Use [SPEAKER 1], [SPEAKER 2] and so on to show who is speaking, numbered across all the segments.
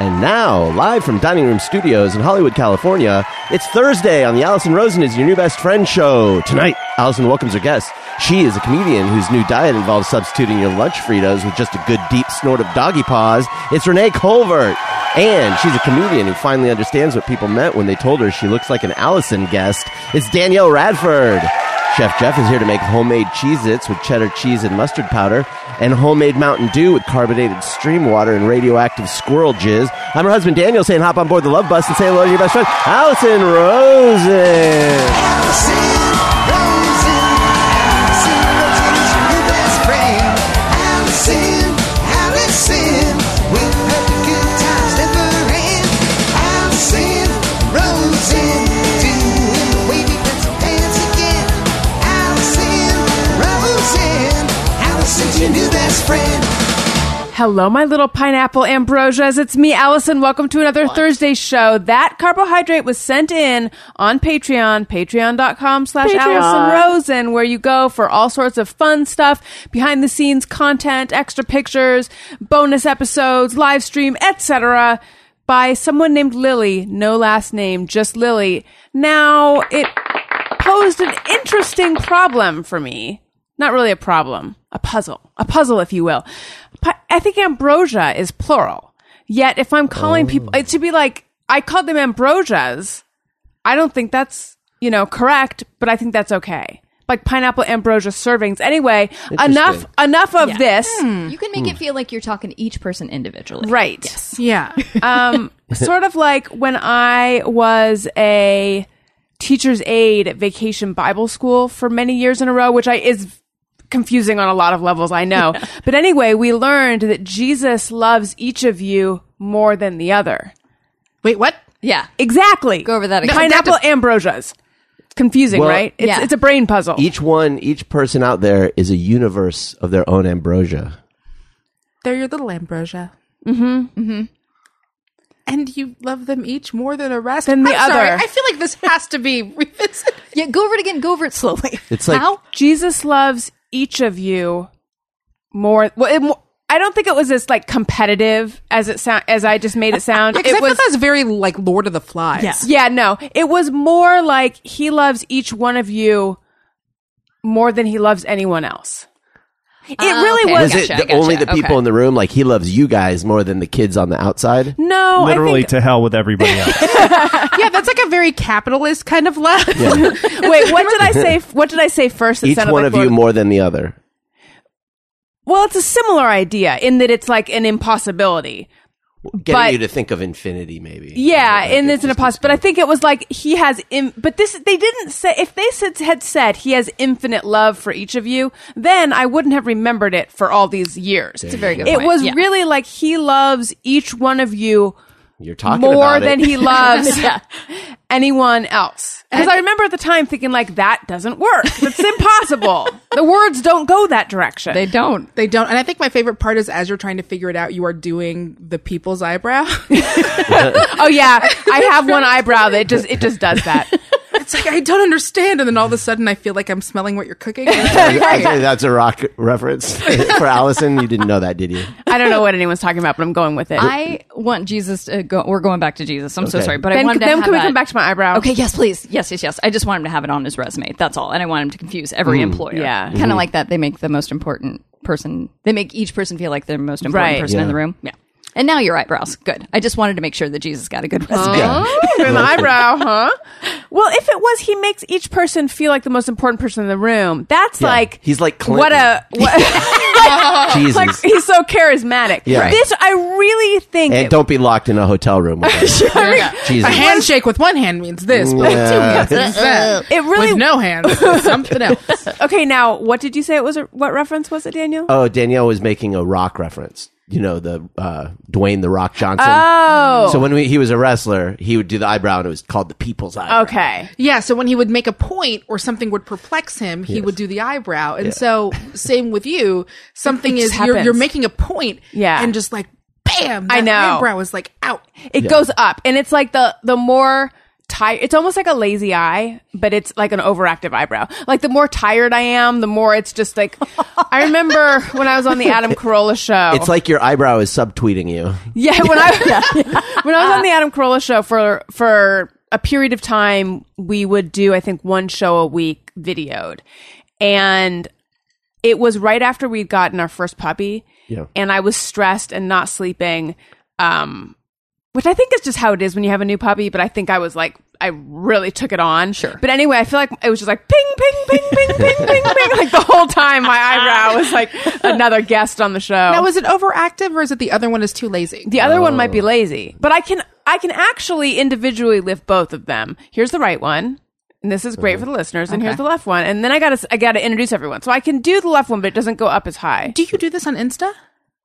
[SPEAKER 1] And now, live from Dining Room Studios in Hollywood, California, it's Thursday on the Allison Rosen is Your New Best Friend show. Tonight, Allison welcomes her guest. She is a comedian whose new diet involves substituting your lunch Fritos with just a good deep snort of doggy paws. It's Renee Colvert. And she's a comedian who finally understands what people meant when they told her she looks like an Allison guest. It's Danielle Radford. Chef Jeff is here to make homemade Cheez Its with cheddar cheese and mustard powder, and homemade Mountain Dew with carbonated stream water and radioactive squirrel jizz. I'm her husband Daniel saying hop on board the love bus and say hello to your best friend, Allison Rosen.
[SPEAKER 2] Hello, my little pineapple ambrosias. It's me, Allison. Welcome to another Thursday show. That carbohydrate was sent in on Patreon, patreon.com slash Allison Rosen, where you go for all sorts of fun stuff, behind the scenes content, extra pictures, bonus episodes, live stream, etc. by someone named Lily, no last name, just Lily. Now, it posed an interesting problem for me. Not really a problem, a puzzle, a puzzle, if you will. Pi- I think ambrosia is plural. Yet, if I'm calling people, it should be like I called them ambrosias. I don't think that's you know correct, but I think that's okay. Like pineapple ambrosia servings. Anyway, enough enough of this.
[SPEAKER 3] You can
[SPEAKER 1] Hmm.
[SPEAKER 3] make it feel like you're talking to each person individually.
[SPEAKER 2] Right.
[SPEAKER 4] Yeah.
[SPEAKER 2] um, sort of like when I was a teacher's aide at Vacation Bible School for many years in a row, which I is confusing on a lot of levels, I know. But anyway, we learned that Jesus loves each of you more than the other.
[SPEAKER 4] Wait, what?
[SPEAKER 3] Yeah.
[SPEAKER 2] Exactly. Go
[SPEAKER 3] over that again.
[SPEAKER 2] Pineapple ambrosias. Confusing,
[SPEAKER 1] Well-
[SPEAKER 2] right? It's,
[SPEAKER 3] Yeah.
[SPEAKER 2] it's a brain puzzle.
[SPEAKER 1] Each one, each person out there is a universe of their own ambrosia.
[SPEAKER 4] They're your little ambrosia. Mm-hmm. Mm-hmm. And you love them each more than the rest.
[SPEAKER 2] Than the
[SPEAKER 4] I'm sorry,
[SPEAKER 2] other.
[SPEAKER 4] I feel like this has to be revisited.
[SPEAKER 3] Yeah, go over it again. Go over it slowly.
[SPEAKER 1] It's like-
[SPEAKER 3] How?
[SPEAKER 2] Jesus loves each of you more. Well, it, mo- I don't think it was as like competitive as it sound as I just made it sound.
[SPEAKER 4] Because
[SPEAKER 2] it
[SPEAKER 4] I
[SPEAKER 2] was
[SPEAKER 4] thought that was very like Lord of the Flies.
[SPEAKER 3] Yeah.
[SPEAKER 2] yeah, no, it was more like he loves each one of you more than he loves anyone else. It
[SPEAKER 3] Ah,
[SPEAKER 2] really
[SPEAKER 3] okay.
[SPEAKER 2] was.
[SPEAKER 1] Was it
[SPEAKER 3] Gotcha,
[SPEAKER 1] the, only the
[SPEAKER 3] gotcha,
[SPEAKER 1] people
[SPEAKER 3] okay.
[SPEAKER 1] in the room? Like he loves you guys more than the kids on the outside.
[SPEAKER 4] Oh,
[SPEAKER 2] No,
[SPEAKER 5] literally
[SPEAKER 2] I think,
[SPEAKER 5] to hell with everybody else.
[SPEAKER 4] yeah, that's like a very capitalist kind of love.
[SPEAKER 2] wait, what did I say? What did I say first? that
[SPEAKER 1] Each
[SPEAKER 2] sounded
[SPEAKER 1] one
[SPEAKER 2] like
[SPEAKER 1] of
[SPEAKER 2] Lord-
[SPEAKER 1] you more than the other.
[SPEAKER 2] Well, it's a similar idea in that it's like an impossibility.
[SPEAKER 1] Getting
[SPEAKER 2] But-
[SPEAKER 1] you to think of infinity, maybe.
[SPEAKER 2] Yeah,
[SPEAKER 1] Like
[SPEAKER 2] and
[SPEAKER 1] it
[SPEAKER 2] it's an
[SPEAKER 1] just
[SPEAKER 2] impossible. But I think it was like he has. Im- but this they didn't say. If they said, had said he has infinite love for each of you, then I wouldn't have remembered it for all these years.
[SPEAKER 3] It's a very good
[SPEAKER 2] It
[SPEAKER 3] point.
[SPEAKER 2] was
[SPEAKER 3] Yeah.
[SPEAKER 2] really like he loves each one of you
[SPEAKER 1] You're talking
[SPEAKER 2] more
[SPEAKER 1] about it.
[SPEAKER 2] than he loves
[SPEAKER 3] Yeah.
[SPEAKER 2] anyone else. Because I remember at the time thinking like that doesn't work. That's impossible. the words don't go that direction.
[SPEAKER 3] They don't.
[SPEAKER 4] They don't. And I think my favorite part is as you're trying to figure it out, you are doing the people's eyebrow.
[SPEAKER 2] oh yeah, I have one eyebrow that just it just does that.
[SPEAKER 4] it's like, I don't understand. And then all of a sudden, I feel like I'm smelling what you're cooking.
[SPEAKER 1] I think that's a rock reference for Allison. You didn't know that, did you?
[SPEAKER 2] I don't know what anyone's talking about, but I'm going with it.
[SPEAKER 3] I want Jesus to go. We're going back to Jesus. I'm so
[SPEAKER 1] Okay.
[SPEAKER 3] sorry, but I
[SPEAKER 2] then,
[SPEAKER 3] wanted to
[SPEAKER 2] then
[SPEAKER 3] have
[SPEAKER 2] can we
[SPEAKER 3] that-
[SPEAKER 2] come back to my eyebrow?
[SPEAKER 3] Okay, yes, please. Yes, yes, yes. I just want him to have it on his resume. That's all. And I want him to confuse every
[SPEAKER 1] Hmm.
[SPEAKER 3] employer.
[SPEAKER 2] yeah.
[SPEAKER 1] Mm-hmm.
[SPEAKER 3] Kind of like that. They make the most important person, they make each person feel like they're the most important
[SPEAKER 2] Right.
[SPEAKER 3] person in the room. Yeah. And now your eyebrows. Good. I just wanted to make sure that Jesus got a good resume.
[SPEAKER 2] Oh, doing the eyebrow, huh? Well, if it was, he makes each person feel like the most important person in the room. That's
[SPEAKER 1] Yeah.
[SPEAKER 2] like
[SPEAKER 1] He's like Clinton.
[SPEAKER 2] what a what,
[SPEAKER 1] Jesus.
[SPEAKER 2] like he's so charismatic.
[SPEAKER 1] Yeah. Right.
[SPEAKER 2] This I really think.
[SPEAKER 1] and
[SPEAKER 2] it-
[SPEAKER 1] don't be locked in a hotel room. With us. Jesus. Uh,
[SPEAKER 4] a handshake with one hand means this, but
[SPEAKER 1] Yeah.
[SPEAKER 4] with two means that.
[SPEAKER 2] It Uh, really-
[SPEAKER 4] with no hands, it's something else.
[SPEAKER 2] okay, now what did you say? It was a, what reference was it, Daniel?
[SPEAKER 1] Oh, Danielle was making a rock reference. You know the uh, Dwayne the Rock Johnson.
[SPEAKER 2] Oh.
[SPEAKER 1] So when we, he was a wrestler, he would do the eyebrow, and it was called the people's eyebrow.
[SPEAKER 2] okay.
[SPEAKER 4] Yeah, so when he would make a point or something would perplex him, he would do the eyebrow. And so, same with you, something
[SPEAKER 2] It just
[SPEAKER 4] is you're,
[SPEAKER 2] happens.
[SPEAKER 4] you're making a point,
[SPEAKER 2] Yeah.
[SPEAKER 4] and just like bam,
[SPEAKER 2] I
[SPEAKER 4] that
[SPEAKER 2] know. Oh.
[SPEAKER 4] eyebrow is like out.
[SPEAKER 2] It goes up, and it's like the the more tired. It's almost like a lazy eye, but it's like an overactive eyebrow. Like the more tired I am, the more it's just like. I remember when I was on the Adam Carolla show.
[SPEAKER 1] It's like your eyebrow is subtweeting you.
[SPEAKER 2] Yeah, Uh, when I when I was on the Adam Carolla show for for a period of time, we would do I think one show a week videoed, and it was right after we'd gotten our first puppy,
[SPEAKER 1] Yeah.
[SPEAKER 2] and I was stressed and not sleeping, um, which I think is just how it is when you have a new puppy. But I think I was like. I really took it on. Sure. But anyway, I feel like it was just like ping, ping, ping, ping, ping, ping, ping. Like the whole time, my eyebrow was like another guest on the show.
[SPEAKER 4] Now, is it overactive or is it the other one is too lazy?
[SPEAKER 2] The other one
[SPEAKER 4] Oh.
[SPEAKER 2] might be lazy, but I can I can actually individually lift both of them. Here's the right one, and this is great for the listeners. And here's the left one, and then I gotta s- I gotta introduce everyone. So I can do the left one, but it doesn't go up as high.
[SPEAKER 4] Do you do this on Insta?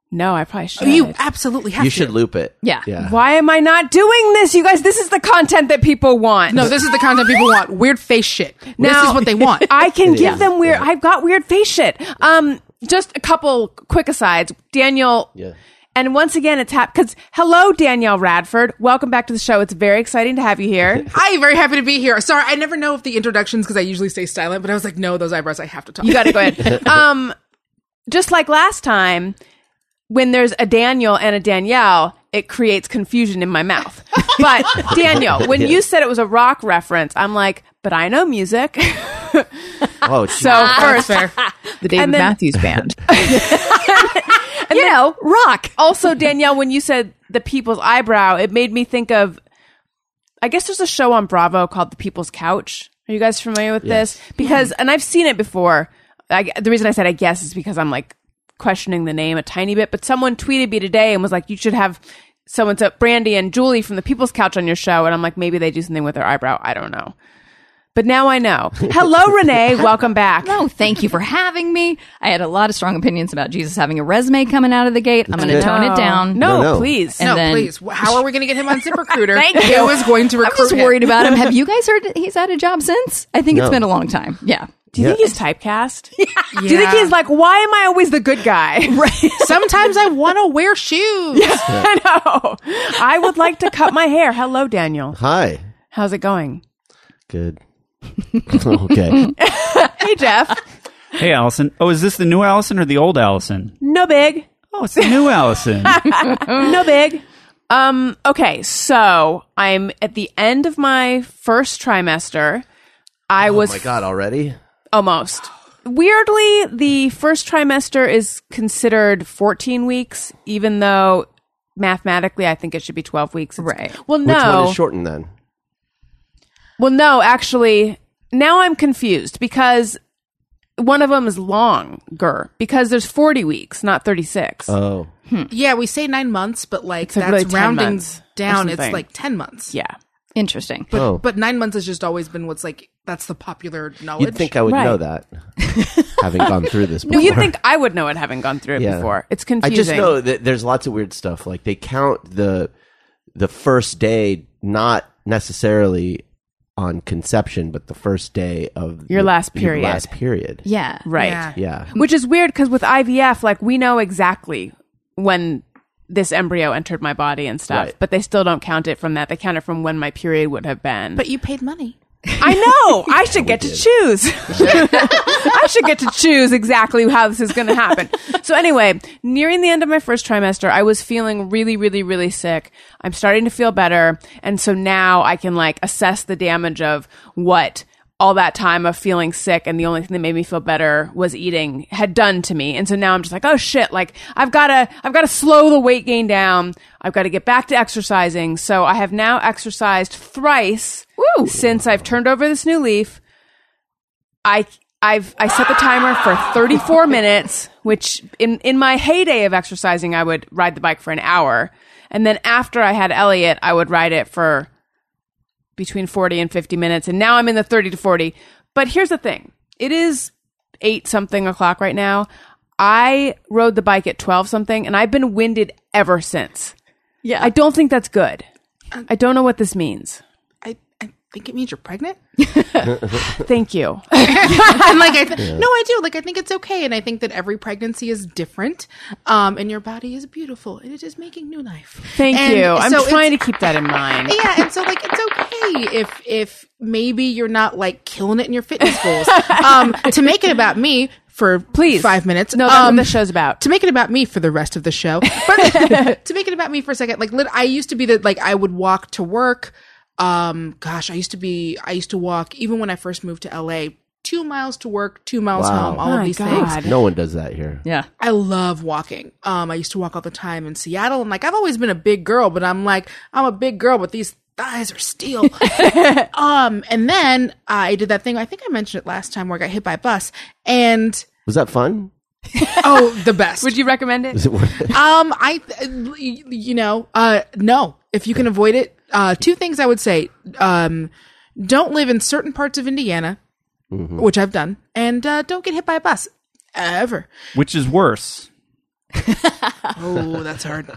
[SPEAKER 2] No, I probably should.
[SPEAKER 4] You absolutely have
[SPEAKER 1] You
[SPEAKER 4] to.
[SPEAKER 1] should loop it.
[SPEAKER 3] Yeah.
[SPEAKER 1] Yeah.
[SPEAKER 2] Why am I not doing this, you guys? This is the content that people want.
[SPEAKER 4] No, this is the content people want. Weird face shit. this
[SPEAKER 2] Now-
[SPEAKER 4] is what they want.
[SPEAKER 2] I can give them weird. I've got weird face shit. Um, just a couple quick asides, Daniel.
[SPEAKER 1] Yeah.
[SPEAKER 2] And once again, it's hap because hello, Danielle Radford. Welcome back to the show. It's very exciting to have you here.
[SPEAKER 4] I'm very happy to be here. Sorry, I never know if the introductions because I usually stay silent, but I was like, no, those eyebrows, I have to talk.
[SPEAKER 2] You got to go ahead. um, just like last time, when there's a Daniel and a Danielle, it creates confusion in my mouth. But Daniel, when you said it was a rock reference, I'm like, but I know music.
[SPEAKER 1] Oh,
[SPEAKER 2] So
[SPEAKER 1] so
[SPEAKER 2] first,
[SPEAKER 5] The David
[SPEAKER 2] And then-
[SPEAKER 5] Matthews Band.
[SPEAKER 2] you know,
[SPEAKER 3] Rock.
[SPEAKER 2] also Danielle, when you said the people's eyebrow, it made me think of. I guess there's a show on Bravo called The People's Couch. Are you guys familiar with this? Because, and I've seen it before. I, the reason I said I guess is because I'm like questioning the name a tiny bit. But someone tweeted me today and was like, "You should have so and so, Brandy and Julie from The People's Couch on your show." And I'm like, maybe they do something with their eyebrow. I don't know. But now I know. Hello, Renee. Welcome back.
[SPEAKER 3] No, Oh, thank you for having me. I had a lot of strong opinions about Jesus having a resume coming out of the gate. I'm going to
[SPEAKER 1] good.
[SPEAKER 3] tone it down.
[SPEAKER 2] Oh. No,
[SPEAKER 1] No, no.
[SPEAKER 2] please.
[SPEAKER 4] no,
[SPEAKER 3] And then-
[SPEAKER 4] please. How are we going to get him on ZipRecruiter?
[SPEAKER 3] Thank you.
[SPEAKER 4] Who is going to
[SPEAKER 3] I'm
[SPEAKER 4] recruit
[SPEAKER 3] just
[SPEAKER 4] him?
[SPEAKER 3] worried about him. Have you guys heard he's had a job since? I think
[SPEAKER 1] No.
[SPEAKER 3] it's been a long time. Yeah.
[SPEAKER 2] Do you think he's typecast? Do you think he's like, why am I always the good guy? Right.
[SPEAKER 4] Sometimes I want to wear shoes.
[SPEAKER 2] I know. I would like to cut my hair. Hello, Daniel.
[SPEAKER 1] hi.
[SPEAKER 2] How's it going?
[SPEAKER 1] Good. okay.
[SPEAKER 2] Hey, Jeff.
[SPEAKER 6] Hey, Allison. Oh, is this the new Allison or the old Allison?
[SPEAKER 2] No big.
[SPEAKER 6] Oh, it's the new Allison.
[SPEAKER 2] No big. Um, okay, so I'm at the end of my first trimester. I
[SPEAKER 1] Oh
[SPEAKER 2] was
[SPEAKER 1] my god, already?
[SPEAKER 2] almost. Weirdly, the first trimester is considered 14 weeks, even though mathematically I think it should be 12 weeks. It's-
[SPEAKER 3] Right.
[SPEAKER 2] Well, no.
[SPEAKER 1] Which one is shortened then?
[SPEAKER 2] Well, no, actually, now I'm confused because one of them is longer because there's 40 weeks, not 36.
[SPEAKER 1] Oh.
[SPEAKER 4] Yeah, we say nine months, but like
[SPEAKER 2] like
[SPEAKER 4] that's
[SPEAKER 2] really 10
[SPEAKER 4] rounding
[SPEAKER 2] months or
[SPEAKER 4] down. It's
[SPEAKER 2] something.
[SPEAKER 4] like ten months.
[SPEAKER 2] yeah.
[SPEAKER 3] Interesting.
[SPEAKER 4] but,
[SPEAKER 1] Oh.
[SPEAKER 4] but nine months has just always been what's like that's the popular knowledge.
[SPEAKER 1] You'd think I would
[SPEAKER 2] Right.
[SPEAKER 1] know that. having gone through this before.
[SPEAKER 2] Well, you'd think I would know it having gone through it before. It's confusing.
[SPEAKER 1] I just know that there's lots of weird stuff. Like they count the the first day not necessarily on conception, but the first day of
[SPEAKER 2] Your
[SPEAKER 1] the-
[SPEAKER 2] last period.
[SPEAKER 1] Your last period.
[SPEAKER 3] Yeah.
[SPEAKER 2] Right.
[SPEAKER 4] Yeah.
[SPEAKER 1] Yeah.
[SPEAKER 2] Which is weird because with IVF, like we know exactly when this embryo entered my body and stuff,
[SPEAKER 1] Right.
[SPEAKER 2] but they still don't count it from that. They count it from when my period would have been.
[SPEAKER 4] but you paid money.
[SPEAKER 2] I know. I should get to choose. I should get to choose exactly how this is going to happen. So anyway, nearing the end of my first trimester, I was feeling really, really, really sick. I'm starting to feel better, and so now I can like assess the damage of what all that time of feeling sick and the only thing that made me feel better was eating had done to me. And so now I'm just like, oh shit, like I've got to I've got to slow the weight gain down. I've got to get back to exercising. So I have now exercised thrice since I've turned over this new leaf. I I've I set the timer for 34 minutes, which in in my heyday of exercising, I would ride the bike for an hour, and then after I had Elliot, I would ride it for between 40 and 50 minutes, and now I'm in the 30 to 40. But here's the thing: it is eight something o'clock right now. I rode the bike at 12 something, and I've been winded ever since.
[SPEAKER 3] Yeah.
[SPEAKER 4] Um,
[SPEAKER 2] I don't think that's good. I don't know what this means.
[SPEAKER 4] I, I think it means you're pregnant.
[SPEAKER 2] Thank you.
[SPEAKER 4] I'm like, I th- no, I do. Like, I think it's okay, and I think that every pregnancy is different, um, and your body is beautiful, and it is making new life.
[SPEAKER 2] Thank
[SPEAKER 4] And
[SPEAKER 2] you. I'm
[SPEAKER 4] so
[SPEAKER 2] trying to
[SPEAKER 4] it's-
[SPEAKER 2] keep that in mind.
[SPEAKER 4] Yeah, and so like it's okay if if maybe you're not like killing it in your fitness goals. Um, to make it about me for
[SPEAKER 2] Please.
[SPEAKER 4] five minutes.
[SPEAKER 2] No, that's
[SPEAKER 4] um,
[SPEAKER 2] what the show's about.
[SPEAKER 4] to make it about me for the rest of the show, but to make it about me for a second, like lit- I used to be that like I would walk to work. Um, gosh, I used to be I used to walk even when I first moved to LA, two miles to work, two miles
[SPEAKER 1] Wow.
[SPEAKER 4] home, all
[SPEAKER 2] My
[SPEAKER 4] of these
[SPEAKER 2] God.
[SPEAKER 4] things.
[SPEAKER 1] No one does that here.
[SPEAKER 3] Yeah.
[SPEAKER 4] I love walking. Um, I used to walk all the time in Seattle, and like I've always been a big girl, but I'm like I'm a big girl, but these thighs are steel. um, and then I did that thing. I think I mentioned it last time where I got hit by a bus, and
[SPEAKER 1] Was that fun?
[SPEAKER 4] oh, the best.
[SPEAKER 2] Would you recommend it?
[SPEAKER 1] Is it worth it?
[SPEAKER 4] Um, I, you know, uh, no. If you can avoid it, uh, two things I would say: um, don't live in certain parts of Indiana, which I've done, and uh, don't get hit by a bus ever.
[SPEAKER 6] Which is worse?
[SPEAKER 4] Oh, that's hard.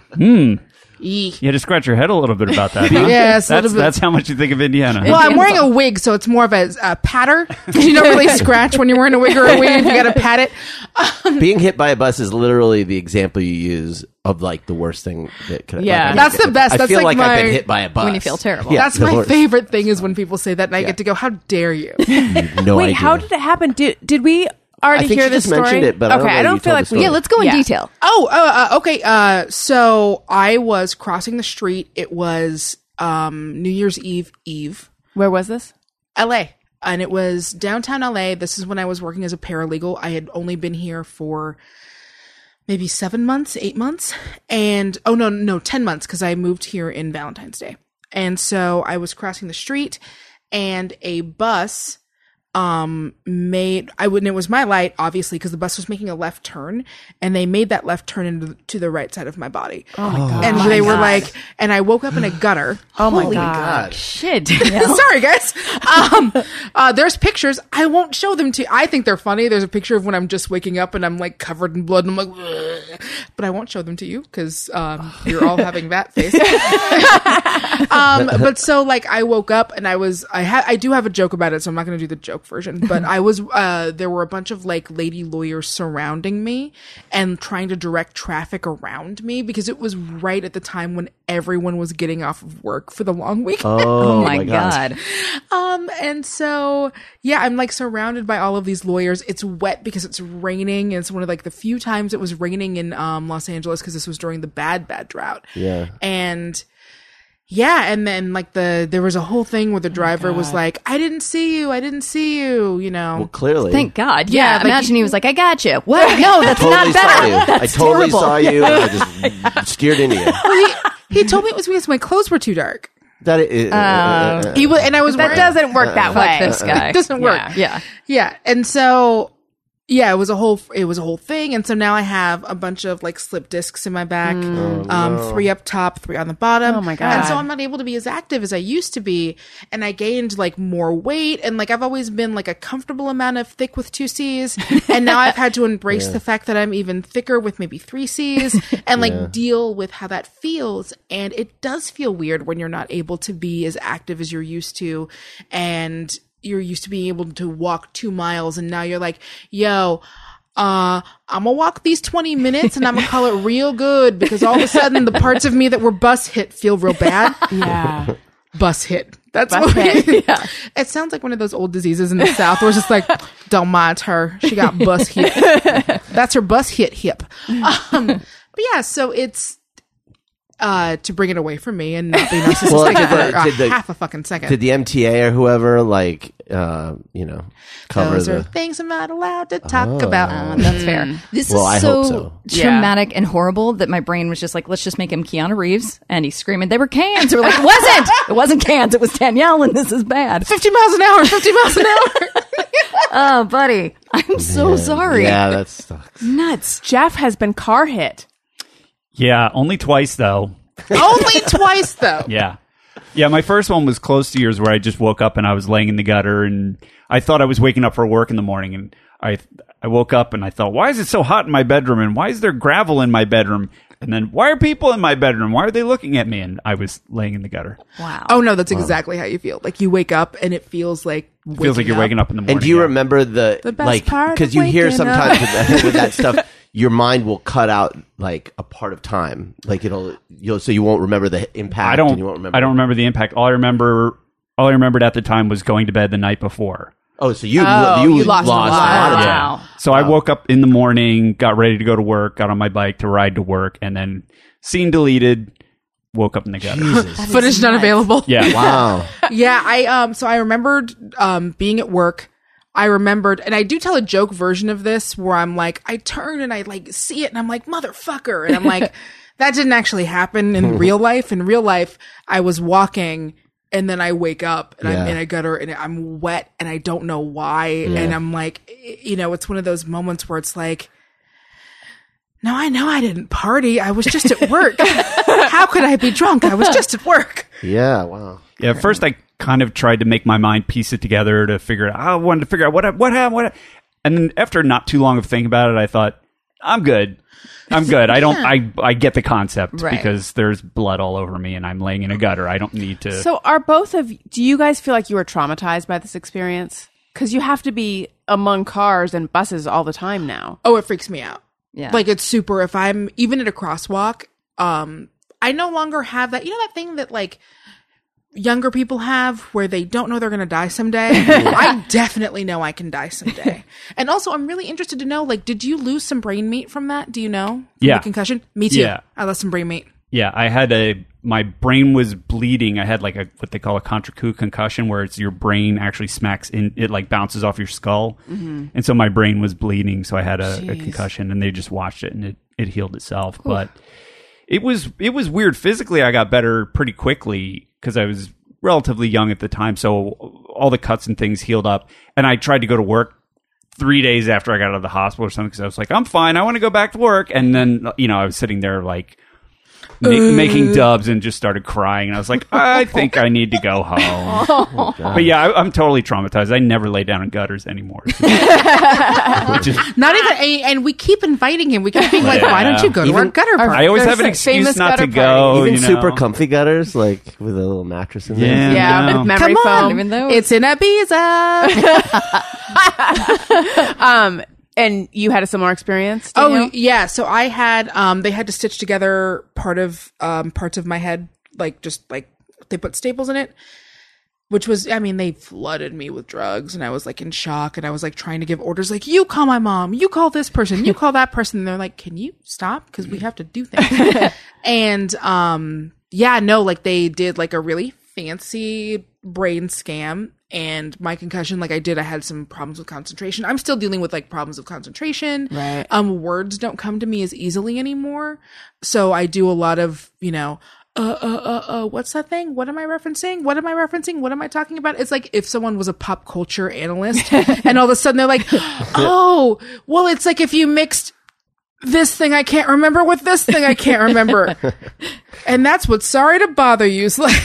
[SPEAKER 4] Eek.
[SPEAKER 6] You had to scratch your head a little bit about that. Huh?
[SPEAKER 4] Yes, a little
[SPEAKER 6] that's,
[SPEAKER 4] bit.
[SPEAKER 6] that's how much you think of Indiana.
[SPEAKER 4] Well, I'm wearing a wig, so it's more of a, a patter. 'Cause You don't really scratch when you're wearing a wig or a weave. You got to pat it.
[SPEAKER 1] Being hit by a bus is literally the example you use of like the worst thing that could.
[SPEAKER 3] Yeah.
[SPEAKER 1] like, I
[SPEAKER 4] That's
[SPEAKER 1] get-
[SPEAKER 4] the best.
[SPEAKER 1] I
[SPEAKER 4] That's
[SPEAKER 1] feel like,
[SPEAKER 4] like
[SPEAKER 1] I've
[SPEAKER 4] my-
[SPEAKER 1] been hit by a bus.
[SPEAKER 3] you feel terrible.
[SPEAKER 1] Yeah,
[SPEAKER 4] That's
[SPEAKER 1] the
[SPEAKER 4] my
[SPEAKER 1] worst.
[SPEAKER 4] favorite thing is when people say that, and I get to go, "How dare you?"
[SPEAKER 1] No
[SPEAKER 2] Wait,
[SPEAKER 1] idea.
[SPEAKER 2] how did it happen? Did did we already
[SPEAKER 1] I think
[SPEAKER 2] hear
[SPEAKER 1] you
[SPEAKER 2] this
[SPEAKER 1] just
[SPEAKER 2] story?
[SPEAKER 1] mentioned it, but I
[SPEAKER 2] okay,
[SPEAKER 1] don't know
[SPEAKER 2] I
[SPEAKER 1] that
[SPEAKER 2] don't
[SPEAKER 1] you
[SPEAKER 2] feel
[SPEAKER 1] told
[SPEAKER 2] like
[SPEAKER 1] the
[SPEAKER 2] we.
[SPEAKER 1] story.
[SPEAKER 3] Yeah, let's go in
[SPEAKER 2] Yeah.
[SPEAKER 3] detail.
[SPEAKER 4] Oh, uh, uh, okay. Uh, so I was crossing the street. It was um, New Year's Eve Eve,
[SPEAKER 2] Where was this?
[SPEAKER 4] LA, and it was downtown LA. This is when I was working as a paralegal. I had only been here for maybe seven months, eight months, and oh no, no, ten months because I moved here in Valentine's Day. And so I was crossing the street, and a bus um made I wouldn't it was my light obviously because the bus was making a left turn and they made that left turn into the, to the right side of my body. Oh my god. And they were like and I woke up in a gutter.
[SPEAKER 2] Oh my
[SPEAKER 1] Holy
[SPEAKER 2] god!
[SPEAKER 1] God.
[SPEAKER 3] Shit.
[SPEAKER 4] Sorry guys. Um uh there's pictures. I won't show them to you. I think they're funny. There's a picture of when I'm just waking up and I'm like covered in blood and I'm like "Ugh." but I won't show them to you cuz um you're all having that face. um but so like i woke up and i was i ha- i do have a joke about it so i'm not going to do the joke version but i was uh there were a bunch of like lady lawyers surrounding me and trying to direct traffic around me because it was right at the time when everyone was getting off of work for the long weekend
[SPEAKER 3] Oh, my god.
[SPEAKER 4] um, and so yeah, I'm like surrounded by all of these lawyers. It's wet because it's raining. And it's one of like the few times it was raining in um Los Angeles because this was during the bad bad drought.
[SPEAKER 1] Yeah.
[SPEAKER 4] and yeah, and then like the there was a whole thing where the driver was like, "I didn't see you, I didn't see you," you know.
[SPEAKER 1] Well, clearly.
[SPEAKER 3] Thank God. Yeah.
[SPEAKER 4] Yeah, like-
[SPEAKER 3] imagine he was like, I got you. What? No, that's
[SPEAKER 1] Totally
[SPEAKER 3] not
[SPEAKER 1] saw you.
[SPEAKER 3] better.
[SPEAKER 1] I
[SPEAKER 3] That's
[SPEAKER 1] totally
[SPEAKER 3] terrible.
[SPEAKER 1] saw you. And I just steered into you.
[SPEAKER 4] Well, he, he told me it was because my clothes were too dark.
[SPEAKER 1] That is, uh,
[SPEAKER 4] He was, and I was
[SPEAKER 2] That
[SPEAKER 4] wearing-
[SPEAKER 2] doesn't work that way.
[SPEAKER 3] Fuck this guy.
[SPEAKER 4] It doesn't work.
[SPEAKER 3] Yeah. yeah.
[SPEAKER 4] Yeah, and so yeah, it was a whole it was a whole thing, and so now I have a bunch of like slip discs in my back,
[SPEAKER 1] Oh,
[SPEAKER 4] um, three up top, three on the bottom.
[SPEAKER 2] Oh, my
[SPEAKER 4] And so
[SPEAKER 2] God.
[SPEAKER 4] I'm not able to be as active as I used to be, and I gained like more weight, and like I've always been like a comfortable amount of thick with two C's, and now I've had to embrace the fact that I'm even thicker with maybe three C's, and like deal with how that feels, and it does feel weird when you're not able to be as active as you're used to, and you're used to being able to walk two miles and now you're like yo uh i'm gonna walk these 20 minutes and i'm gonna call it real good because all of a sudden the parts of me that were bus hit feel real bad
[SPEAKER 2] Yeah.
[SPEAKER 4] bus hit that's
[SPEAKER 2] Bus
[SPEAKER 4] what
[SPEAKER 2] hit,
[SPEAKER 4] yeah. it sounds like one of those old diseases in the south where it's just like don't mind her she got bus hit that's her bus hit hip um but yeah so it's uh to bring it away from me and not be narcissistic
[SPEAKER 1] Well, did
[SPEAKER 4] for
[SPEAKER 1] the-
[SPEAKER 4] uh,
[SPEAKER 1] did the-
[SPEAKER 4] half a fucking second
[SPEAKER 1] Did the MTA or whoever, like, uh, you know, cover
[SPEAKER 4] those are
[SPEAKER 1] the.
[SPEAKER 4] things I'm not allowed to talk about.
[SPEAKER 1] Oh.
[SPEAKER 3] That's fair. This
[SPEAKER 1] Well, I
[SPEAKER 3] is so,
[SPEAKER 1] hope so.
[SPEAKER 3] traumatic and horrible that my brain was just like, let's just make him Keanu Reeves. And he's screaming, they were cans. We're like, it wasn't. It wasn't cans. It was Danielle, and this is bad.
[SPEAKER 4] 50 miles an hour, 50 miles an hour.
[SPEAKER 3] Oh, buddy. I'm so sorry.
[SPEAKER 1] Yeah, that sucks.
[SPEAKER 3] Nuts.
[SPEAKER 2] Jeff has been car hit.
[SPEAKER 6] Yeah, only twice though.
[SPEAKER 4] Only twice though.
[SPEAKER 6] Yeah. Yeah, my first one was close to yours where I just woke up and I was laying in the gutter and I thought I was waking up for work in the morning and I I woke up and I thought, "Why is it so hot in my bedroom and why is there gravel in my bedroom?" And then, why are people in my bedroom? Why are they looking at me? And I was laying in the gutter.
[SPEAKER 3] Wow.
[SPEAKER 4] Oh no, that's exactly how you feel. Like you wake up and it feels like
[SPEAKER 6] It feels like you're waking up in the morning.
[SPEAKER 1] And do you
[SPEAKER 6] yeah.
[SPEAKER 1] remember the,
[SPEAKER 2] best
[SPEAKER 1] like
[SPEAKER 2] part
[SPEAKER 1] because
[SPEAKER 2] of
[SPEAKER 1] you hear
[SPEAKER 2] waking
[SPEAKER 1] sometimes
[SPEAKER 2] up.
[SPEAKER 1] with, that- with that stuff, your mind will cut out like a part of time, like it'll you'll so you won't remember the impact.
[SPEAKER 6] I
[SPEAKER 1] and
[SPEAKER 6] don't.
[SPEAKER 1] you won't remember.
[SPEAKER 6] I don't remember the impact. All I remember, all I remembered at the time was going to bed the night before.
[SPEAKER 1] Oh, so you
[SPEAKER 2] Oh,
[SPEAKER 1] you,
[SPEAKER 2] you
[SPEAKER 1] lost,
[SPEAKER 2] lost
[SPEAKER 1] a
[SPEAKER 2] a lot.
[SPEAKER 1] lot of
[SPEAKER 3] Wow.
[SPEAKER 1] time.
[SPEAKER 6] So I woke up in the morning, got ready to go to work, got on my bike to ride to work, and then scene deleted. Woke up in the gutter.
[SPEAKER 3] That
[SPEAKER 4] footage
[SPEAKER 3] is
[SPEAKER 4] not
[SPEAKER 3] nuts.
[SPEAKER 4] available.
[SPEAKER 6] Yeah.
[SPEAKER 1] Wow.
[SPEAKER 4] yeah, I um so I remembered um being at work. I remembered and I do tell a joke version of this where I'm like I turn and I like see it and I'm like motherfucker and I'm like that didn't actually happen in real life. In real life, I was walking and then I wake up and I'm
[SPEAKER 1] Yeah.
[SPEAKER 4] in a gutter and I'm wet and I don't know why and I'm like y- you know, it's one of those moments where it's like no, I know I didn't party. I was just at work. How could I be drunk? I was just at work.
[SPEAKER 1] Yeah. Wow.
[SPEAKER 6] Yeah, at first I kind of tried to make my mind piece it together to figure it out. I wanted to figure out what hap- what happened, what hap- and then after not too long of thinking about it, I thought, I'm good. I'm good. I don't. I I get the concept
[SPEAKER 3] Right.
[SPEAKER 6] because there's blood all over me and I'm laying in a gutter. I don't need to.
[SPEAKER 2] So, are both of do you guys feel like you were traumatized by this experience? Because you have to be among cars and buses all the time now.
[SPEAKER 4] Oh, it freaks me out.
[SPEAKER 3] Yeah.
[SPEAKER 4] Like it's super if I'm even at a crosswalk, um I no longer have that you know that thing that like younger people have where they don't know they're going to die someday. I definitely know I can die someday. and also I'm really interested to know like did you lose some brain meat from that? Do you know? From
[SPEAKER 6] Yeah.
[SPEAKER 4] The concussion? Me too.
[SPEAKER 6] Yeah.
[SPEAKER 4] I lost some brain meat.
[SPEAKER 6] yeah, I had a my brain was bleeding. I had like a what they call a contracoup concussion, where it's your brain actually smacks in. It like bounces off your skull, and so my brain was bleeding. So I had a, a concussion, and they just watched it, and it it healed itself. But it was it was weird physically i got better pretty quickly because i was relatively young at the time so all the cuts and things healed up and i tried to go to work three days after i got out of the hospital or something because i was like i'm fine i want to go back to work and then you know i was sitting there like ma- making dubs and just started crying and i was like i think i need to go
[SPEAKER 2] Oh.
[SPEAKER 6] home
[SPEAKER 1] Oh,
[SPEAKER 6] but yeah I, i'm totally traumatized i never lay down in gutters anymore Which is-
[SPEAKER 4] Not even and, and we keep inviting him. We keep being like why don't you go to our gutter
[SPEAKER 6] i
[SPEAKER 4] party?
[SPEAKER 6] always
[SPEAKER 2] There's
[SPEAKER 6] have an
[SPEAKER 2] that
[SPEAKER 6] excuse
[SPEAKER 2] famous
[SPEAKER 6] not to
[SPEAKER 2] gutter
[SPEAKER 6] go
[SPEAKER 2] party.
[SPEAKER 1] Even
[SPEAKER 6] Oh, you know?
[SPEAKER 1] super comfy gutters, like with a little mattress in there.
[SPEAKER 6] Yeah.
[SPEAKER 2] Yeah,
[SPEAKER 6] no.
[SPEAKER 2] with memory
[SPEAKER 4] Come on,
[SPEAKER 2] foam.
[SPEAKER 3] even though
[SPEAKER 4] It's in Ibiza.
[SPEAKER 2] And you had a similar experience.
[SPEAKER 4] Oh
[SPEAKER 2] Danielle?
[SPEAKER 4] yeah, so I had um they had to stitch together part of um parts of my head like just like they put staples in it which was I mean they flooded me with drugs and I was like in shock and I was like trying to give orders like you call my mom, you call this person, you call that person and they're like can you stop cuz we have to do things. and um yeah, no like they did like a really fancy brain scan and my concussion like I did I had some problems with concentration. I'm still dealing with like problems of concentration.
[SPEAKER 2] Right.
[SPEAKER 4] Um words don't come to me as easily anymore. So I do a lot of, you know, uh, uh, uh, uh, what's that thing? What am I referencing? What am I referencing? What am I talking about? It's like if someone was a pop culture analyst and all of a sudden they're like, oh, well, it's like if you mixed this thing I can't remember with this thing I can't remember. and that's what sorry to bother you's like.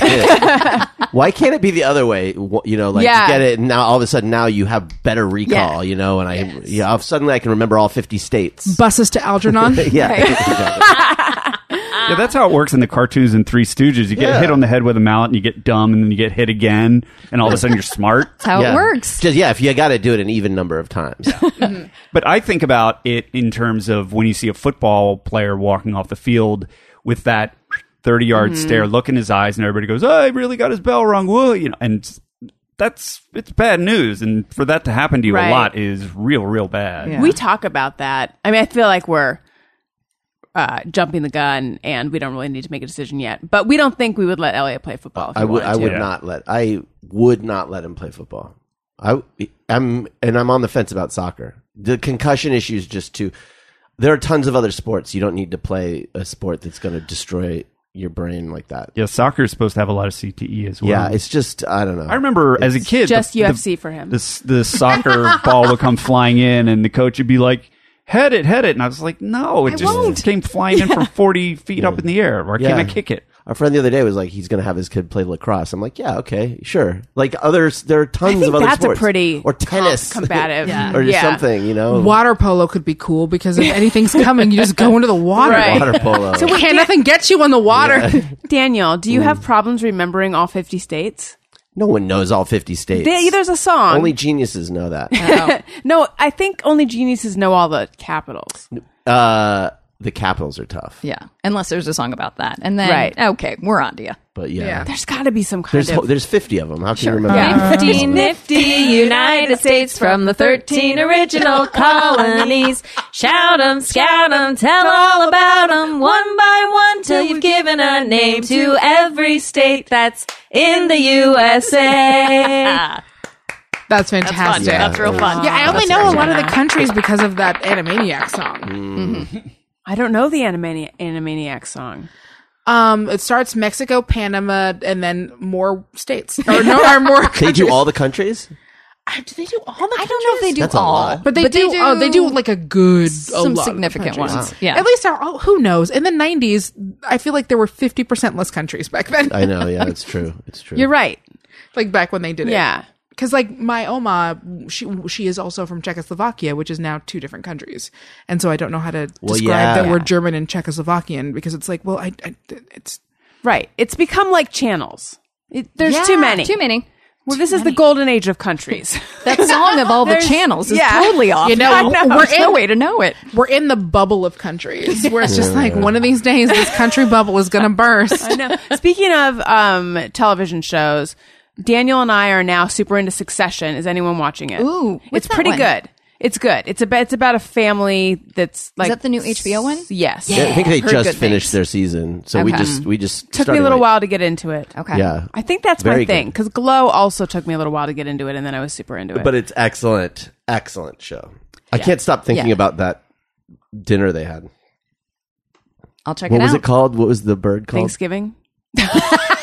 [SPEAKER 1] Why can't it be the other way? Wh- You know, like
[SPEAKER 2] Yeah.
[SPEAKER 1] you get it, and now all of a sudden now you have better recall. You know, and I yeah, all of a sudden I can remember all fifty states.
[SPEAKER 4] Buses to Algernon.
[SPEAKER 1] yeah.
[SPEAKER 6] Yeah, that's how it works in the cartoons in Three Stooges. You get
[SPEAKER 1] Yeah.
[SPEAKER 6] hit on the head with a mallet, and you get dumb, and then you get hit again, and all of a sudden you're smart.
[SPEAKER 3] That's how
[SPEAKER 1] Yeah.
[SPEAKER 3] it works.
[SPEAKER 1] Just, yeah, if you got to do it an even number of times.
[SPEAKER 6] But I think about it in terms of when you see a football player walking off the field with that 30 yard
[SPEAKER 2] Mm-hmm.
[SPEAKER 6] stare, look in his eyes, and everybody goes, "Oh, he really got his bell rung." Whoa, you know, and that's it's bad news, and for that to happen to you
[SPEAKER 2] Right.
[SPEAKER 6] a lot is real, real bad.
[SPEAKER 3] Yeah.
[SPEAKER 2] we talk about that. I mean, I feel like we're uh, jumping the gun, and we don't really need to make a decision yet. But we don't think we would let Elliot play football. If
[SPEAKER 1] I would. I would
[SPEAKER 6] Yeah.
[SPEAKER 1] not let. I would not let him play football. I, I'm and I'm on the fence about soccer. The concussion issue is just too. There are tons of other sports. You don't need to play a sport that's going to destroy your brain like that.
[SPEAKER 6] Yeah, soccer is supposed to have a lot of CTE as well.
[SPEAKER 1] Yeah, it's just I don't know.
[SPEAKER 6] I remember as a kid,
[SPEAKER 2] just
[SPEAKER 6] the- the-
[SPEAKER 2] UFC for him.
[SPEAKER 6] The, s- the soccer ball would come flying in, and the coach would be like, "Head it, head it," and I was like, "No, it just
[SPEAKER 3] won't."
[SPEAKER 6] came flying in from forty feet up in the air. Why can't
[SPEAKER 1] Yeah.
[SPEAKER 6] I kick it?"
[SPEAKER 1] Our friend the other day was like, he's going to have his kid play lacrosse. I'm like, yeah, okay, sure. Like others, there are tons
[SPEAKER 2] I think
[SPEAKER 1] of other
[SPEAKER 2] that's
[SPEAKER 1] sports
[SPEAKER 2] a pretty
[SPEAKER 1] or tennis,
[SPEAKER 2] com- combative,
[SPEAKER 3] Yeah.
[SPEAKER 1] or just
[SPEAKER 2] Yeah.
[SPEAKER 1] something, you know,
[SPEAKER 4] Water polo could be cool because if anything's coming, you just go into the water.
[SPEAKER 2] Right.
[SPEAKER 1] water polo.
[SPEAKER 4] So we can't nothing get you on the water.
[SPEAKER 2] Daniel, do you have
[SPEAKER 1] Mm.
[SPEAKER 2] problems remembering all fifty states?
[SPEAKER 1] no one knows all 50 states.
[SPEAKER 2] There- there's a song.
[SPEAKER 1] Only geniuses know that.
[SPEAKER 2] no, I think only geniuses know all the capitals.
[SPEAKER 1] uh, the capitals are tough,
[SPEAKER 3] Yeah, unless there's a song about that, and then
[SPEAKER 2] Right.
[SPEAKER 3] okay, we're on to you.
[SPEAKER 1] but yeah,
[SPEAKER 4] Yeah.
[SPEAKER 2] There's got to be some kind
[SPEAKER 1] there's ho-
[SPEAKER 2] of.
[SPEAKER 1] there's 50 of them. How can you remember?
[SPEAKER 3] Yeah.
[SPEAKER 1] that?
[SPEAKER 5] 50 nifty United States from the 13 original colonies. Shout 'em, scout 'em, tell all about 'em, one by one till you've given a name to every state that's in the USA.
[SPEAKER 4] That's fantastic.
[SPEAKER 3] That's real fun.
[SPEAKER 4] yeah, I only
[SPEAKER 1] That's
[SPEAKER 4] know a
[SPEAKER 1] amazing.
[SPEAKER 4] lot of the countries because of that Animaniac song.
[SPEAKER 2] I don't know the Animani- Animaniac song.
[SPEAKER 4] Um, it starts Mexico, Panama, and then more states or no, or more.
[SPEAKER 1] They
[SPEAKER 4] countries.
[SPEAKER 1] do all the countries.
[SPEAKER 4] I- do they do all the?
[SPEAKER 3] I don't know if they do
[SPEAKER 1] That's a
[SPEAKER 3] all,
[SPEAKER 1] lot.
[SPEAKER 4] But they do. oh, they do like a good, a
[SPEAKER 3] some
[SPEAKER 4] lot of
[SPEAKER 3] significant
[SPEAKER 4] countries.
[SPEAKER 3] ones. Yeah,
[SPEAKER 4] At least, our, oh, who knows? In the '90s, I feel like there were 50 percent less countries back then.
[SPEAKER 1] I know. Yeah, it's true. It's true.
[SPEAKER 2] You're right.
[SPEAKER 4] like back when they did it.
[SPEAKER 2] Yeah.
[SPEAKER 4] Because like my oma, she she is also from Czechoslovakia, which is now two different countries, and so I don't know how to
[SPEAKER 1] Well,
[SPEAKER 4] describe
[SPEAKER 1] yeah.
[SPEAKER 4] that we're
[SPEAKER 1] Yeah.
[SPEAKER 4] German and Czechoslovakian because it's like, well, I, I it's
[SPEAKER 2] Right. It's become like channels. It, there's too many.
[SPEAKER 3] too many.
[SPEAKER 2] Well, this is the golden age of countries.
[SPEAKER 3] That song of all the
[SPEAKER 2] There's-
[SPEAKER 3] channels is
[SPEAKER 2] yeah.
[SPEAKER 3] totally off.
[SPEAKER 4] You know,
[SPEAKER 3] I
[SPEAKER 4] we're
[SPEAKER 3] there's no
[SPEAKER 4] in-
[SPEAKER 3] way to know it.
[SPEAKER 4] we're in the bubble of countries where it's just like one of these days this country bubble is gonna burst.
[SPEAKER 2] I know. Speaking of um, television shows, Daniel and I are now super into Succession. Is anyone watching it?
[SPEAKER 3] Ooh, what's
[SPEAKER 2] it's
[SPEAKER 3] that
[SPEAKER 2] pretty
[SPEAKER 3] one?
[SPEAKER 2] good. It's good. It's about it's about a family that's like
[SPEAKER 3] that the new HBO one?
[SPEAKER 2] Yes.
[SPEAKER 1] Yeah, I think they
[SPEAKER 3] Heard
[SPEAKER 1] just
[SPEAKER 3] good
[SPEAKER 1] finished their season, so we
[SPEAKER 3] Okay.
[SPEAKER 1] just we just
[SPEAKER 2] Took me
[SPEAKER 1] started
[SPEAKER 2] a little
[SPEAKER 1] like-
[SPEAKER 2] while to get into it.
[SPEAKER 3] Okay.
[SPEAKER 1] Yeah,
[SPEAKER 2] I think that's
[SPEAKER 1] Very
[SPEAKER 2] my thing
[SPEAKER 1] good.
[SPEAKER 2] because Glow also took me a little while to get into it, and then I was super into it.
[SPEAKER 1] but it's excellent, excellent show. I can't stop thinking
[SPEAKER 3] Yeah.
[SPEAKER 1] about that dinner they had.
[SPEAKER 3] I'll check
[SPEAKER 1] What
[SPEAKER 3] it
[SPEAKER 1] was
[SPEAKER 3] out.
[SPEAKER 1] it called? What was the bird called?
[SPEAKER 2] Thanksgiving.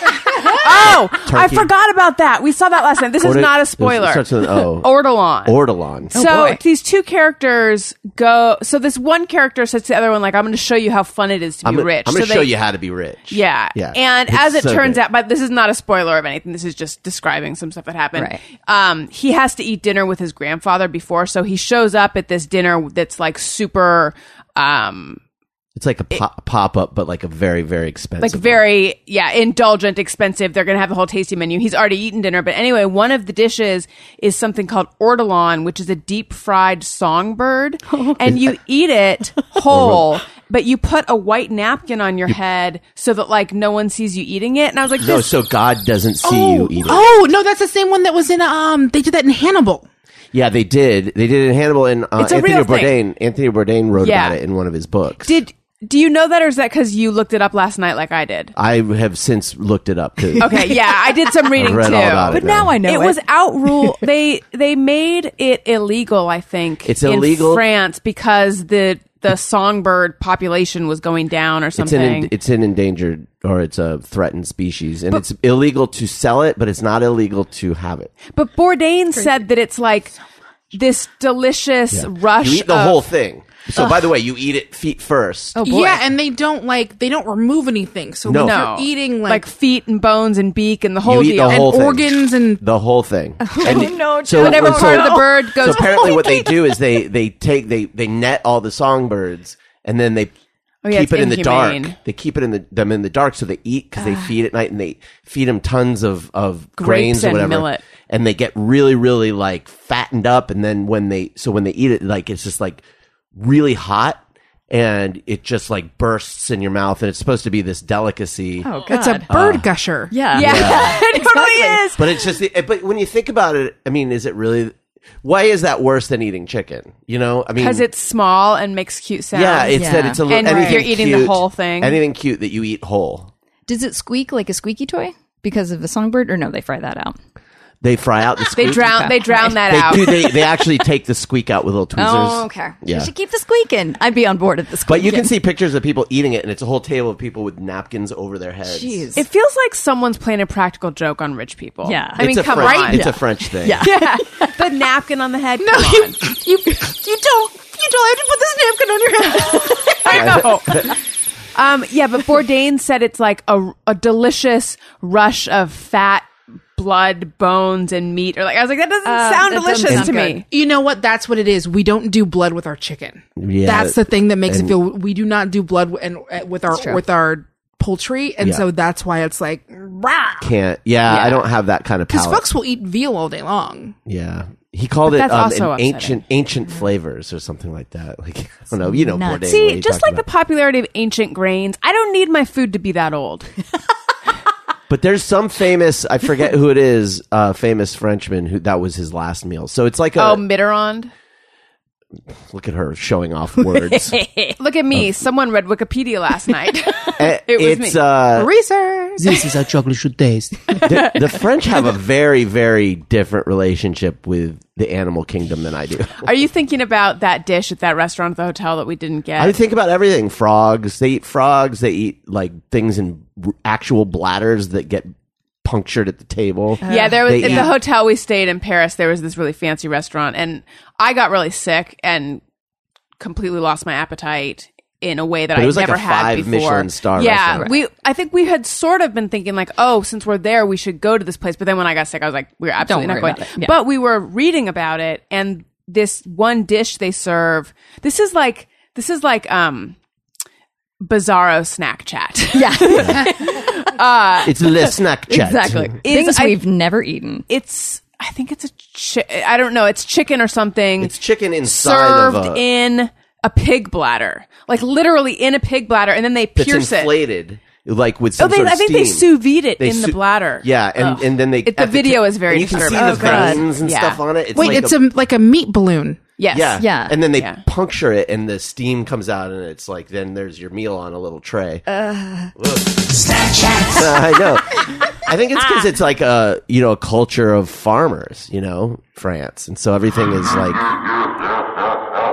[SPEAKER 2] oh, I
[SPEAKER 1] Turkey.
[SPEAKER 2] forgot about that. We saw that last night. This is
[SPEAKER 1] What it-
[SPEAKER 2] not
[SPEAKER 1] it
[SPEAKER 2] a
[SPEAKER 1] was- it
[SPEAKER 2] spoiler. Oh,
[SPEAKER 1] starts with an O.
[SPEAKER 2] Ortolan.
[SPEAKER 1] Ortolan.
[SPEAKER 2] so
[SPEAKER 3] boy.
[SPEAKER 2] these two characters go. So this one character says to the other one, "Like I'm going to show you how fun it is to be
[SPEAKER 1] I'm gonna,
[SPEAKER 2] rich."
[SPEAKER 1] I'm gonna
[SPEAKER 2] so
[SPEAKER 1] show
[SPEAKER 2] they-
[SPEAKER 1] you how to be rich.
[SPEAKER 2] Yeah.
[SPEAKER 1] yeah.
[SPEAKER 2] And
[SPEAKER 1] It's
[SPEAKER 2] as it
[SPEAKER 1] so
[SPEAKER 2] turns
[SPEAKER 1] good.
[SPEAKER 2] out, but this is not a spoiler of anything. This is just describing some stuff that happened.
[SPEAKER 3] Right.
[SPEAKER 2] Um, he has to eat dinner with his grandfather before, so he shows up at this dinner that's like super, um,
[SPEAKER 1] it's like a pop, pop up, but like a very very expensive.
[SPEAKER 2] like very yeah indulgent expensive they're gonna have the whole tasty menu he's already eaten dinner but anyway one of the dishes is something called ortolan which is a deep fried songbird
[SPEAKER 1] Oh.
[SPEAKER 2] and you eat it whole but you put a white napkin on your head so that like no one sees you eating it and i was like
[SPEAKER 1] One. No,
[SPEAKER 2] this
[SPEAKER 1] so God doesn't see you
[SPEAKER 4] Oh,
[SPEAKER 1] eating.
[SPEAKER 4] oh no, that's the same one that was in um. They did that in Hannibal.
[SPEAKER 1] Yeah, they did. They did it in Hannibal and uh,
[SPEAKER 2] It's a
[SPEAKER 1] Anthony
[SPEAKER 2] real thing.
[SPEAKER 1] Bourdain. Anthony Bourdain wrote
[SPEAKER 2] Yeah.
[SPEAKER 1] about it in one of his books.
[SPEAKER 2] did do you know that or is that because you looked it up last night like i did
[SPEAKER 1] I have since looked it up too.
[SPEAKER 2] okay yeah i did some reading
[SPEAKER 1] read
[SPEAKER 2] too
[SPEAKER 1] all about
[SPEAKER 3] but
[SPEAKER 1] it
[SPEAKER 3] now
[SPEAKER 1] now.
[SPEAKER 3] I know it.
[SPEAKER 2] was outrule. they they made it illegal. I think
[SPEAKER 1] It's
[SPEAKER 2] in
[SPEAKER 1] illegal.
[SPEAKER 2] France because the the songbird population was going down or
[SPEAKER 1] It's an
[SPEAKER 2] something.
[SPEAKER 1] it's an endangered or it's a threatened species, and it's illegal to sell it, but it's not illegal to have it.
[SPEAKER 2] but Bourdain said that it's like this delicious rush.
[SPEAKER 1] You eat the
[SPEAKER 2] of-
[SPEAKER 1] whole thing. So by the way, you eat it feet first.
[SPEAKER 3] Oh boy.
[SPEAKER 4] Yeah, and they don't like they don't remove anything. So
[SPEAKER 1] No.
[SPEAKER 4] when
[SPEAKER 2] no,
[SPEAKER 4] you're eating like,
[SPEAKER 2] like feet and bones and beak and the
[SPEAKER 1] you
[SPEAKER 2] whole
[SPEAKER 1] eat
[SPEAKER 2] deal.
[SPEAKER 1] the
[SPEAKER 4] And
[SPEAKER 1] whole thing.
[SPEAKER 4] organs and-
[SPEAKER 1] the whole thing. And
[SPEAKER 3] no,
[SPEAKER 1] so
[SPEAKER 2] Whatever
[SPEAKER 1] so-
[SPEAKER 2] part of the bird
[SPEAKER 1] So
[SPEAKER 2] goes.
[SPEAKER 1] apparently, what they do is they they take they they net all the songbirds and then they.
[SPEAKER 2] Oh, yeah,
[SPEAKER 1] keep it
[SPEAKER 2] it's
[SPEAKER 1] in the
[SPEAKER 2] inhumane. Ah.
[SPEAKER 1] dark. They keep it in the them in the dark so they eat because they feed at night and they feed them tons of of grains or
[SPEAKER 2] and
[SPEAKER 1] whatever,
[SPEAKER 2] millet.
[SPEAKER 1] and they get really really like fattened up. And then when they so when they eat it, like it's just like really hot and it just like bursts in your mouth. And it's supposed to be this delicacy.
[SPEAKER 3] Oh, God.
[SPEAKER 4] it's a bird gusher.
[SPEAKER 3] yeah.
[SPEAKER 2] yeah, it totally is.
[SPEAKER 1] But it's just, eh, but when you think about it, I mean, is it really? Why is that worse than eating chicken? You know, I mean,
[SPEAKER 2] Because it's small and makes cute sounds.
[SPEAKER 1] yeah, it's that
[SPEAKER 3] Yeah.
[SPEAKER 1] it's a little
[SPEAKER 2] And
[SPEAKER 1] anything
[SPEAKER 2] you're eating the
[SPEAKER 1] cute-
[SPEAKER 2] whole thing.
[SPEAKER 1] Anything cute that you eat whole,
[SPEAKER 3] Does it squeak like a squeaky toy because of the songbird, or no? They fry that out.
[SPEAKER 1] they fry out the
[SPEAKER 2] they
[SPEAKER 1] squeak.
[SPEAKER 2] drown. They drown that
[SPEAKER 1] They
[SPEAKER 2] out.
[SPEAKER 1] do. They, they actually take the squeak out with little tweezers.
[SPEAKER 3] Oh, okay.
[SPEAKER 1] Yeah.
[SPEAKER 3] You should keep the squeaking. I'd be on board at the
[SPEAKER 1] But
[SPEAKER 3] squeaking.
[SPEAKER 1] you can see pictures of people eating it, and it's a whole table of people with napkins over their heads.
[SPEAKER 3] Jeez.
[SPEAKER 2] It feels like someone's playing a practical joke on rich people.
[SPEAKER 3] Yeah.
[SPEAKER 2] I mean,
[SPEAKER 1] it's a
[SPEAKER 2] come
[SPEAKER 1] French,
[SPEAKER 2] on.
[SPEAKER 1] It's a French thing.
[SPEAKER 3] Yeah.
[SPEAKER 2] Yeah. the napkin on the head. No,
[SPEAKER 4] you, you you don't you don't have to put this napkin on your head.
[SPEAKER 2] I know. Um, yeah, but Bourdain said it's like a, a delicious rush of fat, blood, bones, and meat. Or like I was like, that doesn't
[SPEAKER 3] Uh,
[SPEAKER 2] sound
[SPEAKER 3] that doesn't
[SPEAKER 2] delicious
[SPEAKER 3] sound
[SPEAKER 2] to
[SPEAKER 3] good.
[SPEAKER 2] me.
[SPEAKER 4] You know what? That's what it is. We don't do blood with our chicken.
[SPEAKER 1] Yeah.
[SPEAKER 4] that's the thing that makes
[SPEAKER 1] And-
[SPEAKER 4] it feel. We do not do blood and uh, with our with our poultry, and
[SPEAKER 1] Yeah.
[SPEAKER 4] so that's why it's like because
[SPEAKER 1] Can't. Yeah, I don't have that kind of palate.
[SPEAKER 4] folks will eat veal all day long.
[SPEAKER 1] yeah. He called
[SPEAKER 2] But
[SPEAKER 1] it
[SPEAKER 2] that's
[SPEAKER 1] um,
[SPEAKER 2] also
[SPEAKER 1] an
[SPEAKER 2] upsetting.
[SPEAKER 1] ancient ancient flavors or something like that. Like I don't know, you know,
[SPEAKER 3] Nuts.
[SPEAKER 1] Bourdain.
[SPEAKER 2] See, just like the popularity of ancient grains, I don't need my food to be that old.
[SPEAKER 1] But there's some famous, I forget who it is, uh, famous Frenchman who that was his last meal. So it's like a
[SPEAKER 2] oh, Mitterrand.
[SPEAKER 1] look at her showing off words. it
[SPEAKER 2] Look at
[SPEAKER 1] Oh.
[SPEAKER 2] me. Someone read Wikipedia last night. was
[SPEAKER 1] Eh, it's
[SPEAKER 2] me.
[SPEAKER 1] uh
[SPEAKER 4] Research.
[SPEAKER 7] This is how chocolate should taste.
[SPEAKER 1] the, the French have a very very different relationship with the animal kingdom than I do.
[SPEAKER 2] Are you thinking about that dish at that restaurant at the hotel that we didn't get?
[SPEAKER 1] I think about everything. Frogs, they eat frogs, they eat like things in r- actual bladders that get punctured at the table.
[SPEAKER 2] Yeah, there was
[SPEAKER 1] They
[SPEAKER 2] at
[SPEAKER 1] eat-
[SPEAKER 2] the hotel we stayed in Paris. There was this really fancy restaurant, and I got really sick and completely lost my appetite in a way that
[SPEAKER 1] But it
[SPEAKER 2] I
[SPEAKER 1] was like
[SPEAKER 2] never
[SPEAKER 1] a
[SPEAKER 2] had
[SPEAKER 1] five
[SPEAKER 2] before.
[SPEAKER 1] Michelin star
[SPEAKER 2] yeah,
[SPEAKER 1] restaurant.
[SPEAKER 2] we. I think we had sort of been thinking like, oh, since we're there, we should go to this place. But then when I got sick, I was like, we're absolutely
[SPEAKER 3] Don't
[SPEAKER 2] not
[SPEAKER 3] worry
[SPEAKER 2] going.
[SPEAKER 3] about it. Yeah.
[SPEAKER 2] But we were reading about it, and this one dish they serve. This is like this is like um. Bizarro snack chat.
[SPEAKER 3] Yeah,
[SPEAKER 1] It's a snack chat.
[SPEAKER 3] exactly.
[SPEAKER 2] Is-
[SPEAKER 3] Things
[SPEAKER 2] I-
[SPEAKER 3] we've never eaten.
[SPEAKER 2] it's I think it's a chi- I don't know. It's chicken or something.
[SPEAKER 1] It's chicken inside
[SPEAKER 2] served
[SPEAKER 1] of a
[SPEAKER 2] in a pig bladder, like literally in a pig bladder, and then they
[SPEAKER 1] that's
[SPEAKER 2] pierce it.
[SPEAKER 1] inflated. Like with some
[SPEAKER 2] Oh, they,
[SPEAKER 1] sort of
[SPEAKER 2] I think they
[SPEAKER 1] steam.
[SPEAKER 2] sous vide it
[SPEAKER 1] They
[SPEAKER 2] in
[SPEAKER 1] sous-
[SPEAKER 2] the bladder.
[SPEAKER 1] Yeah, and,
[SPEAKER 2] Ugh.
[SPEAKER 1] and then they
[SPEAKER 2] It- the
[SPEAKER 1] at
[SPEAKER 2] video
[SPEAKER 1] ti-
[SPEAKER 2] is very
[SPEAKER 1] and you can
[SPEAKER 2] disturbing.
[SPEAKER 1] see
[SPEAKER 2] Oh,
[SPEAKER 1] the
[SPEAKER 2] God.
[SPEAKER 1] veins and
[SPEAKER 2] Yeah.
[SPEAKER 1] stuff on it. It's
[SPEAKER 4] Wait,
[SPEAKER 1] like
[SPEAKER 4] it's a, like a meat balloon.
[SPEAKER 2] yes,
[SPEAKER 1] yeah,
[SPEAKER 3] Yeah.
[SPEAKER 1] and then they
[SPEAKER 2] Yeah.
[SPEAKER 1] puncture it, and the steam comes out, and it's like then there's your meal on a little tray. Ugh. I know. I think it's because it's like a you know a culture of farmers, you know, France, and so everything is like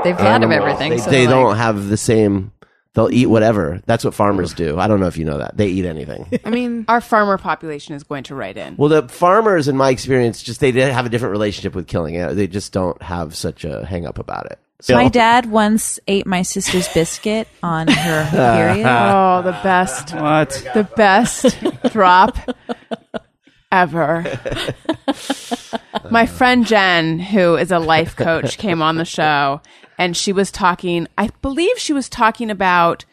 [SPEAKER 3] They've had of
[SPEAKER 1] animal.
[SPEAKER 3] everything.
[SPEAKER 1] Oh, They,
[SPEAKER 3] so
[SPEAKER 1] they
[SPEAKER 3] like-
[SPEAKER 1] don't have the same. They'll eat whatever. That's what farmers do. I don't know if you know that they eat anything.
[SPEAKER 4] I mean,
[SPEAKER 2] our farmer population is going to write in.
[SPEAKER 1] Well, the farmers, in my experience, just they did have a different relationship with killing it. They just don't have such a hang up about it. So,
[SPEAKER 5] My dad once ate my sister's biscuit on her period.
[SPEAKER 2] oh, the best,
[SPEAKER 6] What?
[SPEAKER 2] the best drop ever. My friend Jen, who is a life coach, came on the show, and she was talking. I believe she was talking about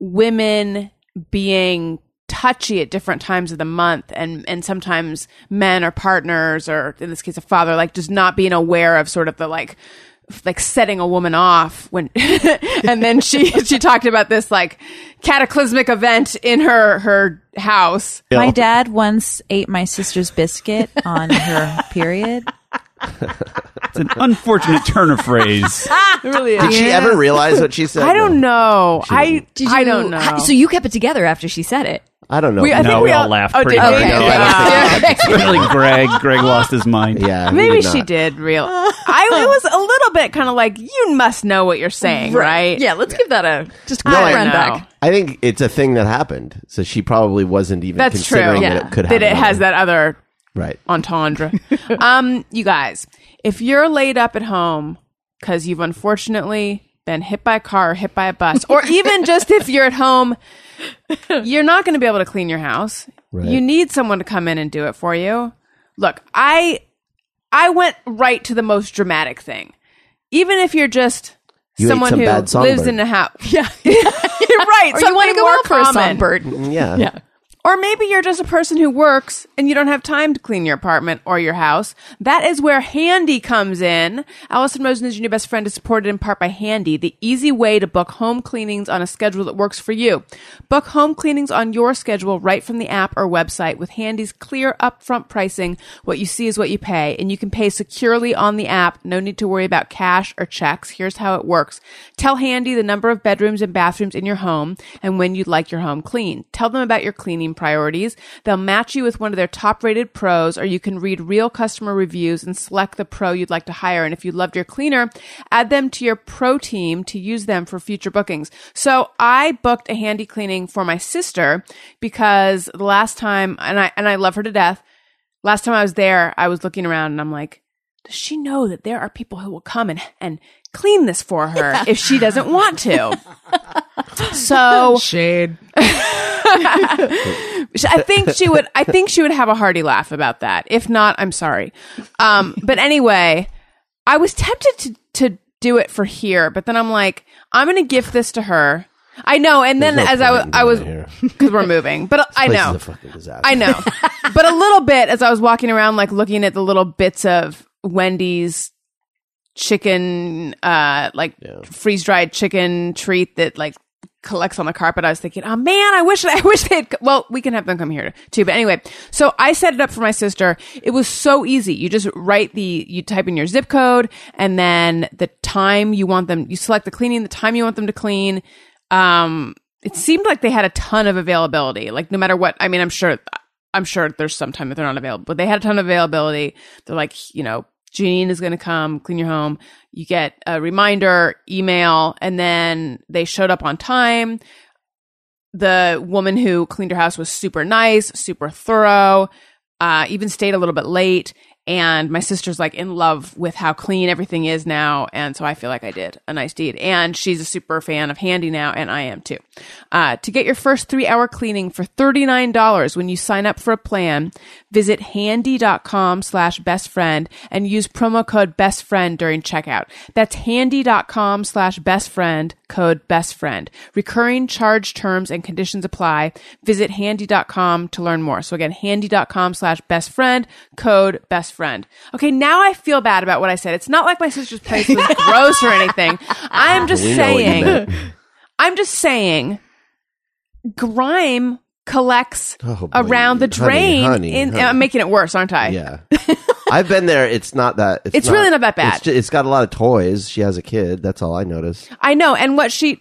[SPEAKER 2] women being touchy at different times of the month and and sometimes men or partners or in this case a father like just not being aware of sort of the like f- like setting a woman off when and then she she talked about this like cataclysmic event in her her house
[SPEAKER 5] My dad once ate my sister's biscuit on her period.
[SPEAKER 6] It's an unfortunate turn of phrase.
[SPEAKER 1] did she ever realize what she said?
[SPEAKER 2] i don't
[SPEAKER 1] No.
[SPEAKER 2] know i
[SPEAKER 3] Did
[SPEAKER 2] i
[SPEAKER 3] you-
[SPEAKER 2] don't know
[SPEAKER 3] how- So you kept it together after she said it.
[SPEAKER 1] I don't know.
[SPEAKER 2] We- I
[SPEAKER 6] No,
[SPEAKER 2] think
[SPEAKER 6] we all laughed
[SPEAKER 2] oh,
[SPEAKER 6] pretty
[SPEAKER 2] did
[SPEAKER 6] hard.
[SPEAKER 2] we?
[SPEAKER 1] No, I don't
[SPEAKER 2] Yeah.
[SPEAKER 1] think-
[SPEAKER 6] Especially Greg. Greg lost his mind.
[SPEAKER 1] yeah, we
[SPEAKER 2] Maybe
[SPEAKER 1] did
[SPEAKER 2] she
[SPEAKER 1] not.
[SPEAKER 2] did real. I it was a little bit kind of like you must know what you're saying, right?
[SPEAKER 3] Yeah, let's give that a just
[SPEAKER 1] No,
[SPEAKER 3] quick
[SPEAKER 1] I
[SPEAKER 3] run
[SPEAKER 1] know.
[SPEAKER 3] back.
[SPEAKER 1] I think it's a thing that happened. So she probably wasn't even
[SPEAKER 2] That's true.
[SPEAKER 1] considering that
[SPEAKER 3] Yeah.
[SPEAKER 1] it could
[SPEAKER 2] that
[SPEAKER 1] happen.
[SPEAKER 2] it has that other
[SPEAKER 1] Right.
[SPEAKER 2] entendre. um, you guys, if you're laid up at home because you've unfortunately been hit by a car or hit by a bus, or even just if you're at home, you're not going to be able to clean your house.
[SPEAKER 1] Right.
[SPEAKER 2] You need someone to come in and do it for you. Look, I I went right to the most dramatic thing. Even if you're just
[SPEAKER 1] You ate
[SPEAKER 2] someone
[SPEAKER 1] some
[SPEAKER 2] who
[SPEAKER 1] bad
[SPEAKER 2] lives
[SPEAKER 1] songbird.
[SPEAKER 2] in a house, yeah, right.
[SPEAKER 3] Or you want to go out for a songbird?
[SPEAKER 1] Mm, Yeah.
[SPEAKER 3] Yeah.
[SPEAKER 2] or maybe you're just a person who works and you don't have time to clean your apartment or your house. That is where Handy comes in. Allison Rosen is your new best friend is supported in part by Handy, the easy way to book home cleanings on a schedule that works for you. Book home cleanings on your schedule right from the app or website with Handy's clear upfront pricing. What you see is what you pay and you can pay securely on the app. No need to worry about cash or checks. Here's how it works. Tell Handy the number of bedrooms and bathrooms in your home and when you'd like your home cleaned. Tell them about your cleaning priorities. They'll match you with one of their top rated pros, or you can read real customer reviews and select the pro you'd like to hire. And if you loved your cleaner, add them to your pro team to use them for future bookings. So I booked a handy cleaning for my sister because the last time, and I, and I love her to death. Last time I was there, I was looking around and I'm like, does she know that there are people who will come and, and clean this for her if she doesn't want to? So
[SPEAKER 4] Shade.
[SPEAKER 2] Sh- I think she would. I think she would have a hearty laugh about that. If not, I'm sorry. Um, but anyway, I was tempted to to do it for here, but then I'm like, I'm going to gift this to her. I know. And then
[SPEAKER 1] There's no
[SPEAKER 2] as I was,
[SPEAKER 1] point in
[SPEAKER 2] I was
[SPEAKER 1] doing it
[SPEAKER 2] because we're moving, but I
[SPEAKER 1] Place
[SPEAKER 2] know.
[SPEAKER 1] is a fucking disaster.
[SPEAKER 2] I know. but a little bit as I was walking around, like looking at the little bits of Wendy's chicken, uh, like freeze dried chicken treat that like collects on the carpet. I was thinking, oh man, I wish, I wish they'd, well, we can have them come here too. But anyway, so I set it up for my sister. It was so easy. You just write the, you type in your zip code and then the time you want them, you select the cleaning, the time you want them to clean. Um, it seemed like they had a ton of availability. Like no matter what, I mean, I'm sure I'm sure there's some time that they're not available, but they had a ton of availability. They're like, you know, Janine is going to come clean your home. You get a reminder, email, and then they showed up on time. The woman who cleaned her house was super nice, super thorough, uh, even stayed a little bit late. And my sister's like in love with how clean everything is now. And so I feel like I did a nice deed. And she's a super fan of Handy now, and I am too. Uh, to get your first three hour cleaning for $39 when you sign up for a plan, visit handy.com slash best friend and use promo code best friend during checkout. That's handy.com slash best friend, code best friend. Recurring charge terms and conditions apply. Visit handy.com to learn more. So again, handy.com slash best friend, code best friend. Okay, now I feel bad about what I said. It's not like my sister's place was gross or anything. I'm just
[SPEAKER 1] We know what you
[SPEAKER 2] saying.
[SPEAKER 1] meant.
[SPEAKER 2] I'm just saying, grime collects
[SPEAKER 1] Oh,
[SPEAKER 2] around the
[SPEAKER 1] boy. Honey,
[SPEAKER 2] drain.
[SPEAKER 1] honey,
[SPEAKER 2] in,
[SPEAKER 1] honey.
[SPEAKER 2] I'm making it worse, aren't I?
[SPEAKER 1] Yeah. I've been there. It's not that.
[SPEAKER 2] It's really not that bad.
[SPEAKER 1] It's, ju- it's got a lot of toys. She has a kid. That's all I noticed.
[SPEAKER 2] I know. And what she,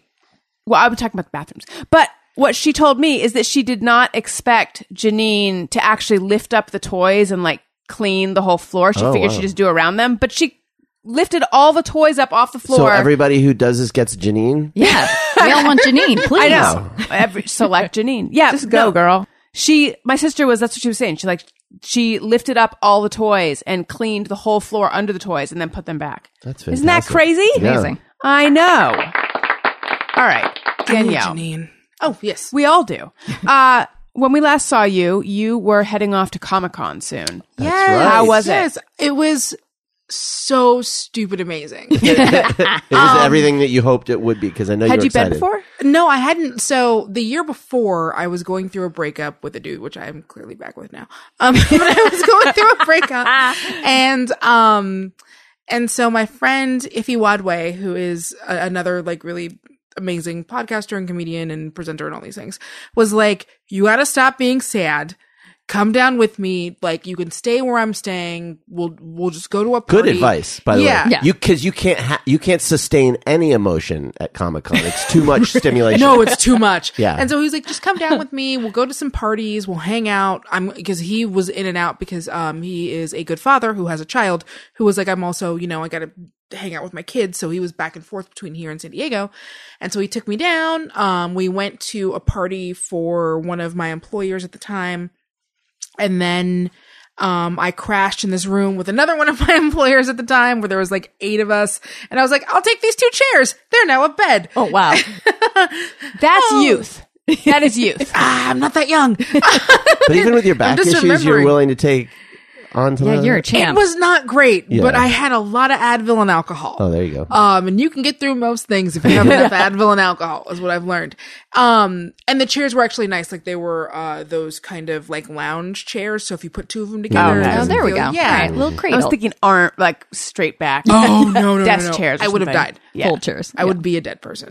[SPEAKER 2] well, I'm talking about the bathrooms, but what she told me is that she did not expect Janine to actually lift up the toys and like clean the whole floor. She
[SPEAKER 1] Oh,
[SPEAKER 2] figured
[SPEAKER 1] wow.
[SPEAKER 2] she'd just do around them, but she lifted all the toys up off the floor.
[SPEAKER 1] So everybody who does this gets Janine.
[SPEAKER 3] Yeah, we all want Janine. Please,
[SPEAKER 2] I know. Every, select Janine. Yeah. Just go, girl. She, my sister was, that's what she was saying. She like, she lifted up all the toys and cleaned the whole floor under the toys and then put them back.
[SPEAKER 1] That's
[SPEAKER 2] Isn't that
[SPEAKER 1] fantastic.
[SPEAKER 2] crazy?
[SPEAKER 1] Yeah.
[SPEAKER 3] Amazing.
[SPEAKER 2] I know. All right. Danielle.
[SPEAKER 4] Janine. Oh, yes.
[SPEAKER 2] We all do. Uh, when we last saw you, you were heading off to Comic Con soon.
[SPEAKER 4] yes.
[SPEAKER 1] right. How
[SPEAKER 2] was it?
[SPEAKER 4] Yes. It was so stupid amazing.
[SPEAKER 1] It was everything that you hoped it would be because I know you
[SPEAKER 2] Had
[SPEAKER 1] were
[SPEAKER 2] you been
[SPEAKER 1] excited.
[SPEAKER 2] before?
[SPEAKER 4] No, I hadn't. So the year before, I was going through a breakup with a dude, which I'm clearly back with now. Um, but I was going through a breakup, and um, and so my friend Iffy Wadway, who is a- another like really amazing podcaster and comedian and presenter and all these things, was like, "You gotta stop being sad." Come down with me. Like you can stay where I'm staying. We'll we'll just go to a
[SPEAKER 1] Good
[SPEAKER 4] party."
[SPEAKER 1] advice, by the
[SPEAKER 4] Yeah.
[SPEAKER 1] way.
[SPEAKER 3] Yeah.
[SPEAKER 1] You because you can't ha- you can't sustain any emotion at Comic Con. It's too much stimulation.
[SPEAKER 4] no, it's too much.
[SPEAKER 1] Yeah.
[SPEAKER 4] And so he's like, just come down with me. We'll go to some parties. We'll hang out. I'm because he was in and out because um he is a good father who has a child who was like, I'm also you know I gotta hang out with my kids. So he was back and forth between here and San Diego, and so he took me down. Um, we went to a party for one of my employers at the time, and then. Um, I crashed in this room with another one of my employers at the time where there was like eight of us. And I was like, I'll take these two chairs. They're now a bed.
[SPEAKER 3] Oh wow,
[SPEAKER 2] That's youth. Oh. That is youth.
[SPEAKER 4] ah, I'm not that young.
[SPEAKER 1] but even with your back
[SPEAKER 4] just
[SPEAKER 1] issues, you're
[SPEAKER 4] remembering.
[SPEAKER 1] willing to take on. To
[SPEAKER 3] yeah,
[SPEAKER 1] that?
[SPEAKER 3] you're a
[SPEAKER 4] it
[SPEAKER 3] champ.
[SPEAKER 4] was not great, but
[SPEAKER 1] Yeah.
[SPEAKER 4] I had a lot of Advil and alcohol.
[SPEAKER 1] Oh, there you go.
[SPEAKER 4] Um, and you can get through most things if you have enough Advil and alcohol, is what I've learned. Um, and the chairs were actually nice. Like they were uh, those kind of like lounge chairs. So if you put two of them together, it
[SPEAKER 3] Oh,
[SPEAKER 4] doesn't
[SPEAKER 3] there we
[SPEAKER 4] feel-
[SPEAKER 3] go.
[SPEAKER 4] Yeah.
[SPEAKER 3] All right, little
[SPEAKER 2] I
[SPEAKER 3] cradle.
[SPEAKER 2] was thinking arm, like straight back.
[SPEAKER 4] Oh no, no, no,
[SPEAKER 2] Desk
[SPEAKER 4] no, no.
[SPEAKER 2] chairs or
[SPEAKER 4] I would have
[SPEAKER 2] something.
[SPEAKER 4] died.
[SPEAKER 2] Yeah.
[SPEAKER 3] Full chairs.
[SPEAKER 4] I would be a dead person.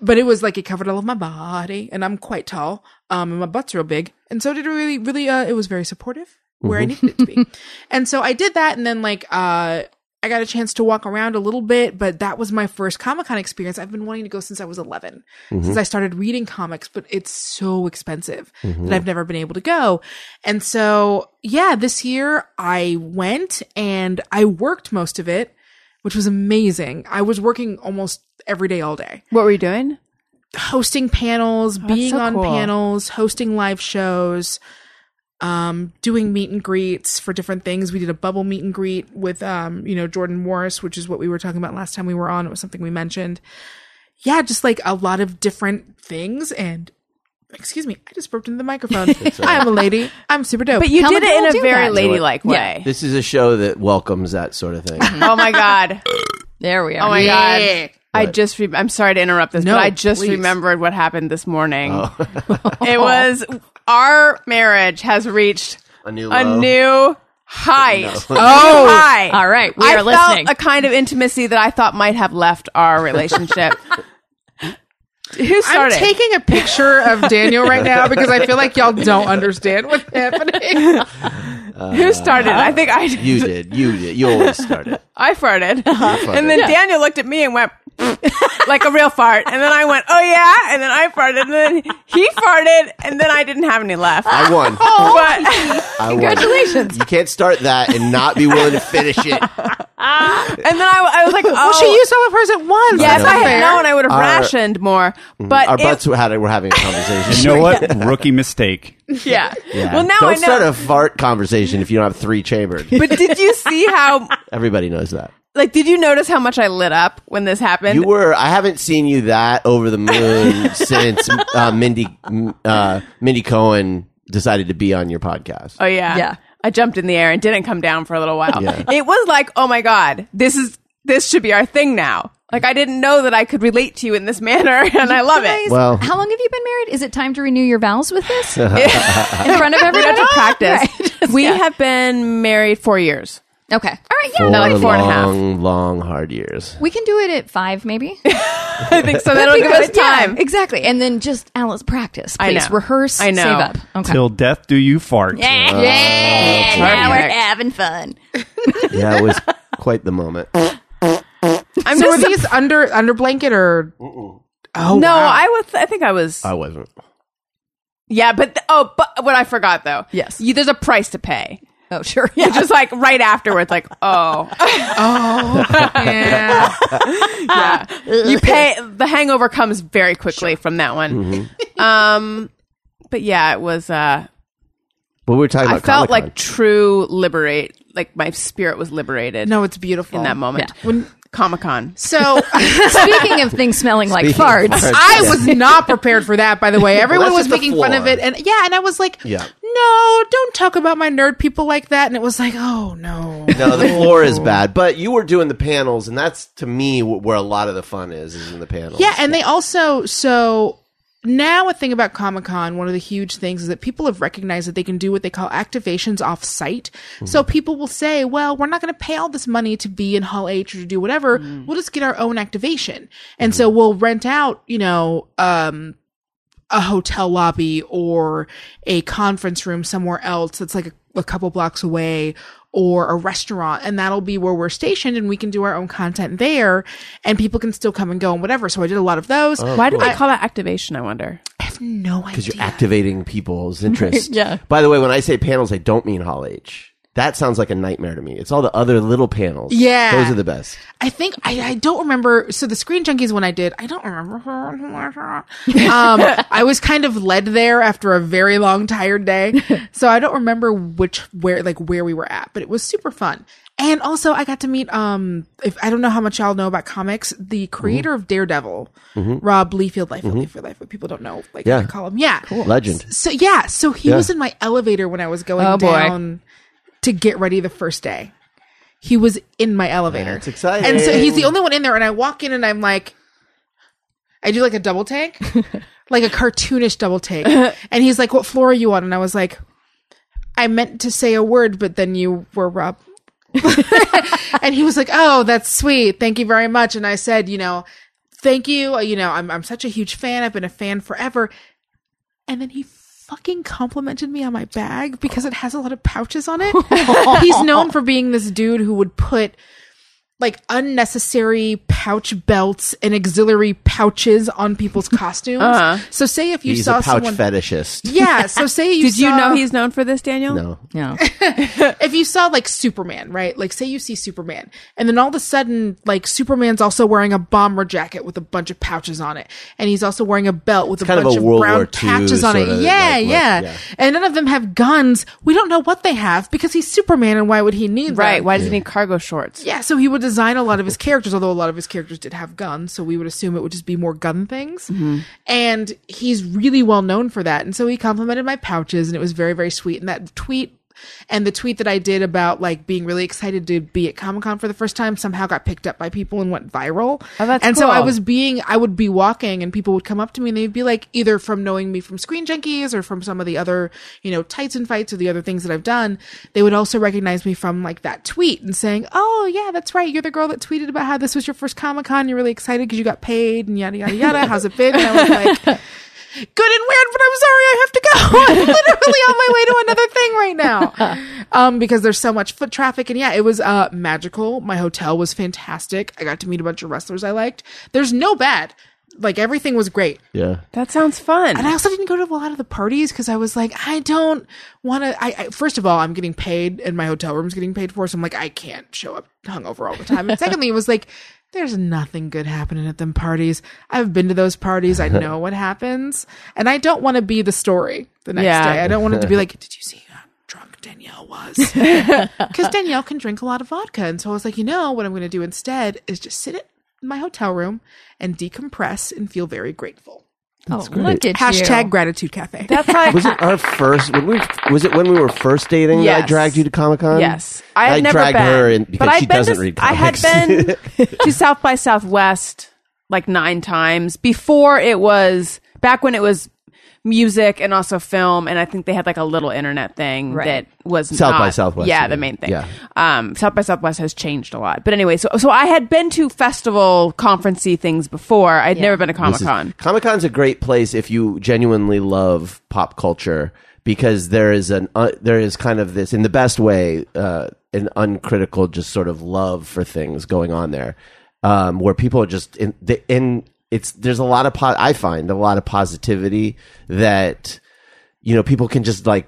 [SPEAKER 4] but it was like it covered all of my body, and I'm quite tall, um, and my butt's real big, and so did it really, really. Uh, it was very supportive where I needed it to be, and so I did that, and then like uh, I got a chance to walk around a little bit, but that was my first Comic Con experience. I've been wanting to go since I was 11, since I started reading comics, but it's so expensive that I've never been able to go, and so yeah, this year I went and I worked most of it which was amazing. I was working almost every day, all day,
[SPEAKER 2] What were you doing?
[SPEAKER 4] hosting panels, being
[SPEAKER 2] so
[SPEAKER 4] on
[SPEAKER 2] cool.
[SPEAKER 4] panels, hosting live shows, um, doing meet and greets for different things. We did a bubble meet and greet with, um, you know, Jordan Morris, which is what we were talking about last time we were on. It was something we mentioned. yeah, just like a lot of different things. And excuse me, I just burped into the microphone. I'm a lady. I'm super dope.
[SPEAKER 2] But you
[SPEAKER 3] Helen
[SPEAKER 2] did it
[SPEAKER 3] will
[SPEAKER 2] in
[SPEAKER 3] do
[SPEAKER 2] a very
[SPEAKER 3] that.
[SPEAKER 2] ladylike way.
[SPEAKER 1] This is a show that welcomes that sort of thing.
[SPEAKER 2] oh my god.
[SPEAKER 3] There we are.
[SPEAKER 2] Oh my
[SPEAKER 4] Yeah.
[SPEAKER 2] god. I just re- I'm sorry to interrupt this,
[SPEAKER 4] No,
[SPEAKER 2] but I just
[SPEAKER 4] please.
[SPEAKER 2] remembered what happened this morning. it was our marriage has reached
[SPEAKER 1] A new
[SPEAKER 2] a
[SPEAKER 1] low.
[SPEAKER 2] new height. Oh, high.
[SPEAKER 3] All right, we
[SPEAKER 2] I
[SPEAKER 3] are
[SPEAKER 2] felt
[SPEAKER 3] listening.
[SPEAKER 2] a kind of intimacy that I thought might have left our relationship. Who
[SPEAKER 4] I'm
[SPEAKER 2] started?
[SPEAKER 4] taking a picture of Daniel right now because I feel like y'all don't understand what's happening.
[SPEAKER 2] Who started? I think I
[SPEAKER 1] You did. You did. You always start it.
[SPEAKER 2] I farted.
[SPEAKER 1] farted.
[SPEAKER 2] And then Daniel looked at me and went, like a real fart. And then I went, oh yeah. And then I farted. And then he farted. And then I didn't have any left.
[SPEAKER 1] I Oh. won.
[SPEAKER 2] Oh, But,
[SPEAKER 1] I won.
[SPEAKER 3] Congratulations.
[SPEAKER 1] You can't start that and not be willing to finish it.
[SPEAKER 2] and then I, I was like, oh.
[SPEAKER 4] Well, she used all of hers at once.
[SPEAKER 2] Yes,
[SPEAKER 4] That's
[SPEAKER 2] I
[SPEAKER 4] not
[SPEAKER 2] had
[SPEAKER 4] fair.
[SPEAKER 2] known I would have
[SPEAKER 1] Our- Mm,
[SPEAKER 2] rationed more. But
[SPEAKER 1] Our
[SPEAKER 2] it-
[SPEAKER 1] butts were, had, were having a conversation.
[SPEAKER 6] You know what? Rookie mistake.
[SPEAKER 2] yeah.
[SPEAKER 1] Yeah.
[SPEAKER 2] Well, now
[SPEAKER 1] don't
[SPEAKER 2] I know.
[SPEAKER 1] start a fart conversation if you don't have three chambered.
[SPEAKER 2] but did you see how,
[SPEAKER 1] Everybody knows that.
[SPEAKER 2] like, did you notice how much I lit up when this happened?
[SPEAKER 1] You were. I haven't seen you that over the moon since uh, Mindy m- uh, Mindy Cohen decided to be on your podcast.
[SPEAKER 2] Oh yeah.
[SPEAKER 3] Yeah.
[SPEAKER 2] I jumped in the air and didn't come down for a little while.
[SPEAKER 1] Yeah.
[SPEAKER 2] It was like, oh my God, this is this should be our thing now. Like I didn't know that I could relate to you in this manner and I love it.
[SPEAKER 1] Well-
[SPEAKER 3] how long have you been married? Is it time to renew your vows with this in front of
[SPEAKER 2] We
[SPEAKER 3] everyone?
[SPEAKER 2] have to practice.
[SPEAKER 3] Right. Just-
[SPEAKER 2] we
[SPEAKER 3] yeah.
[SPEAKER 2] have been married four years.
[SPEAKER 3] okay. All right. Yeah.
[SPEAKER 1] Four
[SPEAKER 2] no, like four and a half.
[SPEAKER 1] long, long, hard years.
[SPEAKER 3] We can do it at five, maybe.
[SPEAKER 2] I think so. That'll give us
[SPEAKER 3] Because- yeah,
[SPEAKER 2] time.
[SPEAKER 3] exactly. And then just Alice practice.
[SPEAKER 2] I
[SPEAKER 3] Please
[SPEAKER 2] know.
[SPEAKER 3] rehearse.
[SPEAKER 2] I know.
[SPEAKER 3] Save up. Okay.
[SPEAKER 6] Till death do you fart.
[SPEAKER 3] yeah.
[SPEAKER 2] now we're perfect.
[SPEAKER 3] having fun.
[SPEAKER 1] Yeah, it was quite the moment.
[SPEAKER 2] I'm
[SPEAKER 4] So were
[SPEAKER 2] just
[SPEAKER 4] these under under blanket or? Oh
[SPEAKER 2] no,
[SPEAKER 4] wow.
[SPEAKER 2] I was. I think I was.
[SPEAKER 1] I wasn't.
[SPEAKER 2] yeah, but th- oh, but what I forgot though.
[SPEAKER 3] Yes.
[SPEAKER 2] you, there's a price to pay.
[SPEAKER 3] Oh, sure. Yeah.
[SPEAKER 2] Just like right afterwards, like oh,
[SPEAKER 4] Oh. Yeah.
[SPEAKER 2] yeah. you pay the hangover comes very quickly from that one.
[SPEAKER 4] Mm-hmm.
[SPEAKER 2] Um but yeah, it was uh
[SPEAKER 1] But we were talking
[SPEAKER 2] I
[SPEAKER 1] about
[SPEAKER 2] felt
[SPEAKER 1] Comic-Con.
[SPEAKER 2] like true liberate like my spirit was liberated
[SPEAKER 4] no, it's beautiful
[SPEAKER 2] in that moment. Comic-Con.
[SPEAKER 4] So
[SPEAKER 3] Speaking of things smelling like
[SPEAKER 1] Speaking of
[SPEAKER 3] farts,
[SPEAKER 1] farts.
[SPEAKER 4] I was not prepared for that. By the way, everyone
[SPEAKER 1] that's
[SPEAKER 4] was
[SPEAKER 1] just the
[SPEAKER 4] making fun
[SPEAKER 1] floor.
[SPEAKER 4] of it, and yeah, and I was like,
[SPEAKER 1] Yeah.
[SPEAKER 4] no, don't talk about my nerd people like that. And it was like, oh no,
[SPEAKER 1] No, the floor is bad, but you were doing the panels, and that's to me wh- where a lot of the fun is, is in the panels.
[SPEAKER 4] Yeah, and they also so now a thing about Comic Con, one of the huge things is that people have recognized that they can do what they call activations off site. So people will say, "Well, we're not going to pay all this money to be in Hall H or to do whatever. We'll just get our own activation, and so we'll rent out, you know, um, a hotel lobby or a conference room somewhere else that's like a, a couple blocks away or a restaurant and that'll be where we're stationed and we can do our own content there and people can still come and go and whatever so i did a lot of those
[SPEAKER 2] Why did they call that activation, I wonder?
[SPEAKER 4] i have no idea
[SPEAKER 1] because you're activating people's interest.
[SPEAKER 3] yeah.
[SPEAKER 1] By the way, when I say panels, I don't mean Hall H. That sounds like a nightmare to me. It's all the other little panels.
[SPEAKER 4] Yeah.
[SPEAKER 1] those are the best.
[SPEAKER 4] I think I, I don't remember. So the Screen Junkies one I did, I don't remember. um, I was kind of led there after a very long tired day, so I don't remember which where like where we were at, but it was super fun. And also, I got to meet um, if I don't know how much y'all know about comics, the creator
[SPEAKER 1] Mm-hmm.
[SPEAKER 4] of Daredevil, Rob Liefeld, Liefeld, Liefeld, Liefeld. People don't know like
[SPEAKER 1] Yeah.
[SPEAKER 4] how to call him. Yeah,
[SPEAKER 1] Legend.
[SPEAKER 4] So yeah, so he
[SPEAKER 1] Yeah.
[SPEAKER 4] was in my elevator when I was going
[SPEAKER 3] Oh, boy.
[SPEAKER 4] down to get ready the first day. He was in my elevator.
[SPEAKER 1] That's exciting.
[SPEAKER 4] And so he's the only one in there. And I walk in and I'm like, I do like a double take, like a cartoonish double take. And he's like, What floor are you on? And I was like, I meant to say a word, but then you were Rob. and he was like, Oh, that's sweet. Thank you very much. And I said, You know, thank you. You know, I'm, I'm such a huge fan. I've been a fan forever. And then he fucking complimented me on my bag because it has a lot of pouches on it. He's known for being this dude who would put like unnecessary pouch belts and auxiliary pouches on people's costumes.
[SPEAKER 2] Uh-huh.
[SPEAKER 4] So say if you
[SPEAKER 1] He's
[SPEAKER 4] saw
[SPEAKER 1] a pouch
[SPEAKER 4] someone
[SPEAKER 1] fetishist.
[SPEAKER 4] Yeah, so say you
[SPEAKER 2] Did you
[SPEAKER 4] saw-
[SPEAKER 2] know he's known for this, Daniel?
[SPEAKER 1] No,
[SPEAKER 3] no.
[SPEAKER 4] if you saw like Superman, right? Like say you see Superman and then all of a sudden like Superman's also wearing a bomber jacket with a bunch of pouches on it and he's also wearing a belt with a
[SPEAKER 1] kind of
[SPEAKER 4] bunch
[SPEAKER 1] a
[SPEAKER 4] of,
[SPEAKER 1] World
[SPEAKER 4] brown
[SPEAKER 1] War II
[SPEAKER 4] patches on it.
[SPEAKER 1] sorta,
[SPEAKER 4] yeah,
[SPEAKER 1] like, look,
[SPEAKER 4] yeah.
[SPEAKER 1] yeah.
[SPEAKER 4] And none of them have guns. We don't know what they have because he's Superman and why would he need them?
[SPEAKER 2] Right. Why does he need cargo shorts?
[SPEAKER 4] Yeah, so he would design a lot of his characters, although a lot of his characters did have guns, so we would assume it would just be more gun things.
[SPEAKER 2] Mm-hmm.
[SPEAKER 4] And he's really well known for that. And so he complimented my pouches, and it was very, very sweet. And that tweet and the tweet that I did about like being really excited to be at Comic Con for the first time somehow got picked up by people and went viral.
[SPEAKER 2] Oh, that's
[SPEAKER 4] and so I
[SPEAKER 2] cool.
[SPEAKER 4] was being, I would be walking and people would come up to me and they'd be like, either from knowing me from Screen Junkies or from some of the other, you know, Tights and Fights or the other things that I've done. They would also recognize me from like that tweet and saying, oh, yeah, that's right. You're the girl that tweeted about how this was your first Comic Con. You're really excited because you got paid and yada, yada, yada. How's it been? And I was like, good and weird, but I'm sorry I have to go. I'm literally on my way to another thing right now. Um, because there's so much foot traffic. And yeah, it was uh magical. My hotel was fantastic. I got to meet a bunch of wrestlers I liked. There's no bad. Like everything was great.
[SPEAKER 1] Yeah.
[SPEAKER 2] That sounds fun.
[SPEAKER 4] And I also didn't go to a lot of the parties because I was like, I don't want to. I, I first of all, I'm getting paid, and my hotel room's getting paid for, so I'm like, I can't show up hungover all the time. And secondly, it was like, there's nothing good happening at them parties. I've been to those parties. I know what happens, and I don't want to be the story the next
[SPEAKER 2] Yeah.
[SPEAKER 4] day. I don't want it to be like, did you see? how drunk Danielle was because Danielle can drink a lot of vodka, and so I was like, you know what I'm going to do instead is just sit in my hotel room and decompress and feel very grateful.
[SPEAKER 3] oh, look at
[SPEAKER 4] Hashtag
[SPEAKER 3] you.
[SPEAKER 4] gratitude cafe.
[SPEAKER 2] That's how I,
[SPEAKER 1] Was it our first? When we was it when we were first dating that I
[SPEAKER 2] Yes.
[SPEAKER 1] dragged you to Comic Con?
[SPEAKER 2] yes, I had
[SPEAKER 1] Um, I
[SPEAKER 2] never
[SPEAKER 1] dragged
[SPEAKER 2] been.
[SPEAKER 1] her in because
[SPEAKER 2] I'd
[SPEAKER 1] she
[SPEAKER 2] been
[SPEAKER 1] doesn't
[SPEAKER 2] to,
[SPEAKER 1] read
[SPEAKER 2] I had
[SPEAKER 1] comics.
[SPEAKER 2] been to South by Southwest like nine times before it was back when it was music and also film, and I think they had like a little internet thing
[SPEAKER 3] Right.
[SPEAKER 2] that was
[SPEAKER 1] South
[SPEAKER 2] not-
[SPEAKER 1] by Southwest,
[SPEAKER 2] Yeah,
[SPEAKER 1] yeah.
[SPEAKER 2] the main thing.
[SPEAKER 1] Yeah.
[SPEAKER 2] Um, South by Southwest has changed a lot, but anyway, so so I had been to festival conferencey things before. I'd never been to Comic Con.
[SPEAKER 1] Comic Con's a great place if you genuinely love pop culture because there is an uh, there is kind of this in the best way uh, an uncritical just sort of love for things going on there um, where people are just in, the, in it's there's a lot of po- I find a lot of positivity that you know people can just like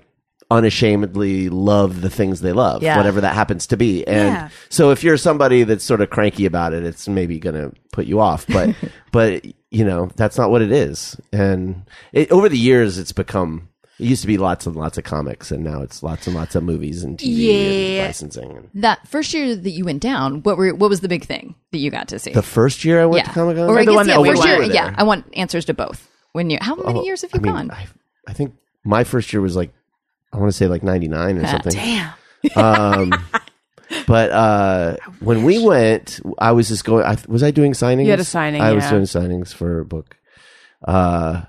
[SPEAKER 1] unashamedly love the things they love
[SPEAKER 3] Yeah.
[SPEAKER 1] whatever that happens to be and
[SPEAKER 4] Yeah.
[SPEAKER 1] so if you're somebody that's sort of cranky about it it's maybe going to put you off but but you know that's not what it is and it, over the years it's become it used to be lots and lots of comics and now it's lots and lots of movies and TV and
[SPEAKER 4] Yeah.
[SPEAKER 1] licensing and
[SPEAKER 3] That first year that you went down, what were what was the big thing that you got to see?
[SPEAKER 1] the first year I went
[SPEAKER 3] yeah,
[SPEAKER 1] to Comic Con
[SPEAKER 3] or I
[SPEAKER 2] the
[SPEAKER 3] guess
[SPEAKER 2] one
[SPEAKER 3] yeah,
[SPEAKER 2] that we
[SPEAKER 3] first
[SPEAKER 2] went.
[SPEAKER 3] year.
[SPEAKER 1] We were
[SPEAKER 3] Yeah,
[SPEAKER 1] there.
[SPEAKER 3] I want answers to both. When you, how many
[SPEAKER 1] Oh,
[SPEAKER 3] years have you
[SPEAKER 1] I mean,
[SPEAKER 3] gone?
[SPEAKER 1] I, I think my first year was like I want to say like 99 or something Um,
[SPEAKER 4] Damn.
[SPEAKER 1] But uh, when we went, I was just going. I, was I doing signings?
[SPEAKER 2] You had a signing,
[SPEAKER 1] I was
[SPEAKER 2] yeah.
[SPEAKER 1] doing signings for a book. Uh,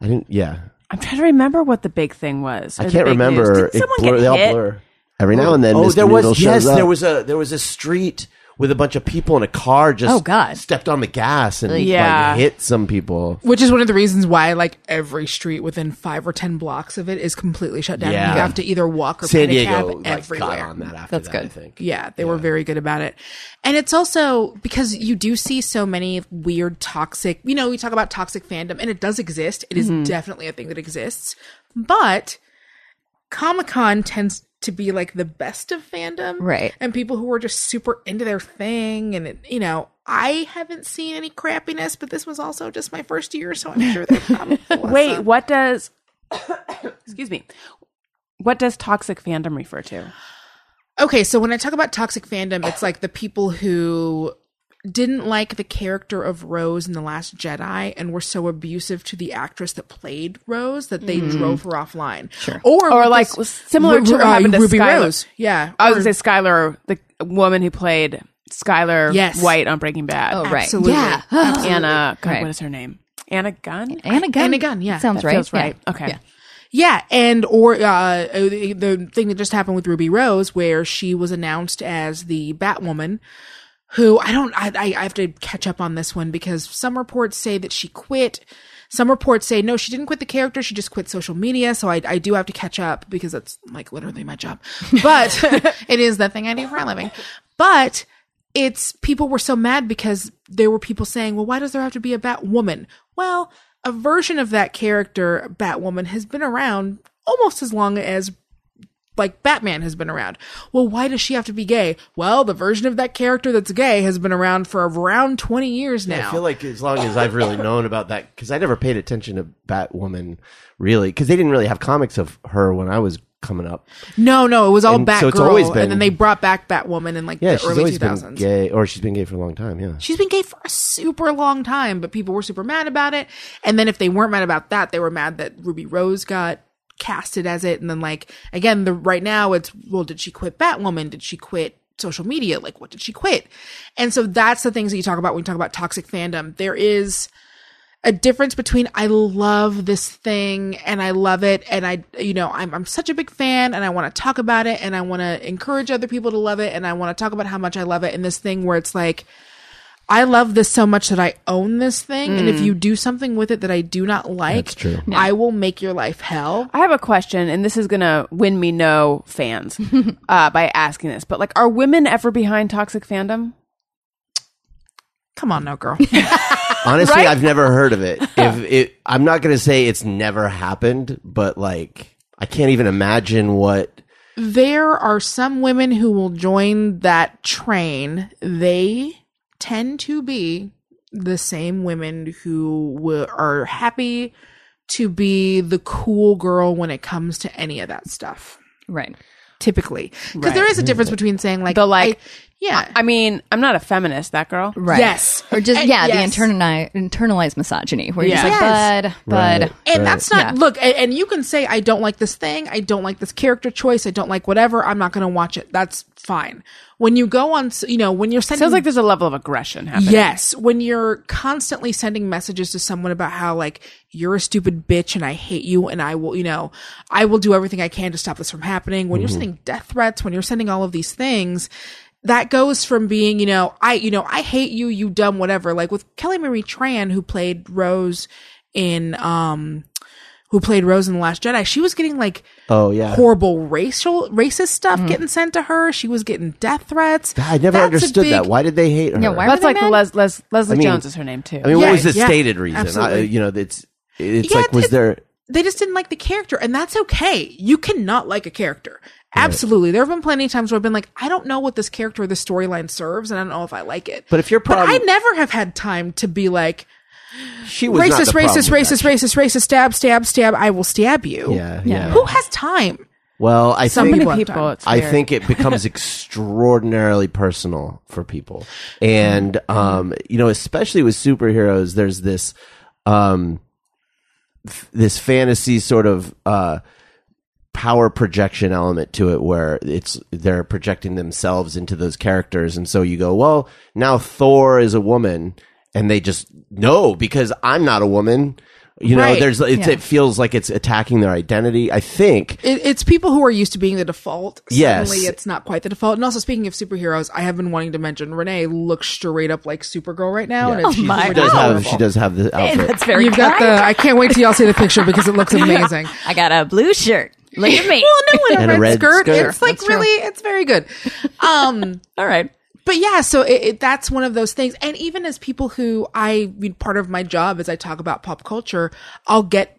[SPEAKER 1] I didn't. Yeah,
[SPEAKER 2] I'm trying to remember what the big thing was. or
[SPEAKER 1] I
[SPEAKER 2] the
[SPEAKER 1] can't
[SPEAKER 2] big news.
[SPEAKER 1] remember.
[SPEAKER 2] Did someone
[SPEAKER 1] blur-
[SPEAKER 2] get
[SPEAKER 1] they all
[SPEAKER 2] hit?
[SPEAKER 1] blur every now and then.
[SPEAKER 7] Oh,
[SPEAKER 1] Mr.
[SPEAKER 7] there was
[SPEAKER 1] Noodle
[SPEAKER 7] yes,
[SPEAKER 1] shows up.
[SPEAKER 7] there was a there was a street with a bunch of people in a car just
[SPEAKER 3] Oh, God.
[SPEAKER 1] stepped on the gas and
[SPEAKER 2] Yeah.
[SPEAKER 1] like, hit some people.
[SPEAKER 4] Which is one of the reasons why, like, every street within five or ten blocks of it is completely shut down.
[SPEAKER 1] Yeah.
[SPEAKER 4] You have to either walk or
[SPEAKER 1] San
[SPEAKER 4] put a
[SPEAKER 1] Diego
[SPEAKER 4] cab
[SPEAKER 1] like,
[SPEAKER 4] everywhere.
[SPEAKER 1] got on that after
[SPEAKER 3] That's
[SPEAKER 1] that. I
[SPEAKER 3] good.
[SPEAKER 1] think.
[SPEAKER 4] Yeah, they were very good about it. And it's also because you do see so many weird toxic, you know, we talk about toxic fandom and it does exist. It is definitely a thing that exists. But Comic Con tends to be like the best of fandom.
[SPEAKER 3] Right.
[SPEAKER 4] And people who are just super into their thing. And, it, you know, I haven't seen any crappiness, but this was also just my first year. So I'm sure they're probably. full of
[SPEAKER 2] Wait,
[SPEAKER 4] some.
[SPEAKER 2] what does excuse me? What does toxic fandom refer to?
[SPEAKER 4] Okay, so when I talk about toxic fandom, it's like the people who didn't like the character of Rose in The Last Jedi and were so abusive to the actress that played Rose that they
[SPEAKER 2] Mm-hmm.
[SPEAKER 4] drove her offline. Sure. Or,
[SPEAKER 2] Or
[SPEAKER 4] with
[SPEAKER 2] like
[SPEAKER 4] this-
[SPEAKER 2] similar to what
[SPEAKER 4] uh,
[SPEAKER 2] happened to
[SPEAKER 4] Ruby
[SPEAKER 2] Skylar.
[SPEAKER 4] Rose. Yeah.
[SPEAKER 3] Oh,
[SPEAKER 2] I was
[SPEAKER 4] Or-
[SPEAKER 2] gonna say Skylar, the woman who played Skylar
[SPEAKER 4] Yes.
[SPEAKER 2] White on Breaking Bad.
[SPEAKER 3] oh, right.
[SPEAKER 4] Absolutely.
[SPEAKER 3] Yeah.
[SPEAKER 2] Anna, God,
[SPEAKER 3] Right.
[SPEAKER 2] what is her name? Anna Gunn.
[SPEAKER 3] And a gun.
[SPEAKER 4] And a gun, yeah.
[SPEAKER 3] Sounds
[SPEAKER 4] That
[SPEAKER 3] right.
[SPEAKER 2] Feels
[SPEAKER 3] yeah.
[SPEAKER 2] right. Okay.
[SPEAKER 3] Yeah.
[SPEAKER 4] Yeah, and or uh, the the thing that just happened with Ruby Rose, where she was announced as the Batwoman, who I don't, I, I, I have to catch up on this one because some reports say that she quit. Some reports say no, she didn't quit the character; she just quit social media. So I, I do have to catch up because that's like literally my job, but it is the thing I do for a living. But it's people were so mad because there were people saying, well, why does there have to be a Batwoman? Well, a version of that character, Batwoman, has been around almost as long as like Batman has been around. Well, why does she have to be gay? Well, the version of that character that's gay has been around for around 20 years now.
[SPEAKER 1] I feel like as long as I've really known about that, because I never paid attention to Batwoman really, because they didn't really have comics of her when I was coming up.
[SPEAKER 4] No, no, it was all
[SPEAKER 1] And
[SPEAKER 4] Batgirl,
[SPEAKER 1] so it's always been-
[SPEAKER 4] and then they brought back Batwoman in like
[SPEAKER 1] Yeah,
[SPEAKER 4] the
[SPEAKER 1] she's
[SPEAKER 4] early
[SPEAKER 1] always
[SPEAKER 4] two
[SPEAKER 1] been
[SPEAKER 4] thousands.
[SPEAKER 1] gay, or she's been gay for a long time. Yeah,
[SPEAKER 4] She's been gay for a super long time, but people were super mad about it. And then if they weren't mad about that, they were mad that Ruby Rose got casted as it. And then like again, the right now it's well, did she quit Batwoman? Did she quit social media? Like what did she quit? And so that's the things that you talk about when you talk about toxic fandom. There is a difference between I love this thing and I love it and I you know I'm I'm such a big fan and I want to talk about it and I want to encourage other people to love it and I want to talk about how much I love it and this thing where it's like I love this so much that I own this thing and if you do something with it that I do not like I will make your life hell.
[SPEAKER 2] I have a question, and this is gonna win me no fans uh, by asking this, but like, are women ever behind toxic fandom?
[SPEAKER 4] Come on now girl.
[SPEAKER 1] honestly, I've never heard of it. If it, I'm not going to say it's never happened, but like I can't even imagine what.
[SPEAKER 4] there are some women who will join that train. They tend to be the same women who wi- are happy to be the cool girl when it comes to any of that stuff.
[SPEAKER 3] Right.
[SPEAKER 4] Typically, because there is a difference between saying like
[SPEAKER 2] The, like-
[SPEAKER 4] I- yeah,
[SPEAKER 2] I mean, I'm not a feminist, that girl.
[SPEAKER 3] Right.
[SPEAKER 4] Yes.
[SPEAKER 3] Or just
[SPEAKER 4] And-
[SPEAKER 3] yeah,
[SPEAKER 4] yes.
[SPEAKER 3] the internali- internalized misogyny where
[SPEAKER 2] Yeah.
[SPEAKER 3] you're just like,
[SPEAKER 4] Yes.
[SPEAKER 3] bud, bud.
[SPEAKER 1] Right.
[SPEAKER 4] and that's not
[SPEAKER 3] Yeah.
[SPEAKER 4] look. And, and you can say I don't like this thing. I don't like this character choice. I don't like whatever. I'm not going to watch it. That's fine. When you go on, s- you know, when you're sending
[SPEAKER 2] Sounds like there's a level of aggression happening.
[SPEAKER 4] Yes, when you're constantly sending messages to someone about how like you're a stupid bitch and I hate you and I will, you know, I will do everything I can to stop this from happening. When you're
[SPEAKER 1] Mm-hmm.
[SPEAKER 4] sending death threats, when you're sending all of these things, that goes from being, you know, I, you know, I hate you, you dumb whatever. Like with Kelly Marie Tran who played Rose in um who played Rose in the Last Jedi, she was getting like
[SPEAKER 1] Oh yeah,
[SPEAKER 4] horrible racial racist stuff getting sent to her. She was getting death threats.
[SPEAKER 1] I never
[SPEAKER 4] That's a
[SPEAKER 1] understood that.
[SPEAKER 4] big-
[SPEAKER 1] Why did they hate her?
[SPEAKER 3] Yeah, why were
[SPEAKER 2] That's
[SPEAKER 3] they
[SPEAKER 2] like the
[SPEAKER 3] mad?
[SPEAKER 2] Les, Les, Leslie
[SPEAKER 1] I mean-
[SPEAKER 2] Jones is her name too.
[SPEAKER 1] I mean,
[SPEAKER 4] Yeah,
[SPEAKER 1] what was the
[SPEAKER 4] yeah,
[SPEAKER 1] stated reason? I,
[SPEAKER 4] absolutely.
[SPEAKER 1] you know, it's it's
[SPEAKER 4] Yeah,
[SPEAKER 1] like was
[SPEAKER 4] it's-
[SPEAKER 1] there
[SPEAKER 4] they just didn't like the character and that's okay you cannot like a character absolutely there have been plenty of times where i've been like i don't know what this character or this storyline serves and i don't know if i like it
[SPEAKER 1] But if your problem-
[SPEAKER 4] but i never have had time to be like
[SPEAKER 1] she was not
[SPEAKER 4] racist
[SPEAKER 1] the problem
[SPEAKER 4] racist
[SPEAKER 1] with
[SPEAKER 4] racist
[SPEAKER 1] that.
[SPEAKER 4] racist racist stab stab stab i will stab you
[SPEAKER 1] Yeah, yeah.
[SPEAKER 4] who has time
[SPEAKER 1] Well, I
[SPEAKER 4] Some
[SPEAKER 1] think
[SPEAKER 4] people
[SPEAKER 2] Many
[SPEAKER 4] have
[SPEAKER 2] people,
[SPEAKER 4] time.
[SPEAKER 2] it's
[SPEAKER 1] I
[SPEAKER 2] weird.
[SPEAKER 1] think it becomes extraordinarily personal for people. And um, you know, especially with superheroes, there's this um f- this fantasy sort of uh power projection element to it where it's they're projecting themselves into those characters and so you go, "Well, now Thor is a woman." And they just no because I'm not a woman. You know,
[SPEAKER 4] Right.
[SPEAKER 1] there's it's, it feels like it's attacking their identity. I think
[SPEAKER 4] it, it's people who are used to being the default
[SPEAKER 1] Yes.
[SPEAKER 4] suddenly it's not quite the default and also speaking of superheroes i have been wanting to mention renee looks straight up like supergirl right now and it's
[SPEAKER 3] Oh my
[SPEAKER 1] she does
[SPEAKER 3] God.
[SPEAKER 1] have she does have the outfit.
[SPEAKER 3] That's very
[SPEAKER 4] You've got
[SPEAKER 3] kind.
[SPEAKER 4] the. I can't wait till y'all see the picture because it looks amazing.
[SPEAKER 3] I got a blue shirt. Look at me.
[SPEAKER 4] well, no, in a,
[SPEAKER 1] And a
[SPEAKER 4] red,
[SPEAKER 1] red
[SPEAKER 4] skirt.
[SPEAKER 1] skirt.
[SPEAKER 4] It's like
[SPEAKER 3] That's true.
[SPEAKER 4] really, it's very good. Um,
[SPEAKER 3] All right.
[SPEAKER 4] but yeah, so it, it, that's one of those things. And even as people who I, I mean, part of my job as I talk about pop culture, I'll get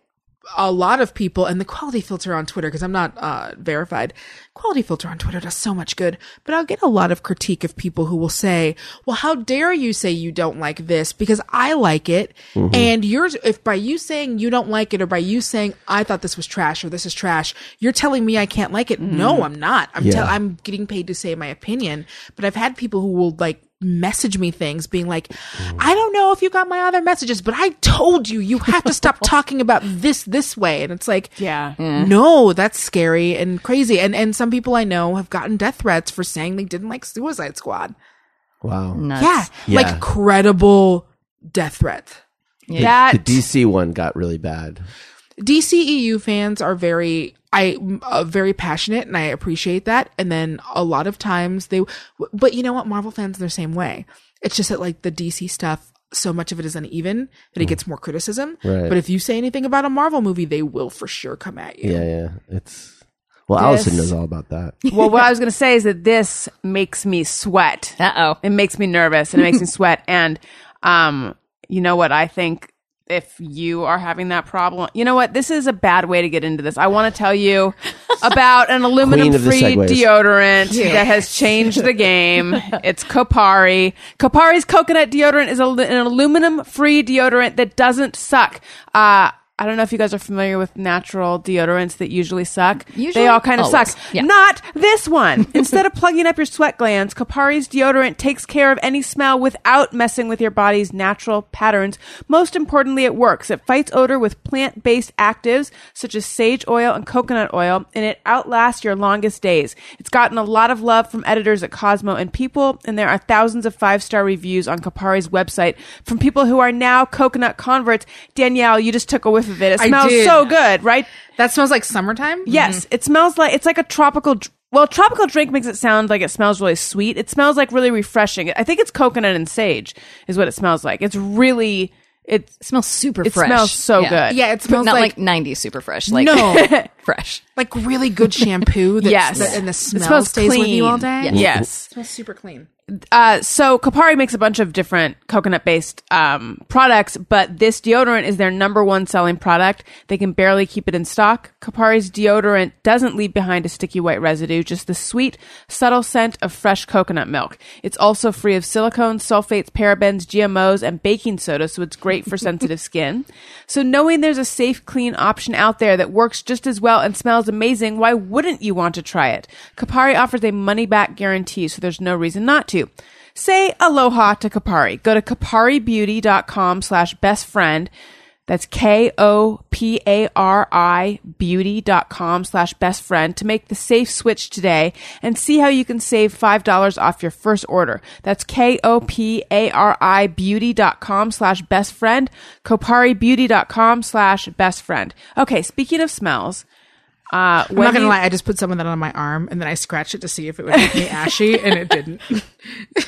[SPEAKER 4] a lot of people and the quality filter on Twitter because I'm not uh, verified. Quality filter on Twitter does so much good, but I'll get a lot of critique of people who will say, "Well, how dare you say you don't like this because I like it." And yours if by you saying you don't like it or by you saying I thought this was trash or this is trash, you're telling me I can't like it. No, I'm not. I'm tell- I'm getting paid to say my opinion, but I've had people who will like message me things being like, I don't know if you got my other messages, but I told you you have to stop talking about this this way. And it's like,
[SPEAKER 2] Yeah.
[SPEAKER 4] no, that's scary and crazy. And and some people I know have gotten death threats for saying they didn't like Suicide Squad.
[SPEAKER 1] wow.
[SPEAKER 4] Yeah,
[SPEAKER 1] Yeah.
[SPEAKER 4] like credible death threat.
[SPEAKER 1] The
[SPEAKER 2] That
[SPEAKER 1] DC one got really bad.
[SPEAKER 4] DCEU E fans are very I uh, very passionate and I appreciate that. And then a lot of times they but you know what Marvel fans are the same way. It's just that like the DC stuff so much of it is uneven that it gets more criticism.
[SPEAKER 1] Mm. Right.
[SPEAKER 4] But if you say anything about a Marvel movie, they will for sure come at you.
[SPEAKER 1] Yeah, yeah. It's well, Allison knows all about that.
[SPEAKER 2] well, what I was going to say is that this makes me sweat.
[SPEAKER 3] Uh oh.
[SPEAKER 2] It makes me nervous and it makes me sweat. And um, you know what? I think if you are having that problem, you know what? This is a bad way to get into this. I want to tell you about an aluminum
[SPEAKER 1] Queen of the
[SPEAKER 2] free
[SPEAKER 1] segues.
[SPEAKER 2] deodorant that has changed the game. It's Kopari. Kopari's coconut deodorant is a, an aluminum free deodorant that doesn't suck. Uh, I don't know if you guys are familiar with natural deodorants that usually suck.
[SPEAKER 3] Usually?
[SPEAKER 2] they all kind of
[SPEAKER 3] Always.
[SPEAKER 2] suck.
[SPEAKER 3] Yeah.
[SPEAKER 2] Not this one. Instead of plugging up your sweat glands, Kapari's deodorant takes care of any smell without messing with your body's natural patterns. Most importantly, it works. It fights odor with plant-based actives such as sage oil and coconut oil, and it outlasts your longest days. It's gotten a lot of love from editors at Cosmo and People, and there are thousands of five-star reviews on Kapari's website from people who are now coconut converts. Danielle, you just took a whiff of it. It
[SPEAKER 4] I
[SPEAKER 2] smells
[SPEAKER 4] did.
[SPEAKER 2] so good, right?
[SPEAKER 4] That smells like summertime.
[SPEAKER 2] Yes, it smells like it's like a tropical. dr- Well, tropical drink makes it sound like it smells really sweet. It smells like really refreshing. I think it's coconut and sage is what it smells like. It's really it's
[SPEAKER 3] It smells super
[SPEAKER 2] It
[SPEAKER 3] fresh.
[SPEAKER 2] smells so good.
[SPEAKER 4] Yeah, it
[SPEAKER 3] But
[SPEAKER 4] smells
[SPEAKER 3] not
[SPEAKER 4] like,
[SPEAKER 3] like, 90s super fresh. Like
[SPEAKER 4] No.
[SPEAKER 3] fresh.
[SPEAKER 4] like really good shampoo. That's,
[SPEAKER 2] yes,
[SPEAKER 4] that- and the smell
[SPEAKER 2] it smells
[SPEAKER 4] stays
[SPEAKER 2] clean.
[SPEAKER 4] with you all day.
[SPEAKER 3] Yeah.
[SPEAKER 2] Yes.
[SPEAKER 4] It smells super clean.
[SPEAKER 2] Uh, so Kapari makes a bunch of different coconut based um, products, but this deodorant is their number one selling product. They can barely keep it in stock. Kapari's deodorant doesn't leave behind a sticky white residue, just the sweet, subtle scent of fresh coconut milk. It's also free of silicones, sulfates, parabens, GMOs, and baking soda, so it's great for sensitive skin. So knowing there's a safe, clean option out there that works just as well and smells amazing, why wouldn't you want to try it? Kapari offers a money back guarantee, so there's no reason not to. Say aloha to Kapari. Go to kaparibeauty.com slash best friend. That's K O P A R I beauty.com slash best friend to make the safe switch today and see how you can save $5 off your first order. That's K O P A R I beauty.com slash best friend, koparibeauty.com slash best friend. Okay, speaking of smells, uh,
[SPEAKER 4] I'm not gonna lie, I just put some of that on my arm and then I scratched it to see if it would make me ashy, and it didn't.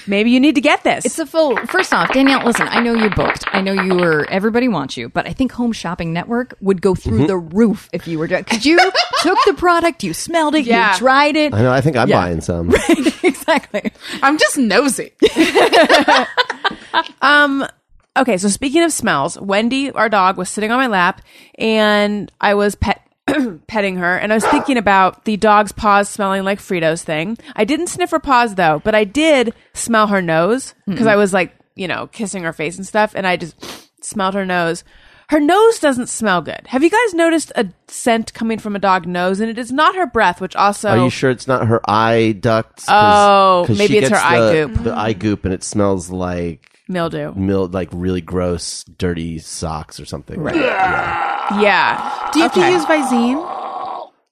[SPEAKER 2] maybe you need to get this.
[SPEAKER 3] It's a full. First off, Danielle, listen. I know you booked. I know you were. Everybody wants you, but I think Home Shopping Network would go through the roof if you were doing. Because you took the product, you smelled it,
[SPEAKER 2] Yeah.
[SPEAKER 3] you tried it.
[SPEAKER 1] I know. I think I'm
[SPEAKER 3] Yeah.
[SPEAKER 1] buying some.
[SPEAKER 3] exactly.
[SPEAKER 4] I'm just nosy.
[SPEAKER 2] Okay, so speaking of smells, Wendy, our dog, was sitting on my lap and I was pet petting her and I was thinking about the dog's paws smelling like Fritos thing. I didn't sniff her paws though, but I did smell her nose because I was like, you know, kissing her face and stuff and I just smelled her nose. Her nose doesn't smell good. Have you guys noticed a scent coming from a dog nose and it is not her breath, which also
[SPEAKER 1] Are you sure it's not her eye ducts?
[SPEAKER 2] Oh, maybe
[SPEAKER 1] she
[SPEAKER 2] it's her
[SPEAKER 1] gets
[SPEAKER 2] eye
[SPEAKER 1] the-
[SPEAKER 2] goop.
[SPEAKER 1] The eye goop, and it smells like
[SPEAKER 2] mildew.
[SPEAKER 1] mil- like really gross, dirty socks or something.
[SPEAKER 2] Yeah.
[SPEAKER 4] Do you have to use Visine?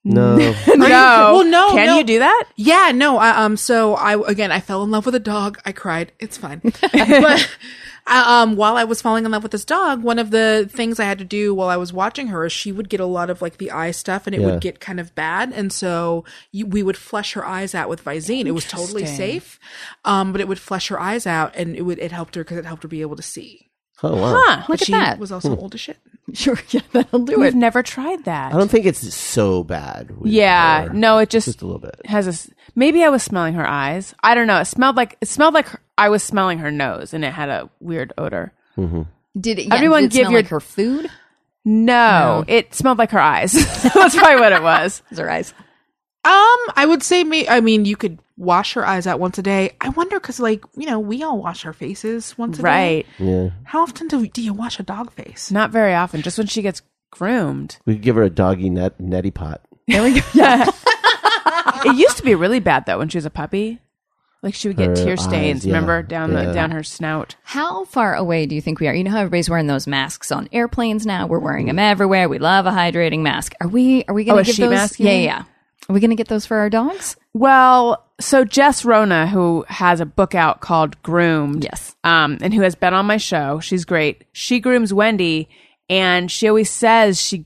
[SPEAKER 1] No,
[SPEAKER 2] No.
[SPEAKER 4] Well, no,
[SPEAKER 2] Can
[SPEAKER 4] no.
[SPEAKER 2] you do that?
[SPEAKER 4] Yeah, no. I, um, so I again, I fell in love with a dog. I cried. It's fine. but I, um, while I was falling in love with this dog, one of the things I had to do while I was watching her is she would get a lot of like the eye stuff, and it
[SPEAKER 1] Yeah.
[SPEAKER 4] would get kind of bad, and so you, we would flush her eyes out with Visine. It was totally safe, um, but it would flush her eyes out, and it would it helped her because it helped her be able to see.
[SPEAKER 1] oh wow.
[SPEAKER 2] Huh.
[SPEAKER 3] Look
[SPEAKER 4] But
[SPEAKER 3] at
[SPEAKER 4] she
[SPEAKER 3] that.
[SPEAKER 4] was also old as shit.
[SPEAKER 3] sure. Yeah, that'll do
[SPEAKER 2] We've
[SPEAKER 3] it.
[SPEAKER 2] never tried that.
[SPEAKER 1] I don't think it's so bad. with
[SPEAKER 2] Yeah,
[SPEAKER 1] her.
[SPEAKER 2] no, it just,
[SPEAKER 1] just a little bit.
[SPEAKER 2] has a. s- Maybe I was smelling her eyes. I don't know. It smelled like it smelled like her, I was smelling her nose, and it had a weird odor.
[SPEAKER 3] Did it, yeah,
[SPEAKER 2] Everyone
[SPEAKER 3] did it
[SPEAKER 2] give
[SPEAKER 3] smell
[SPEAKER 2] your-
[SPEAKER 3] like her food?
[SPEAKER 2] No, it smelled like her eyes. That's probably what it was.
[SPEAKER 3] It was her eyes.
[SPEAKER 4] Um, I would say me. I mean, you could wash her eyes out once a day. I wonder because, like, you know, we all wash our faces once a day.
[SPEAKER 2] Right.
[SPEAKER 4] How often do do you wash a dog face?
[SPEAKER 2] Not very often. Just when she gets groomed.
[SPEAKER 1] We could give her a doggy net neti pot.
[SPEAKER 2] It used to be really bad though when she was a puppy. Like she would get
[SPEAKER 1] Her
[SPEAKER 2] tear
[SPEAKER 1] eyes,
[SPEAKER 2] stains.
[SPEAKER 1] yeah,
[SPEAKER 2] remember down
[SPEAKER 1] yeah.
[SPEAKER 2] the down her snout.
[SPEAKER 3] How far away do you think we are? You know how everybody's wearing those masks on airplanes now. We're wearing them everywhere. We love a hydrating mask. Are we? Are we going
[SPEAKER 2] Oh,
[SPEAKER 3] to
[SPEAKER 2] a
[SPEAKER 3] give
[SPEAKER 2] sheet
[SPEAKER 3] those?
[SPEAKER 2] mask, you
[SPEAKER 3] Yeah,
[SPEAKER 2] mean?
[SPEAKER 3] yeah. yeah. Are we going to get those for our dogs?
[SPEAKER 2] Well, so Jess Rona, who has a book out called Groomed,
[SPEAKER 3] Yes.
[SPEAKER 2] um, and who has been on my show, she's great. She grooms Wendy, and she always says she,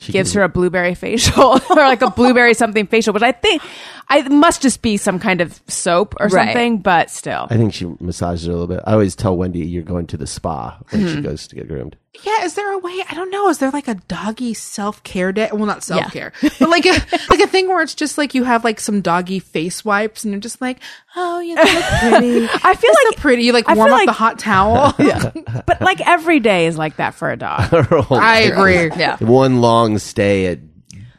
[SPEAKER 2] gives her a blueberry facial or like a blueberry something facial, which I think I it must just be some kind of soap or
[SPEAKER 3] Right.
[SPEAKER 2] something. But still,
[SPEAKER 1] I think she massages it a little bit. I always tell Wendy you're going to the spa when
[SPEAKER 4] Mm-hmm.
[SPEAKER 1] she goes to get groomed.
[SPEAKER 4] Yeah, is there a way? I don't know. Is there like a doggy self care day? Well, not self care, but like a like a thing where it's just like you have like some doggy face wipes, and you're just like, oh, you look pretty.
[SPEAKER 2] I feel
[SPEAKER 4] You're so
[SPEAKER 2] like
[SPEAKER 4] pretty. You like
[SPEAKER 2] I feel
[SPEAKER 4] warm up
[SPEAKER 2] like-
[SPEAKER 4] the hot towel.
[SPEAKER 2] but like every day is like that for a dog.
[SPEAKER 1] Her whole
[SPEAKER 4] I agree.
[SPEAKER 3] Yeah.
[SPEAKER 1] one long stay at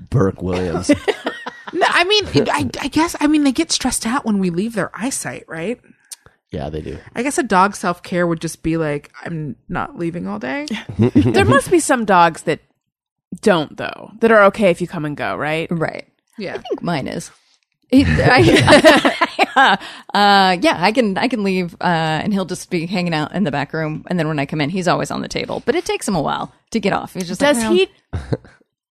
[SPEAKER 1] Burke Williams.
[SPEAKER 4] No, I mean, it- I, I guess I mean they get stressed out when we leave their eyesight, right?
[SPEAKER 1] yeah, they do.
[SPEAKER 4] I guess a dog self care would just be like, I'm not leaving all day.
[SPEAKER 2] there must be some dogs that don't though that are okay if you come and go, right?
[SPEAKER 3] Right.
[SPEAKER 4] Yeah.
[SPEAKER 3] I think mine is. It, I, uh, yeah, I can I can leave, uh, and he'll just be hanging out in the back room. And then when I come in, he's always on the table. But it takes him a while to get off. He's just like,
[SPEAKER 2] Does
[SPEAKER 3] "Well,
[SPEAKER 2] he?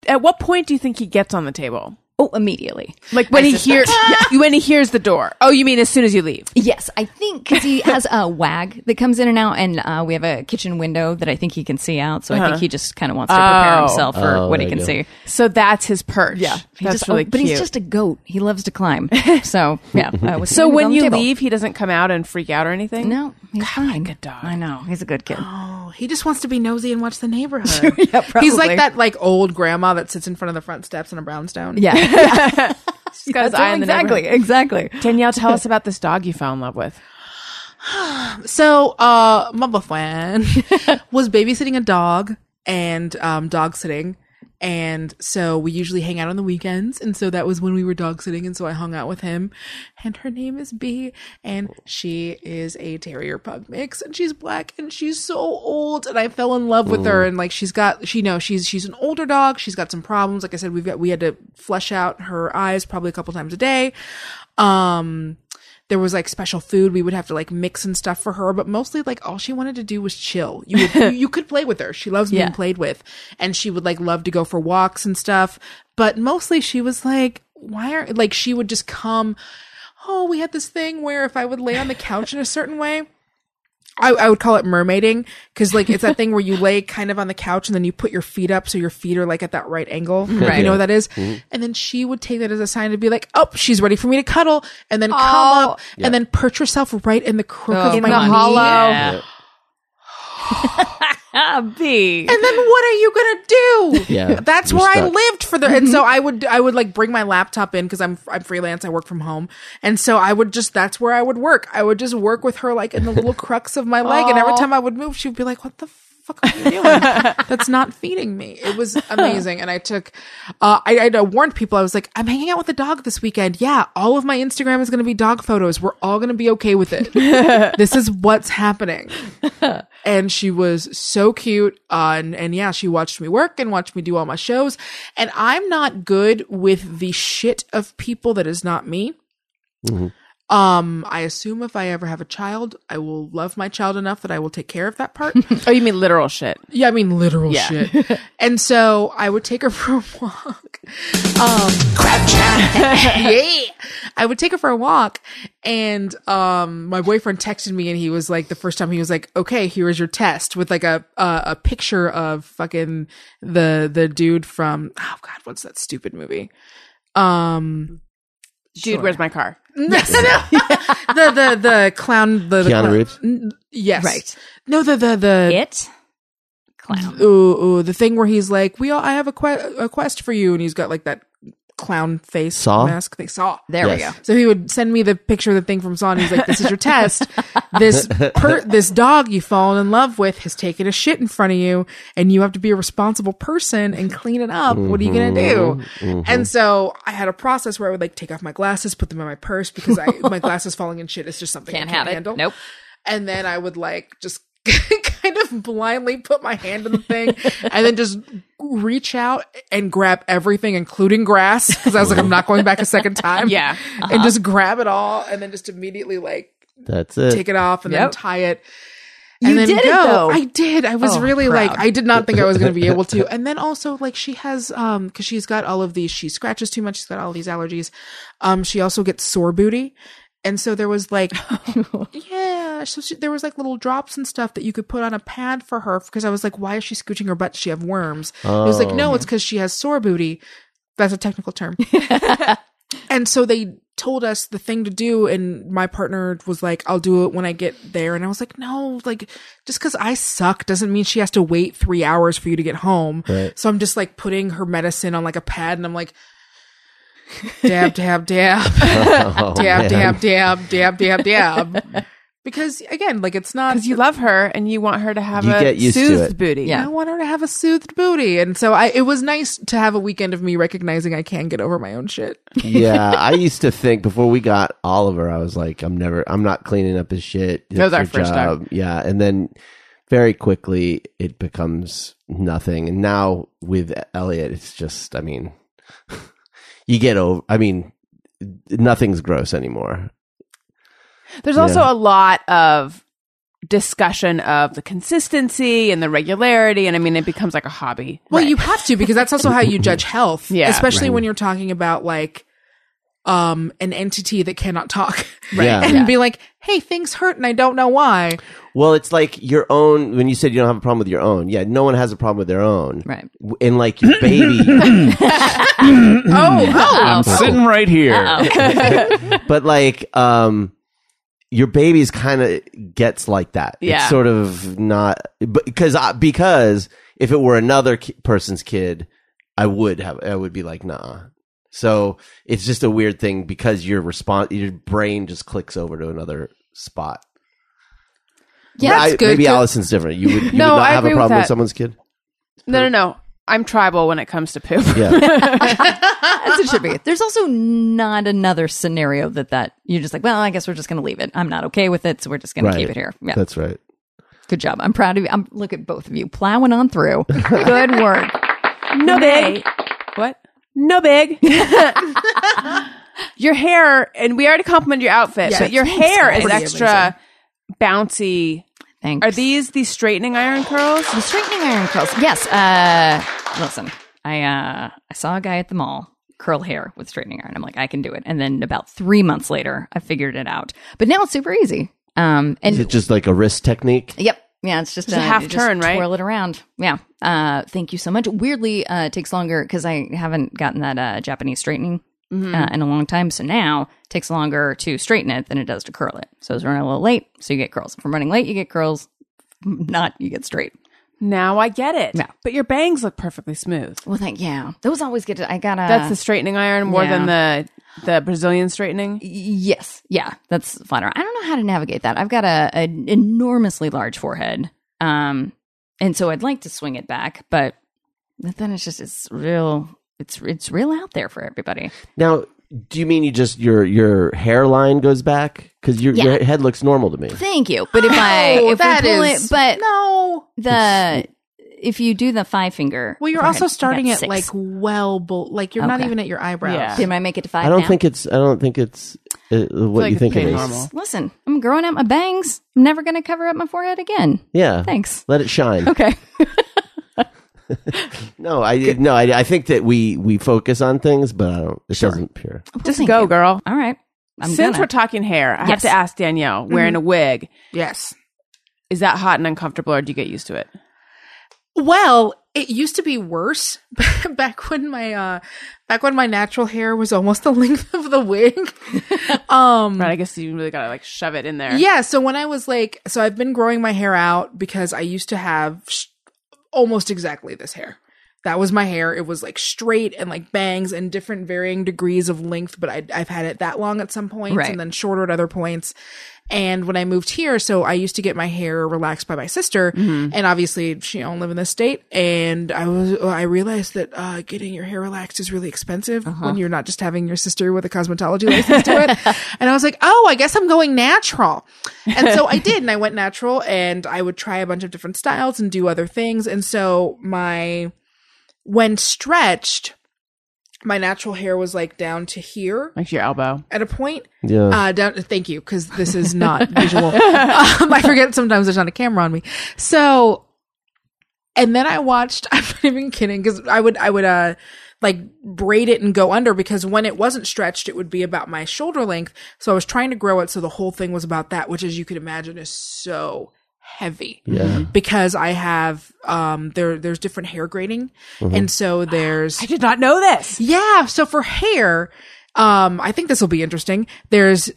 [SPEAKER 2] At what point do you think he gets on the table?
[SPEAKER 3] Oh, immediately.
[SPEAKER 2] Like when he hears when he hears the door. Oh, you mean as soon as you leave?
[SPEAKER 3] Yes, I think because he has a wag that comes in and out, and uh, we have a kitchen window that I think he can see out. So I think he just kind of wants to prepare
[SPEAKER 2] Uh-huh. Oh.
[SPEAKER 3] himself for
[SPEAKER 7] Oh,
[SPEAKER 3] what
[SPEAKER 7] there
[SPEAKER 3] he can
[SPEAKER 7] you go.
[SPEAKER 3] see.
[SPEAKER 2] So that's his perch.
[SPEAKER 3] Yeah, he
[SPEAKER 2] that's
[SPEAKER 3] just,
[SPEAKER 2] really
[SPEAKER 3] oh, but
[SPEAKER 2] cute.
[SPEAKER 3] he's just a goat. He loves to climb. So yeah. I was
[SPEAKER 2] so
[SPEAKER 3] he was on
[SPEAKER 2] when
[SPEAKER 3] the
[SPEAKER 2] you
[SPEAKER 3] table.
[SPEAKER 2] leave, he doesn't come out and freak out or anything.
[SPEAKER 3] no, he's fine.
[SPEAKER 2] good dog.
[SPEAKER 3] I know he's a good kid.
[SPEAKER 4] Oh, he just wants to be nosy and watch the neighborhood. He's
[SPEAKER 3] probably.
[SPEAKER 4] like that like old grandma that sits in front of the front steps in a brownstone.
[SPEAKER 3] Yeah,
[SPEAKER 2] He's got his eye on the
[SPEAKER 3] exactly,
[SPEAKER 2] neighborhood.
[SPEAKER 3] exactly.
[SPEAKER 2] Danielle, tell us about this dog you fell in love with.
[SPEAKER 4] So, uh, my boyfriend was babysitting a dog and um, dog sitting. And so we usually hang out on the weekends. And so that was when we were dog sitting. And so I hung out with him. And her name is Bee. And she is a terrier pug mix. And she's black and she's so old. And I fell in love with her. And like she's got, she knows she's, she's an older dog. She's got some problems. Like I said, we've got, we had to flush out her eyes probably a couple times a day. Um, there was like special food we would have to like mix and stuff for her but mostly like all she wanted to do was chill you would, you, you could play with her she loves being played with and she would like love to go for walks and stuff but mostly she was like why are like she would just come oh we had this thing where if i would lay on the couch in a certain way I, I would call it mermaiding because like it's that thing where you lay kind of on the couch and then you put your feet up so your feet are like at that right angle. Right. You know what that is? And then she would take that as a sign to be like, oh, she's ready for me to cuddle, and then come up and then perch herself right in the crook of
[SPEAKER 2] the
[SPEAKER 4] my knee.
[SPEAKER 2] hollow.
[SPEAKER 5] B.
[SPEAKER 4] And then what are you gonna do?
[SPEAKER 7] Yeah,
[SPEAKER 4] that's
[SPEAKER 7] you're
[SPEAKER 4] where I
[SPEAKER 7] stuck.
[SPEAKER 4] lived for the. And so I would, I would like bring my laptop in because I'm, I'm freelance. I work from home, and so I would just. That's where I would work. I would just work with her like in the little crux of my leg, and every time I would move, she would be like, "What the." Fuck are you doing? That's not feeding me. It was amazing, and I took. Uh, I, I warned people. I was like, "I'm hanging out with a dog this weekend. Yeah, all of my Instagram is going to be dog photos. We're all going to be okay with it. this is what's happening." and she was so cute. Uh, and, and yeah, she watched me work and watched me do all my shows. And I'm not good with the shit of people that is not me. Um, I assume if I ever have a child, I will love my child enough that I will take care of that part.
[SPEAKER 2] Oh, you mean literal shit?
[SPEAKER 4] yeah, I mean literal
[SPEAKER 2] Yeah.
[SPEAKER 4] shit. And so I would take her for a walk. Um, yeah. I would take her for a walk and um my boyfriend texted me and he was like the first time he was like, "Okay, here is your test" with like a a, a picture of fucking the the dude from oh god, what's that stupid movie? Um
[SPEAKER 2] Dude, where's my car?
[SPEAKER 4] the the the clown the, the
[SPEAKER 7] Keanu
[SPEAKER 4] clown-
[SPEAKER 7] Reeves?
[SPEAKER 4] N- Yes.
[SPEAKER 3] Right.
[SPEAKER 4] No, the the the
[SPEAKER 5] It. Clown.
[SPEAKER 4] ooh, ooh, the thing where he's like, "We all, I have a, que- a quest for you," and he's got like that clown face
[SPEAKER 7] Saw?
[SPEAKER 4] mask. They saw.
[SPEAKER 3] There we go.
[SPEAKER 7] Yes.
[SPEAKER 4] So he would send me the picture of the thing from Saw, and he's like, "This is your test. This per- this dog you've fallen in love with has taken a shit in front of you, and you have to be a responsible person and clean it up. What are you gonna do?"
[SPEAKER 7] Mm-hmm.
[SPEAKER 4] And so I had a process where I would like take off my glasses, put them in my purse because I my glasses falling in shit is just something
[SPEAKER 5] Can't
[SPEAKER 4] I can't
[SPEAKER 5] have it.
[SPEAKER 4] handle
[SPEAKER 5] Nope.
[SPEAKER 4] and then I would like just kind of blindly put my hand in the thing and then just reach out and grab everything, including grass, because I was like, I'm not going back a second time.
[SPEAKER 2] Yeah.
[SPEAKER 5] Uh-huh.
[SPEAKER 4] and just grab it all and then just immediately like
[SPEAKER 7] That's it.
[SPEAKER 4] take it off and then
[SPEAKER 2] Yep.
[SPEAKER 4] tie it. And
[SPEAKER 3] You
[SPEAKER 4] then
[SPEAKER 3] did it, though.
[SPEAKER 4] I did. I was
[SPEAKER 3] Oh,
[SPEAKER 4] really
[SPEAKER 3] proud.
[SPEAKER 4] like I did not think I was going to be able to. And then also like she has um cuz she's got all of these she scratches too much. She's got all these allergies. Um she also gets sore booty. And so there was like yeah, so she, there was like little drops and stuff that you could put on a pad for her because I was like why is she scooching her butt? Does She have worms. It was
[SPEAKER 3] Oh.
[SPEAKER 4] like no, it's cuz she has sore booty. That's a technical term. And so they told us the thing to do, and my partner was like, I'll do it when I get there. And I was like, no, like, just because I suck doesn't mean she has to wait three hours for you to get home. So I'm just like putting her medicine on like a pad, and I'm like, dab, dab, dab,
[SPEAKER 7] Oh,
[SPEAKER 4] dab,
[SPEAKER 7] man.
[SPEAKER 4] dab, dab, dab, dab, dab. Because again, like, it's not.
[SPEAKER 2] Because you love her and you want her to have
[SPEAKER 7] You
[SPEAKER 2] a
[SPEAKER 7] get used to
[SPEAKER 2] soothed
[SPEAKER 7] it.
[SPEAKER 2] booty.
[SPEAKER 3] Yeah.
[SPEAKER 4] I want her to have a soothed booty. And so I it was nice to have a weekend of me recognizing I can get over my own shit.
[SPEAKER 7] yeah, I used to think before we got Oliver, I was like, I'm never, I'm not cleaning up his shit. That
[SPEAKER 2] was our first dog.
[SPEAKER 7] Yeah, and then
[SPEAKER 1] very quickly it becomes nothing. And now with Elliot, it's just, I mean, you get over, I mean, nothing's gross anymore.
[SPEAKER 2] There's also a lot of discussion of the consistency and the regularity, and I mean, it becomes like a hobby.
[SPEAKER 4] Well, you have to because that's also how you judge health.
[SPEAKER 2] Yeah.
[SPEAKER 4] Especially when you're talking about like um an entity that cannot talk. Right.
[SPEAKER 3] Oh,
[SPEAKER 1] Yeah.
[SPEAKER 4] And be like, hey, things hurt and I don't know why.
[SPEAKER 1] Well, it's like your own, when you said you don't have a problem with your own. Yeah, no one has a problem with their own.
[SPEAKER 3] Right.
[SPEAKER 1] W- And like your baby,
[SPEAKER 2] Oh.
[SPEAKER 6] I'm sitting right here.
[SPEAKER 1] but like, um, your baby's kind of gets like that.
[SPEAKER 2] Yeah.
[SPEAKER 1] It's sort of not, because, I, because if it were another ki- person's kid, I would have, I would be like, nah. So it's just a weird thing because your response, your brain just clicks over to another spot.
[SPEAKER 3] Yeah,
[SPEAKER 1] I-
[SPEAKER 3] it's good.
[SPEAKER 1] Maybe
[SPEAKER 3] 'cause-
[SPEAKER 1] Allison's different. You would, you
[SPEAKER 2] No,
[SPEAKER 1] would not
[SPEAKER 2] I
[SPEAKER 1] have a
[SPEAKER 2] agree with
[SPEAKER 1] problem with,
[SPEAKER 2] that.
[SPEAKER 1] someone's kid.
[SPEAKER 2] No, no, no. I'm tribal when it comes to poop.
[SPEAKER 1] Yeah.
[SPEAKER 3] As it should be. There's also not another scenario that that you're just like, well, I guess we're just going to leave it. I'm not okay with it, so we're just going to keep it here. Yeah,
[SPEAKER 1] That's right.
[SPEAKER 3] good job. I'm proud of you. I'm look at both of you plowing on through. good work.
[SPEAKER 2] No big. What? No big. your hair, and we already complimented your outfit,
[SPEAKER 4] Yeah,
[SPEAKER 2] but your
[SPEAKER 4] thanks,
[SPEAKER 2] hair
[SPEAKER 4] guys.
[SPEAKER 2] is
[SPEAKER 4] Pretty
[SPEAKER 2] extra bouncy.
[SPEAKER 3] Thanks.
[SPEAKER 2] Are these the straightening iron curls?
[SPEAKER 3] the straightening iron curls? Yes. Uh, listen, I uh, I saw a guy at the mall curl hair with straightening iron. I'm like, I can do it. And then about three months later, I figured it out. But now it's super easy. Um, and
[SPEAKER 1] Is it just like a wrist technique?
[SPEAKER 3] Yep. Yeah, it's just
[SPEAKER 2] It's a half
[SPEAKER 3] you
[SPEAKER 2] turn, right?
[SPEAKER 3] Twirl it around. Yeah. Uh, thank you so much. Weirdly, uh, it takes longer because I haven't gotten that uh, Japanese straightening
[SPEAKER 2] Mm-hmm.
[SPEAKER 3] uh, in a long time. So now it takes longer to straighten it than it does to curl it. So it's running a little late, so you get curls. From running late, you get curls. From Not you get straight.
[SPEAKER 2] Now I get it.
[SPEAKER 3] Yeah.
[SPEAKER 2] But your bangs look perfectly smooth.
[SPEAKER 3] Well, thank yeah. Those always get. To, I gotta.
[SPEAKER 2] That's the straightening iron more than the the Brazilian straightening.
[SPEAKER 3] yes, yeah. That's flatter. I don't know how to navigate that. I've got a an enormously large forehead, um, and so I'd like to swing it back, but then it's just it's real. It's it's real out there for everybody.
[SPEAKER 1] Now, do you mean you just your your hairline goes back because your
[SPEAKER 3] Yeah.
[SPEAKER 1] your head looks normal to me?
[SPEAKER 3] Thank you, but if I
[SPEAKER 4] Oh,
[SPEAKER 3] if we
[SPEAKER 4] that
[SPEAKER 3] pull
[SPEAKER 4] is-
[SPEAKER 3] it, but
[SPEAKER 4] No.
[SPEAKER 3] the if you do the five finger,
[SPEAKER 4] Well, you're
[SPEAKER 3] forehead, I
[SPEAKER 4] also
[SPEAKER 3] got
[SPEAKER 4] starting at
[SPEAKER 3] six.
[SPEAKER 4] like well, bol- like you're not
[SPEAKER 3] Okay.
[SPEAKER 4] even at your eyebrows.
[SPEAKER 2] Yeah.
[SPEAKER 3] Did I make it to five?
[SPEAKER 1] I don't
[SPEAKER 3] now?
[SPEAKER 1] think it's I don't think it's uh, what
[SPEAKER 2] like
[SPEAKER 1] you think it
[SPEAKER 2] pretty
[SPEAKER 1] is.
[SPEAKER 2] normal.
[SPEAKER 3] Listen, I'm growing out my bangs. I'm never going to cover up my forehead again.
[SPEAKER 1] Yeah,
[SPEAKER 3] Thanks.
[SPEAKER 1] Let it shine.
[SPEAKER 3] Okay.
[SPEAKER 1] No, I no, I, I think that we we focus on things, but I don't. It doesn't appear.
[SPEAKER 2] Just
[SPEAKER 3] thank
[SPEAKER 2] go,
[SPEAKER 3] you.
[SPEAKER 2] girl.
[SPEAKER 3] All right. I'm
[SPEAKER 2] Since
[SPEAKER 3] gonna.
[SPEAKER 2] we're talking hair, I have
[SPEAKER 3] Yes.
[SPEAKER 2] to ask Danielle, wearing a wig,
[SPEAKER 4] Yes.
[SPEAKER 2] is that hot and uncomfortable or do you get used to it?
[SPEAKER 4] Well, it used to be worse back when my uh back when my natural hair was almost the length of the wig. um
[SPEAKER 2] Right, I guess you really gotta like shove it in there.
[SPEAKER 4] Yeah. So when I was like, so I've been growing my hair out because I used to have sh- almost exactly this hair. That was my hair. It was like straight and like bangs and different varying degrees of length, but I, I've had it that long at some points
[SPEAKER 3] Right.
[SPEAKER 4] and then shorter at other points. And when I moved here, so I used to get my hair relaxed by my sister, and obviously she don't live in this state. And I was I realized that uh, getting your hair relaxed is really expensive when you're not just having your sister with a cosmetology license do it. And I was like, oh, I guess I'm going natural. And so I did, and I went natural, and I would try a bunch of different styles and do other things. And so my when stretched, my natural hair was like down to here
[SPEAKER 2] Like your elbow.
[SPEAKER 4] at a point.
[SPEAKER 1] Yeah.
[SPEAKER 4] Uh, down, thank you, because this is not visual. um, I forget sometimes there's not a camera on me. So, and then I watched. I'm not even kidding, because I would I would uh like braid it and go under because when it wasn't stretched, it would be about my shoulder length. So I was trying to grow it, so the whole thing was about that, which, as you could imagine, is so heavy
[SPEAKER 1] yeah.
[SPEAKER 4] because I have um there there's different hair grading, and so there's
[SPEAKER 2] I did not know this.
[SPEAKER 4] yeah. So for hair, um, I think this will be interesting. There's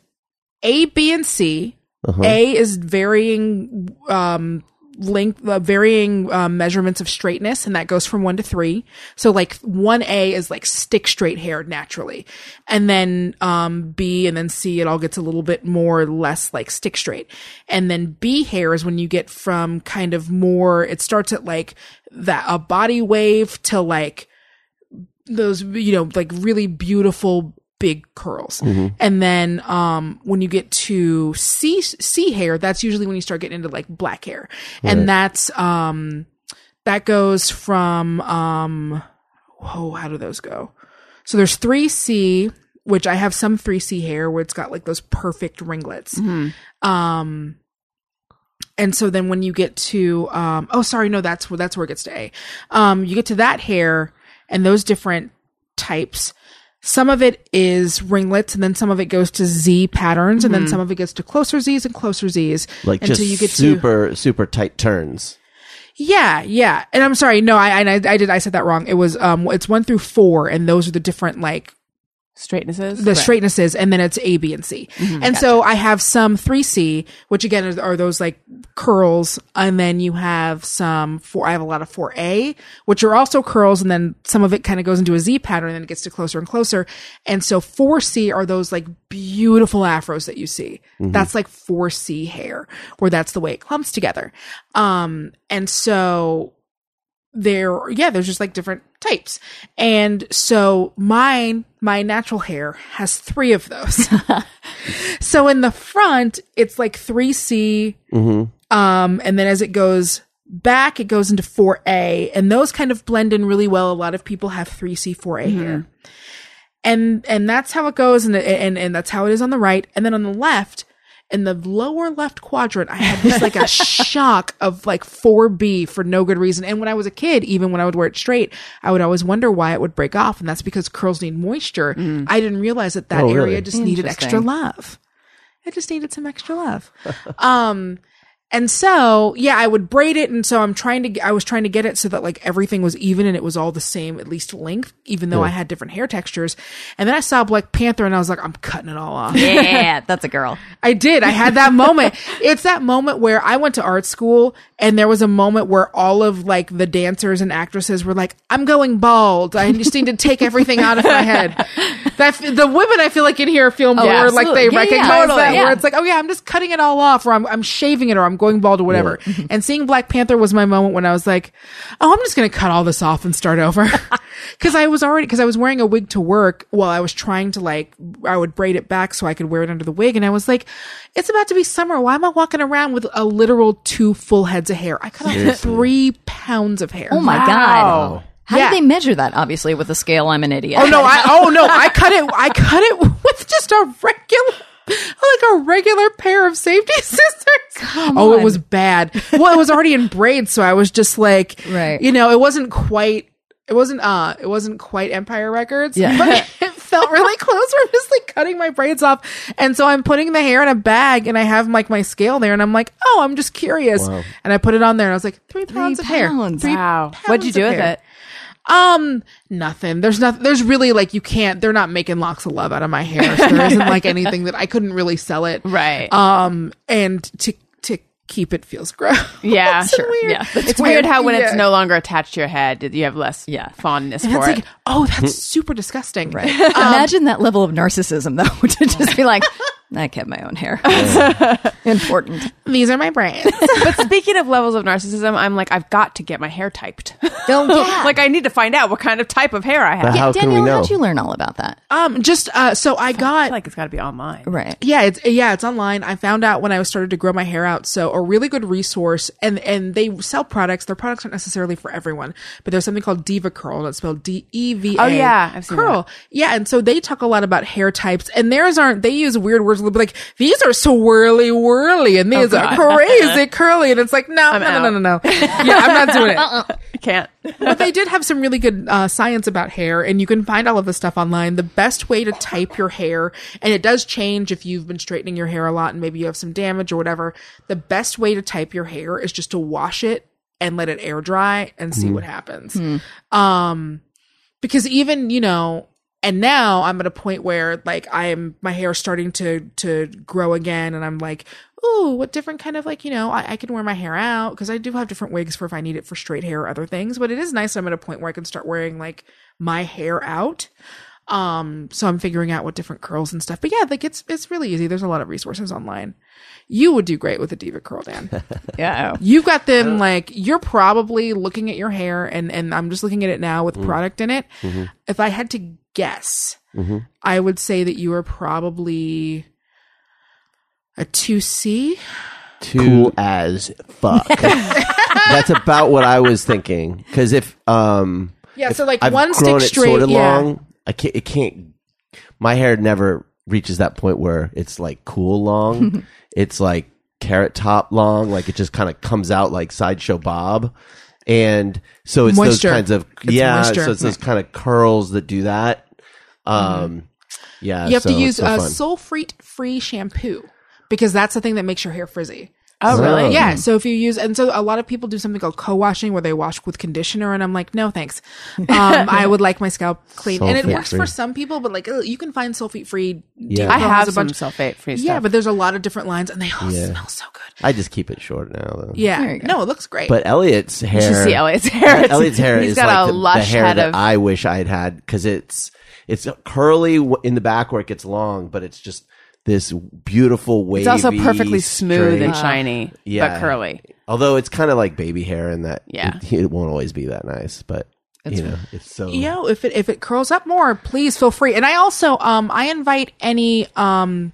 [SPEAKER 4] A, B, and C. A is varying um length, uh, varying um, measurements of straightness, and that goes from one to three. So like one A is like stick straight hair naturally, and then um B and then C it all gets a little bit more or less like stick straight, and then B hair is when you get from kind of more. It starts at like that a body wave to like those you know like really beautiful big curls. And then um when you get to C C hair, that's usually when you start getting into like black hair. And that's um that goes from um whoa, how do those go? So there's 3C, which I have some 3C hair where it's got like those perfect ringlets.
[SPEAKER 1] Mm-hmm.
[SPEAKER 4] Um and so then when you get to um oh sorry no that's where that's where it gets to a um you get to that hair and those different types some of it is ringlets and then some of it goes to z patterns and then some of it gets to closer z's and closer z's
[SPEAKER 1] Mm-hmm. Like
[SPEAKER 4] until
[SPEAKER 1] just
[SPEAKER 4] you get to
[SPEAKER 1] super super tight turns.
[SPEAKER 4] yeah yeah and i'm sorry no i and I, I did i said that wrong it was um it's one through four and those are the different like
[SPEAKER 2] Straightnesses.
[SPEAKER 4] the straightnesses and then it's a b and c and so i have some 3c which again is, are those like curls and then you have some 4 i have a lot of 4a which are also curls and then some of it kind of goes into a z pattern and then it gets to closer and closer and so 4c are those like beautiful afros that you see that's like 4c hair where that's the way it clumps together um and so there yeah there's just like different types and so mine my natural hair has three of those so in the front it's like 3c um and then as it goes back it goes into 4a and those kind of blend in really well a lot of people have 3c 4a hair and and that's how it goes and and and that's how it is on the right and then on the left in the lower left quadrant i had this like a shock of like 4b for no good reason and when i was a kid even when i would wear it straight i would always wonder why it would break off and that's because curls need moisture i didn't realize that that area just needed extra love i just needed some extra love um and so yeah i would braid it and so i'm trying to i was trying to get it so that like everything was even and it was all the same at least length even though i had different hair textures and then i saw black panther and i was like i'm cutting it all off
[SPEAKER 3] Yeah, that's a girl.
[SPEAKER 4] I did. I had that moment. It's that moment where I went to art school and there was a moment where all of like the dancers and actresses were like, I'm going bald. I just need to take everything out of my head. That f- the women I feel like in here feel more like
[SPEAKER 3] Oh, absolutely.
[SPEAKER 4] they
[SPEAKER 3] Yeah, yeah,
[SPEAKER 4] recognize
[SPEAKER 3] totally,
[SPEAKER 4] that
[SPEAKER 3] yeah.
[SPEAKER 4] where it's like, oh yeah, I'm just cutting it all off or I'm, I'm shaving it or I'm going bald or whatever. and seeing Black Panther was my moment when I was like, oh, I'm just going to cut all this off and start over. Cause I was already, cause I was wearing a wig to work while I was trying to like, I would braid it back so I could wear it under the wig. And I was like, it's about to be summer. Why am I walking around with a literal two full heads of hair? I cut off three pounds of hair.
[SPEAKER 3] Oh my god. How
[SPEAKER 4] Yeah.
[SPEAKER 3] do they measure that? Obviously, with a scale, I'm an idiot.
[SPEAKER 4] Oh no, I oh no, I cut it I cut it with just a regular like a regular pair of safety scissors. oh, it
[SPEAKER 3] on.
[SPEAKER 4] was bad. Well, it was already in braids, so I was just like
[SPEAKER 3] Right.
[SPEAKER 4] you know, it wasn't quite it wasn't uh it wasn't quite Empire Records,
[SPEAKER 3] Yeah.
[SPEAKER 4] but it felt really close. We're just like cutting my braids off. And so I'm putting the hair in a bag and I have like my scale there and I'm like, oh, I'm just curious. And I put it on there and I was like, three pounds of hair.
[SPEAKER 3] pounds.
[SPEAKER 4] Three
[SPEAKER 2] Wow. What'd you
[SPEAKER 4] pounds
[SPEAKER 2] do
[SPEAKER 4] of
[SPEAKER 2] with
[SPEAKER 4] hair.
[SPEAKER 2] it?
[SPEAKER 4] Um, nothing. There's nothing. There's really like you can't. They're not making locks of love out of my hair. So there isn't like anything that I couldn't really sell it.
[SPEAKER 2] Right.
[SPEAKER 4] Um, and to to keep it feels gross.
[SPEAKER 2] yeah.
[SPEAKER 4] It's
[SPEAKER 2] Sure.
[SPEAKER 4] weird.
[SPEAKER 3] Yeah. That's
[SPEAKER 2] It's weird, how when it's
[SPEAKER 4] Yeah.
[SPEAKER 2] no longer attached to your head, you have less
[SPEAKER 3] Yeah.
[SPEAKER 2] fondness
[SPEAKER 4] And
[SPEAKER 2] for
[SPEAKER 4] it's
[SPEAKER 2] it.
[SPEAKER 4] like, oh, that's super disgusting.
[SPEAKER 3] Right. Imagine that level of narcissism, though, to just be like, I kept my own hair. Important.
[SPEAKER 4] These are my brains.
[SPEAKER 2] but speaking of levels of narcissism, I'm like, I've got to get my hair typed.
[SPEAKER 3] Oh, yeah.
[SPEAKER 2] like, I need to find out what kind of type of hair I have.
[SPEAKER 1] But
[SPEAKER 2] I
[SPEAKER 1] how can we
[SPEAKER 3] Danielle,
[SPEAKER 1] know?
[SPEAKER 3] how'd you learn all about that?
[SPEAKER 4] um, just uh, so I got
[SPEAKER 2] feel like it's got to be online.
[SPEAKER 3] Right.
[SPEAKER 4] yeah it's yeah it's online i found out when i started to grow my hair out so a really good resource and and they sell products their products aren't necessarily for everyone but there's something called diva curl and it's spelled d-e-v-a
[SPEAKER 2] Oh, yeah, I've seen
[SPEAKER 4] curl yeah and so they talk a lot about hair types and theirs aren't they use weird words but like these are swirly whirly
[SPEAKER 2] Oh,
[SPEAKER 4] and these are crazy curly and it's like no no, no no no no yeah i'm not doing it
[SPEAKER 2] I can't.
[SPEAKER 4] but they did have some really good uh, science about hair, and you can find all of this stuff online. The best way to type your hair, and it does change if you've been straightening your hair a lot and maybe you have some damage or whatever. The best way to type your hair is just to wash it and let it air dry and see what happens. Um, because even you know and now i'm at a point where like i am my hair is starting to to grow again and i'm like ooh what different kind of like you know i, I can wear my hair out because i do have different wigs for if i need it for straight hair or other things but it is nice i'm at a point where i can start wearing like my hair out um so i'm figuring out what different curls and stuff but yeah like it's it's really easy there's a lot of resources online you would do great with a diva curl dan
[SPEAKER 3] Yeah.
[SPEAKER 4] You've got
[SPEAKER 1] Uh,
[SPEAKER 4] them like you're probably
[SPEAKER 1] Mm-hmm.
[SPEAKER 4] looking at your hair and and I'm just looking at it now with product in it. If I had to guess,
[SPEAKER 1] Mm-hmm.
[SPEAKER 4] I would say that you are probably a 2C.
[SPEAKER 1] cool as fuck. That's about what I was thinking. Because if um,
[SPEAKER 4] Yeah,
[SPEAKER 1] if
[SPEAKER 4] so, like,
[SPEAKER 1] I've
[SPEAKER 4] one stick
[SPEAKER 1] grown it
[SPEAKER 4] straight,
[SPEAKER 1] sorta
[SPEAKER 4] yeah.
[SPEAKER 1] long, I can't. It can't. My hair never reaches that point where it's like cool long. it's like carrot top long. Like it just kind of comes out like sideshow bob. And so it's
[SPEAKER 4] Moisture.
[SPEAKER 1] those kinds of
[SPEAKER 4] It's
[SPEAKER 1] yeah.
[SPEAKER 4] moisture.
[SPEAKER 1] So it's those kind of curls that do that. Um, yeah.
[SPEAKER 4] Mm-hmm. You have
[SPEAKER 1] so
[SPEAKER 4] to
[SPEAKER 1] it's
[SPEAKER 4] use
[SPEAKER 1] so
[SPEAKER 4] a
[SPEAKER 1] fun.
[SPEAKER 4] sulfate free shampoo because that's the thing that makes your hair frizzy.
[SPEAKER 2] Oh, really?
[SPEAKER 4] Yeah, so if you use, and so a lot of people do something called co-washing where they wash with conditioner, and I'm like, no, thanks. Um, I would like my scalp clean, and it works
[SPEAKER 1] Sulfate-free.
[SPEAKER 4] for some people, but like ugh, you can find sulfate-free.
[SPEAKER 1] Yeah.
[SPEAKER 2] I have
[SPEAKER 4] a
[SPEAKER 2] some
[SPEAKER 4] bunch.
[SPEAKER 2] sulfate free stuff.
[SPEAKER 4] yeah, but there's a lot of different lines, and they all
[SPEAKER 1] Yeah.
[SPEAKER 4] smell so good.
[SPEAKER 1] I just keep it short now though.
[SPEAKER 3] There
[SPEAKER 4] Yeah,
[SPEAKER 3] you go.
[SPEAKER 4] no, it looks great.
[SPEAKER 1] But Elliot's hair.
[SPEAKER 2] should see Elliot's hair. It's-
[SPEAKER 1] Elliot's hair
[SPEAKER 2] he's
[SPEAKER 1] is
[SPEAKER 2] got
[SPEAKER 1] like
[SPEAKER 2] a
[SPEAKER 1] the, the
[SPEAKER 2] lush
[SPEAKER 1] hair
[SPEAKER 2] head
[SPEAKER 1] that
[SPEAKER 2] of-
[SPEAKER 1] I wish I had had because it's it's curly w- in the back where it gets long, but it's just this beautiful wavy.
[SPEAKER 2] it's also perfectly smooth
[SPEAKER 1] straight-
[SPEAKER 2] and shiny,
[SPEAKER 1] yeah.
[SPEAKER 2] but curly.
[SPEAKER 1] Although it's kind of like baby hair in that.
[SPEAKER 2] Yeah.
[SPEAKER 1] it, it won't always be that nice, but you know, it's so.
[SPEAKER 4] you know, if it if it curls up more, please feel free. And I also um I invite any um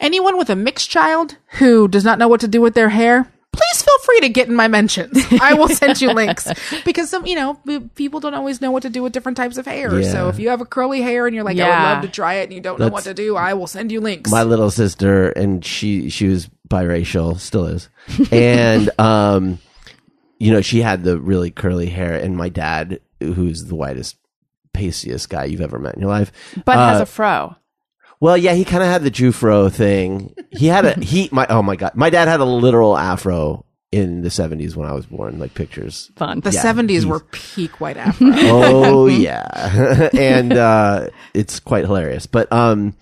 [SPEAKER 4] anyone with a mixed child who does not know what to do with their hair. Please feel free to get in my mentions. I will send you links because some, you know, p- people don't always know what to do with different types of hair.
[SPEAKER 1] Yeah.
[SPEAKER 4] So if you have a curly hair and you're like, I
[SPEAKER 2] Yeah.
[SPEAKER 4] would love to try it, and you don't know what to do, I will send you links.
[SPEAKER 1] my little sister and she she was biracial still is and um you know she had the really curly hair and my dad who's the whitest pastiest guy you've ever met in your life
[SPEAKER 2] But
[SPEAKER 1] uh,
[SPEAKER 2] has a fro.
[SPEAKER 1] well yeah he kind of had the jufro thing he had a he my oh my god my dad had a literal afro in the 70s when i was born like pictures
[SPEAKER 3] Fun.
[SPEAKER 4] the
[SPEAKER 1] yeah,
[SPEAKER 4] seventies
[SPEAKER 1] he's-
[SPEAKER 4] were peak white afro.
[SPEAKER 1] oh yeah and uh it's quite hilarious but um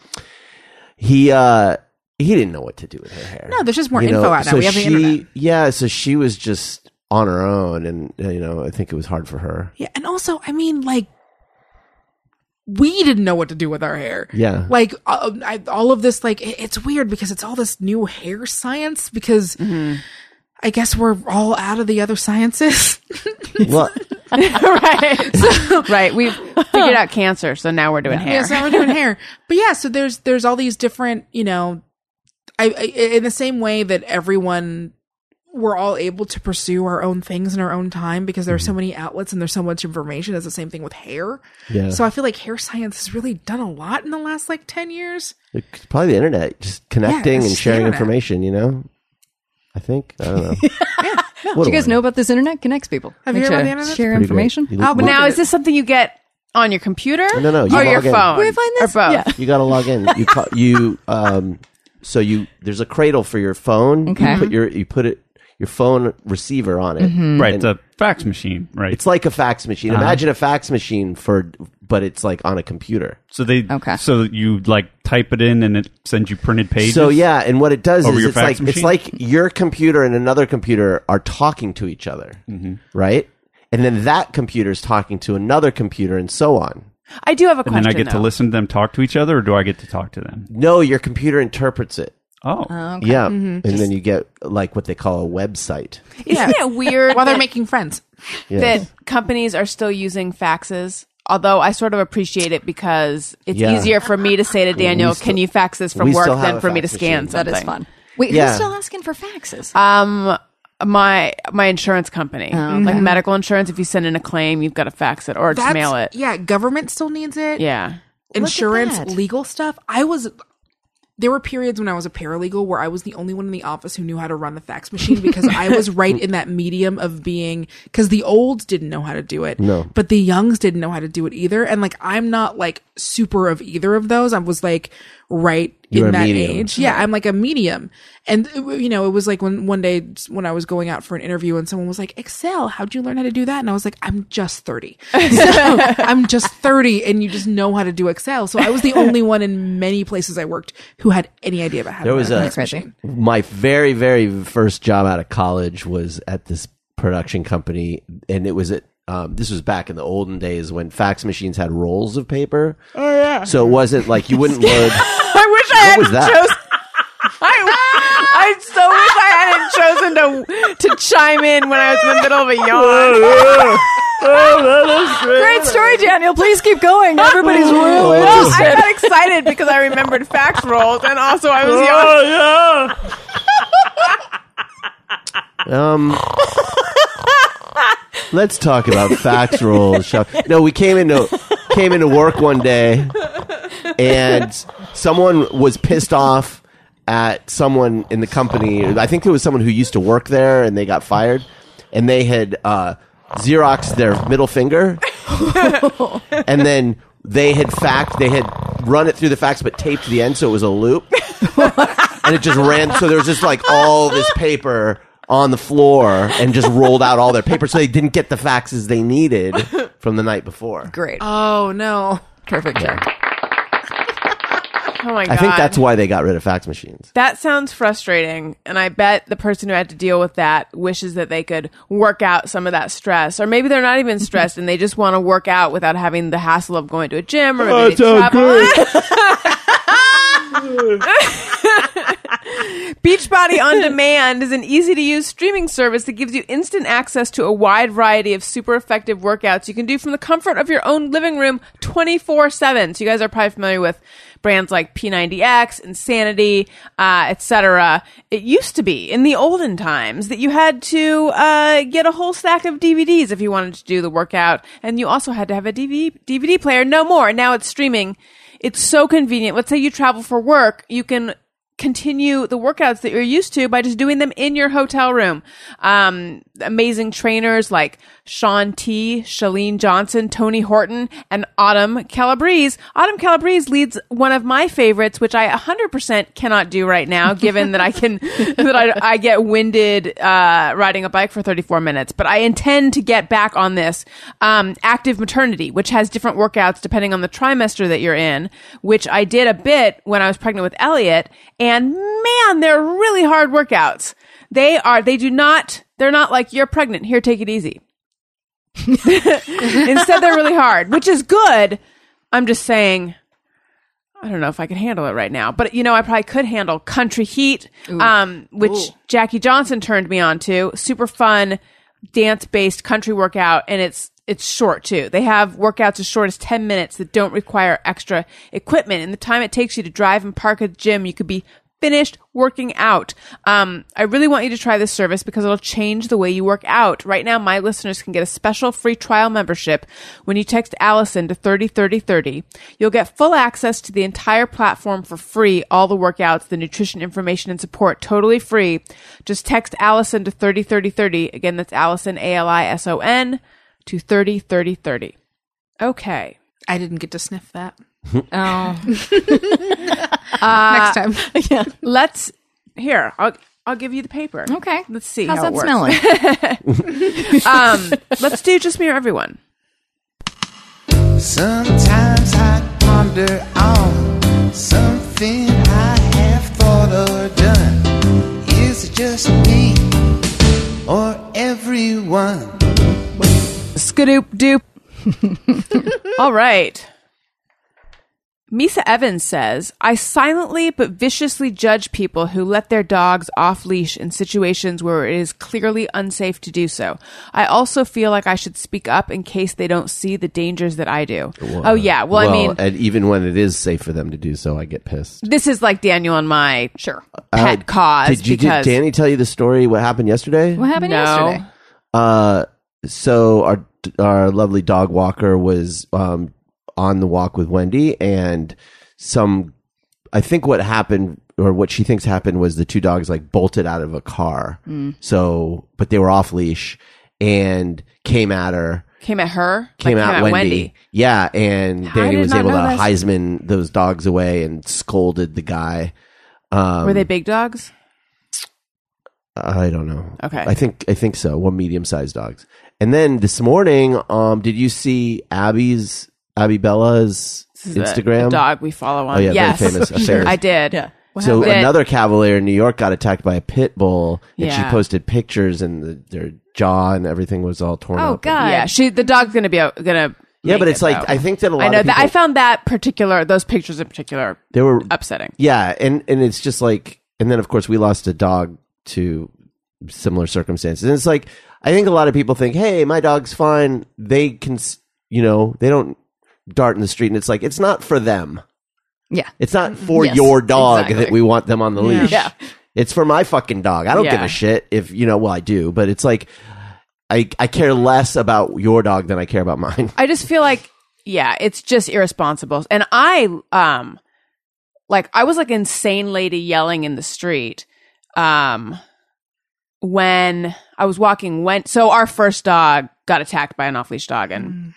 [SPEAKER 1] he uh he didn't know what to do with her hair
[SPEAKER 4] no, there's just more info out now.
[SPEAKER 1] so
[SPEAKER 4] we have the
[SPEAKER 1] she,
[SPEAKER 4] internet.
[SPEAKER 1] Yeah, so she was just on her own, and uh, you know, I think it was hard for her.
[SPEAKER 4] Yeah, and also, I mean, like, we didn't know what to do with our hair.
[SPEAKER 1] Yeah.
[SPEAKER 4] like uh, I, all of this, like, it- it's weird because it's all this new hair science. Because I guess we're all out of the other sciences.
[SPEAKER 1] well,
[SPEAKER 2] right. right. We've figured out cancer, so now we're doing hair.
[SPEAKER 4] Yeah, so we're doing hair. But yeah, so there's there's all these different, you know, I, I in the same way that everyone we're all able to pursue our own things in our own time because there are so many outlets and there's so much information. It's the same thing with hair.
[SPEAKER 1] Yeah.
[SPEAKER 4] So I feel like hair science has really done a lot in the last like ten years.
[SPEAKER 1] it's probably the internet, just
[SPEAKER 4] Yeah,
[SPEAKER 1] connecting
[SPEAKER 4] it's
[SPEAKER 1] and
[SPEAKER 4] just
[SPEAKER 1] sharing
[SPEAKER 4] the internet.
[SPEAKER 1] information. You know, I think I don't know. What
[SPEAKER 3] Do you
[SPEAKER 1] do I
[SPEAKER 3] guys know about this internet connects people?
[SPEAKER 4] Have you
[SPEAKER 3] Like
[SPEAKER 4] heard about
[SPEAKER 3] to
[SPEAKER 4] the internet?
[SPEAKER 3] Share
[SPEAKER 1] Pretty great.
[SPEAKER 3] information.
[SPEAKER 1] You,
[SPEAKER 2] Oh, but
[SPEAKER 1] you-
[SPEAKER 2] now is this something you get on your computer?
[SPEAKER 1] No, no, you
[SPEAKER 2] Or your
[SPEAKER 1] log in.
[SPEAKER 2] phone?
[SPEAKER 1] Where do I
[SPEAKER 3] find this?
[SPEAKER 2] Or both.
[SPEAKER 3] Yeah.
[SPEAKER 1] you got to log in. You call, you um, so you there's a cradle for your phone.
[SPEAKER 3] Okay.
[SPEAKER 1] you put your you put it your phone receiver on it.
[SPEAKER 6] Right, Uh-huh. it's a fax machine, right?
[SPEAKER 1] It's like a fax machine. Imagine a fax machine for, but it's like on a computer.
[SPEAKER 6] so they
[SPEAKER 3] Okay.
[SPEAKER 6] so you like type it in and it sends you printed pages.
[SPEAKER 1] So yeah, and what it does
[SPEAKER 6] Over
[SPEAKER 1] is
[SPEAKER 6] your
[SPEAKER 1] it's
[SPEAKER 6] fax
[SPEAKER 1] like it's
[SPEAKER 6] machine?
[SPEAKER 1] like your computer and another computer are talking to each other,
[SPEAKER 6] Mm-hmm.
[SPEAKER 1] right? And then that computer is talking to another computer, and so on.
[SPEAKER 2] I do have a
[SPEAKER 6] and
[SPEAKER 2] question.
[SPEAKER 6] then I get to
[SPEAKER 2] though.
[SPEAKER 6] listen to them talk to each other, or do I get to talk to them?
[SPEAKER 1] No, your computer interprets it.
[SPEAKER 6] Oh,
[SPEAKER 1] Yeah, and then you get like what they call a website.
[SPEAKER 2] Isn't it weird
[SPEAKER 4] While they're
[SPEAKER 2] that-
[SPEAKER 4] making friends.
[SPEAKER 1] Yes.
[SPEAKER 2] that companies are still using faxes. Although I sort of appreciate it because it's
[SPEAKER 1] Yeah.
[SPEAKER 2] easier for me to say to Daniel,
[SPEAKER 1] still-
[SPEAKER 2] "Can you fax this
[SPEAKER 1] we
[SPEAKER 2] from work?"
[SPEAKER 1] still have
[SPEAKER 2] than
[SPEAKER 1] a
[SPEAKER 2] for me to
[SPEAKER 1] fax
[SPEAKER 2] scan
[SPEAKER 1] machine.
[SPEAKER 2] something.
[SPEAKER 3] That is fun. Wait,
[SPEAKER 1] Yeah.
[SPEAKER 3] who's still asking for faxes?
[SPEAKER 2] Um, my my insurance company, like medical insurance. If you send in a claim, you've got to fax it or just
[SPEAKER 4] That's-
[SPEAKER 2] mail it.
[SPEAKER 4] Yeah, government still needs it.
[SPEAKER 2] Yeah,
[SPEAKER 4] insurance,
[SPEAKER 3] that.
[SPEAKER 4] legal stuff. I was there were periods when I was a paralegal where I was the only one in the office who knew how to run the fax machine because I was right in that medium of being because the olds didn't know how to do it. No. But the youngs didn't know how to do it either. And like I'm not like super of either of those. I was like right
[SPEAKER 1] You're a
[SPEAKER 4] in that
[SPEAKER 1] medium.
[SPEAKER 4] age. Yeah, I'm like a medium. And it w- you know, it was like when one day when I was going out for an interview and someone was like, "Excel, how'd you learn how to do that?" And I was like, "I'm just 30. So, I'm just 30 and you just know how to do Excel." So I was the only one in many places I worked who had any idea about how
[SPEAKER 1] There
[SPEAKER 4] to
[SPEAKER 1] was
[SPEAKER 4] run
[SPEAKER 1] a-
[SPEAKER 4] fax machine.
[SPEAKER 1] my very very first job out of college was at this production company and it was at um, this was back in the olden days when fax machines had rolls of paper oh yeah so it wasn't like you wouldn't load i wish i what was that
[SPEAKER 2] I so wish I hadn't chosen to to chime in when I was in the middle of a yawn. Great story, Daniel. Please keep going. Everybody's real I got excited because I remembered fax rolls, and also I was young.
[SPEAKER 1] Um, let's talk about fax rolls. shall- No, we came into came into work one day, and someone was pissed off at someone in the company. I think it was someone who used to work there, and they got fired, and they had uh, xeroxed their middle finger, and then they had fact they had run it through the fax, but taped the end so it was a loop and it just ran. So there was just like all this paper on the floor and just rolled out all their paper. So they didn't get the faxes they needed from the night before.
[SPEAKER 3] Great.
[SPEAKER 4] Oh no.
[SPEAKER 3] Perfect joke.
[SPEAKER 2] Oh my god!
[SPEAKER 1] I think that's why they got rid of fax machines.
[SPEAKER 2] That sounds frustrating, and I bet the person who had to deal with that wishes that they could work out some of that stress, or maybe they're not even stressed and they just want to work out without having the hassle of going to a gym or maybe they travel. Beachbody on Demand is an easy to use streaming service that gives you instant access to a wide variety of super effective workouts you can do from the comfort of your own living room 24 7. So, you guys are probably familiar with brands like P90X, Insanity, uh, etc. It used to be in the olden times that you had to uh, get a whole stack of DVDs if you wanted to do the workout, and you also had to have a DV- DVD player. No more. Now it's streaming. It's so convenient. Let's say you travel for work, you can continue the workouts that you're used to by just doing them in your hotel room. Um, amazing trainers like Sean T, Shalene Johnson, Tony Horton, and Autumn Calabrese. Autumn Calabrese leads one of my favorites, which I 100% cannot do right now, given that I can, that I, I get winded, uh, riding a bike for 34 minutes, but I intend to get back on this. Um, active maternity, which has different workouts depending on the trimester that you're in, which I did a bit when I was pregnant with Elliot. And man, they're really hard workouts. They are, they do not, they're not like, you're pregnant, here, take it easy. Instead, they're really hard, which is good. I'm just saying, I don't know if I could handle it right now, but you know, I probably could handle Country Heat, um, which Jackie Johnson turned me on to. Super fun dance based country workout, and it's it's short too. They have workouts as short as ten minutes that don't require extra equipment, and the time it takes you to drive and park at the gym, you could be finished working out. Um, I really want you to try this service because it'll change the way you work out. Right now, my listeners can get a special free trial membership when you text Allison to 303030. You'll get full access to the entire platform for free, all the workouts, the nutrition information and support totally free. Just text Allison to 303030. Again, that's Allison, A-L-I-S-O-N to 303030. Okay.
[SPEAKER 4] I didn't get to sniff that.
[SPEAKER 3] Oh, Uh,
[SPEAKER 4] Next time.
[SPEAKER 2] Let's, here, I'll, I'll give you the paper.
[SPEAKER 3] okay.
[SPEAKER 2] Let's see
[SPEAKER 3] How's
[SPEAKER 2] how it
[SPEAKER 3] that
[SPEAKER 2] works.
[SPEAKER 3] smelling?
[SPEAKER 2] um, let's do just me or everyone.
[SPEAKER 8] Sometimes I ponder on something I have thought or done. Is it just me or everyone?
[SPEAKER 2] Skadoop doop. All right. Misa Evans says, I silently but viciously judge people who let their dogs off leash in situations where it is clearly unsafe to do so. I also feel like I should speak up in case they don't see the dangers that I do. oh, yeah. Well, I mean,
[SPEAKER 1] and even when it is safe for them to do so, I get pissed.
[SPEAKER 2] this is like Daniel and my
[SPEAKER 3] sure.
[SPEAKER 2] pet
[SPEAKER 1] Uh,
[SPEAKER 2] cause.
[SPEAKER 1] Did, you, did
[SPEAKER 2] because
[SPEAKER 1] Danny tell you the story? What happened yesterday?
[SPEAKER 3] What happened
[SPEAKER 2] No.
[SPEAKER 3] yesterday?
[SPEAKER 1] Uh, so our our lovely dog walker was um, on the walk with Wendy, and some I think what happened or what she thinks happened was the two dogs like bolted out of a car.
[SPEAKER 2] Mm.
[SPEAKER 1] So, but they were off leash and came at her.
[SPEAKER 2] Came at her? Like,
[SPEAKER 1] Came at Wendy. yeah, and Danny
[SPEAKER 2] did
[SPEAKER 1] was
[SPEAKER 2] not
[SPEAKER 1] able to
[SPEAKER 2] know this.
[SPEAKER 1] Heisman those dogs away and scolded the guy. Um,
[SPEAKER 2] Were they big dogs?
[SPEAKER 1] I don't know.
[SPEAKER 2] Okay.
[SPEAKER 1] I think I think so. One medium sized dogs. And then this morning, um, did you see Abby's Abby Bella's
[SPEAKER 2] This is a-
[SPEAKER 1] Instagram?
[SPEAKER 2] a dog we follow on.
[SPEAKER 1] Oh, yeah, very
[SPEAKER 2] yes,
[SPEAKER 1] famous, a famous-
[SPEAKER 2] I did.
[SPEAKER 3] Yeah.
[SPEAKER 1] so
[SPEAKER 2] happened?
[SPEAKER 1] another cavalier in New York got attacked by a pit bull, and
[SPEAKER 2] Yeah.
[SPEAKER 1] she posted pictures, and the, their jaw and everything was all torn
[SPEAKER 3] Oh
[SPEAKER 1] up. And-
[SPEAKER 3] God.
[SPEAKER 2] Yeah, she the dog's gonna be a- gonna.
[SPEAKER 1] Yeah, but
[SPEAKER 2] make
[SPEAKER 1] it's
[SPEAKER 2] it,
[SPEAKER 1] like
[SPEAKER 2] though.
[SPEAKER 1] I think that a lot
[SPEAKER 2] I know
[SPEAKER 1] of
[SPEAKER 2] uh, that
[SPEAKER 1] people
[SPEAKER 2] I found that particular those pictures in particular
[SPEAKER 1] they were
[SPEAKER 2] upsetting.
[SPEAKER 1] yeah, and and it's just like and then of course we lost a dog to similar circumstances. And it's like I think a lot of people think, "Hey, my dog's fine. They can, s- you know, they don't dart in the street." And it's like it's not for them.
[SPEAKER 3] Yeah. Mm-hmm.
[SPEAKER 1] It's not for
[SPEAKER 3] Yes,
[SPEAKER 1] your dog
[SPEAKER 3] exactly.
[SPEAKER 1] that we want them on the leash.
[SPEAKER 3] Yeah.
[SPEAKER 1] It's for my fucking dog. I don't give
[SPEAKER 3] Yeah.
[SPEAKER 1] a shit if you know. Well, I do, but it's like I I care less about your dog than I care about mine.
[SPEAKER 2] I just feel like yeah, it's just irresponsible. And I um like I was like an insane lady yelling in the street um when I was walking when so our first dog got attacked by an off-leash dog and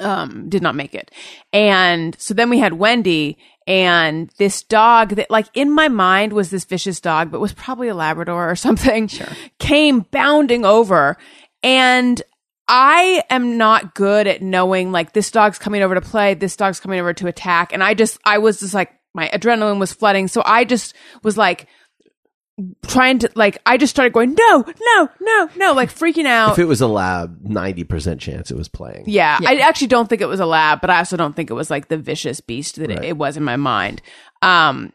[SPEAKER 2] um did not make it. And so then we had Wendy and this dog that like in my mind was this vicious dog but was probably a labrador or something sure. came bounding over and I am not good at knowing like this dog's coming over to play, this dog's coming over to attack. And I just, I was just like, my adrenaline was flooding. So I just was like, trying to like i just started going no no no no like freaking out
[SPEAKER 3] Oh.
[SPEAKER 1] If it was a lab, ninety percent chance it was playing.
[SPEAKER 2] yeah, I actually don't think it was a lab, but I also don't think it was like the vicious beast that it, it was in my mind. Um,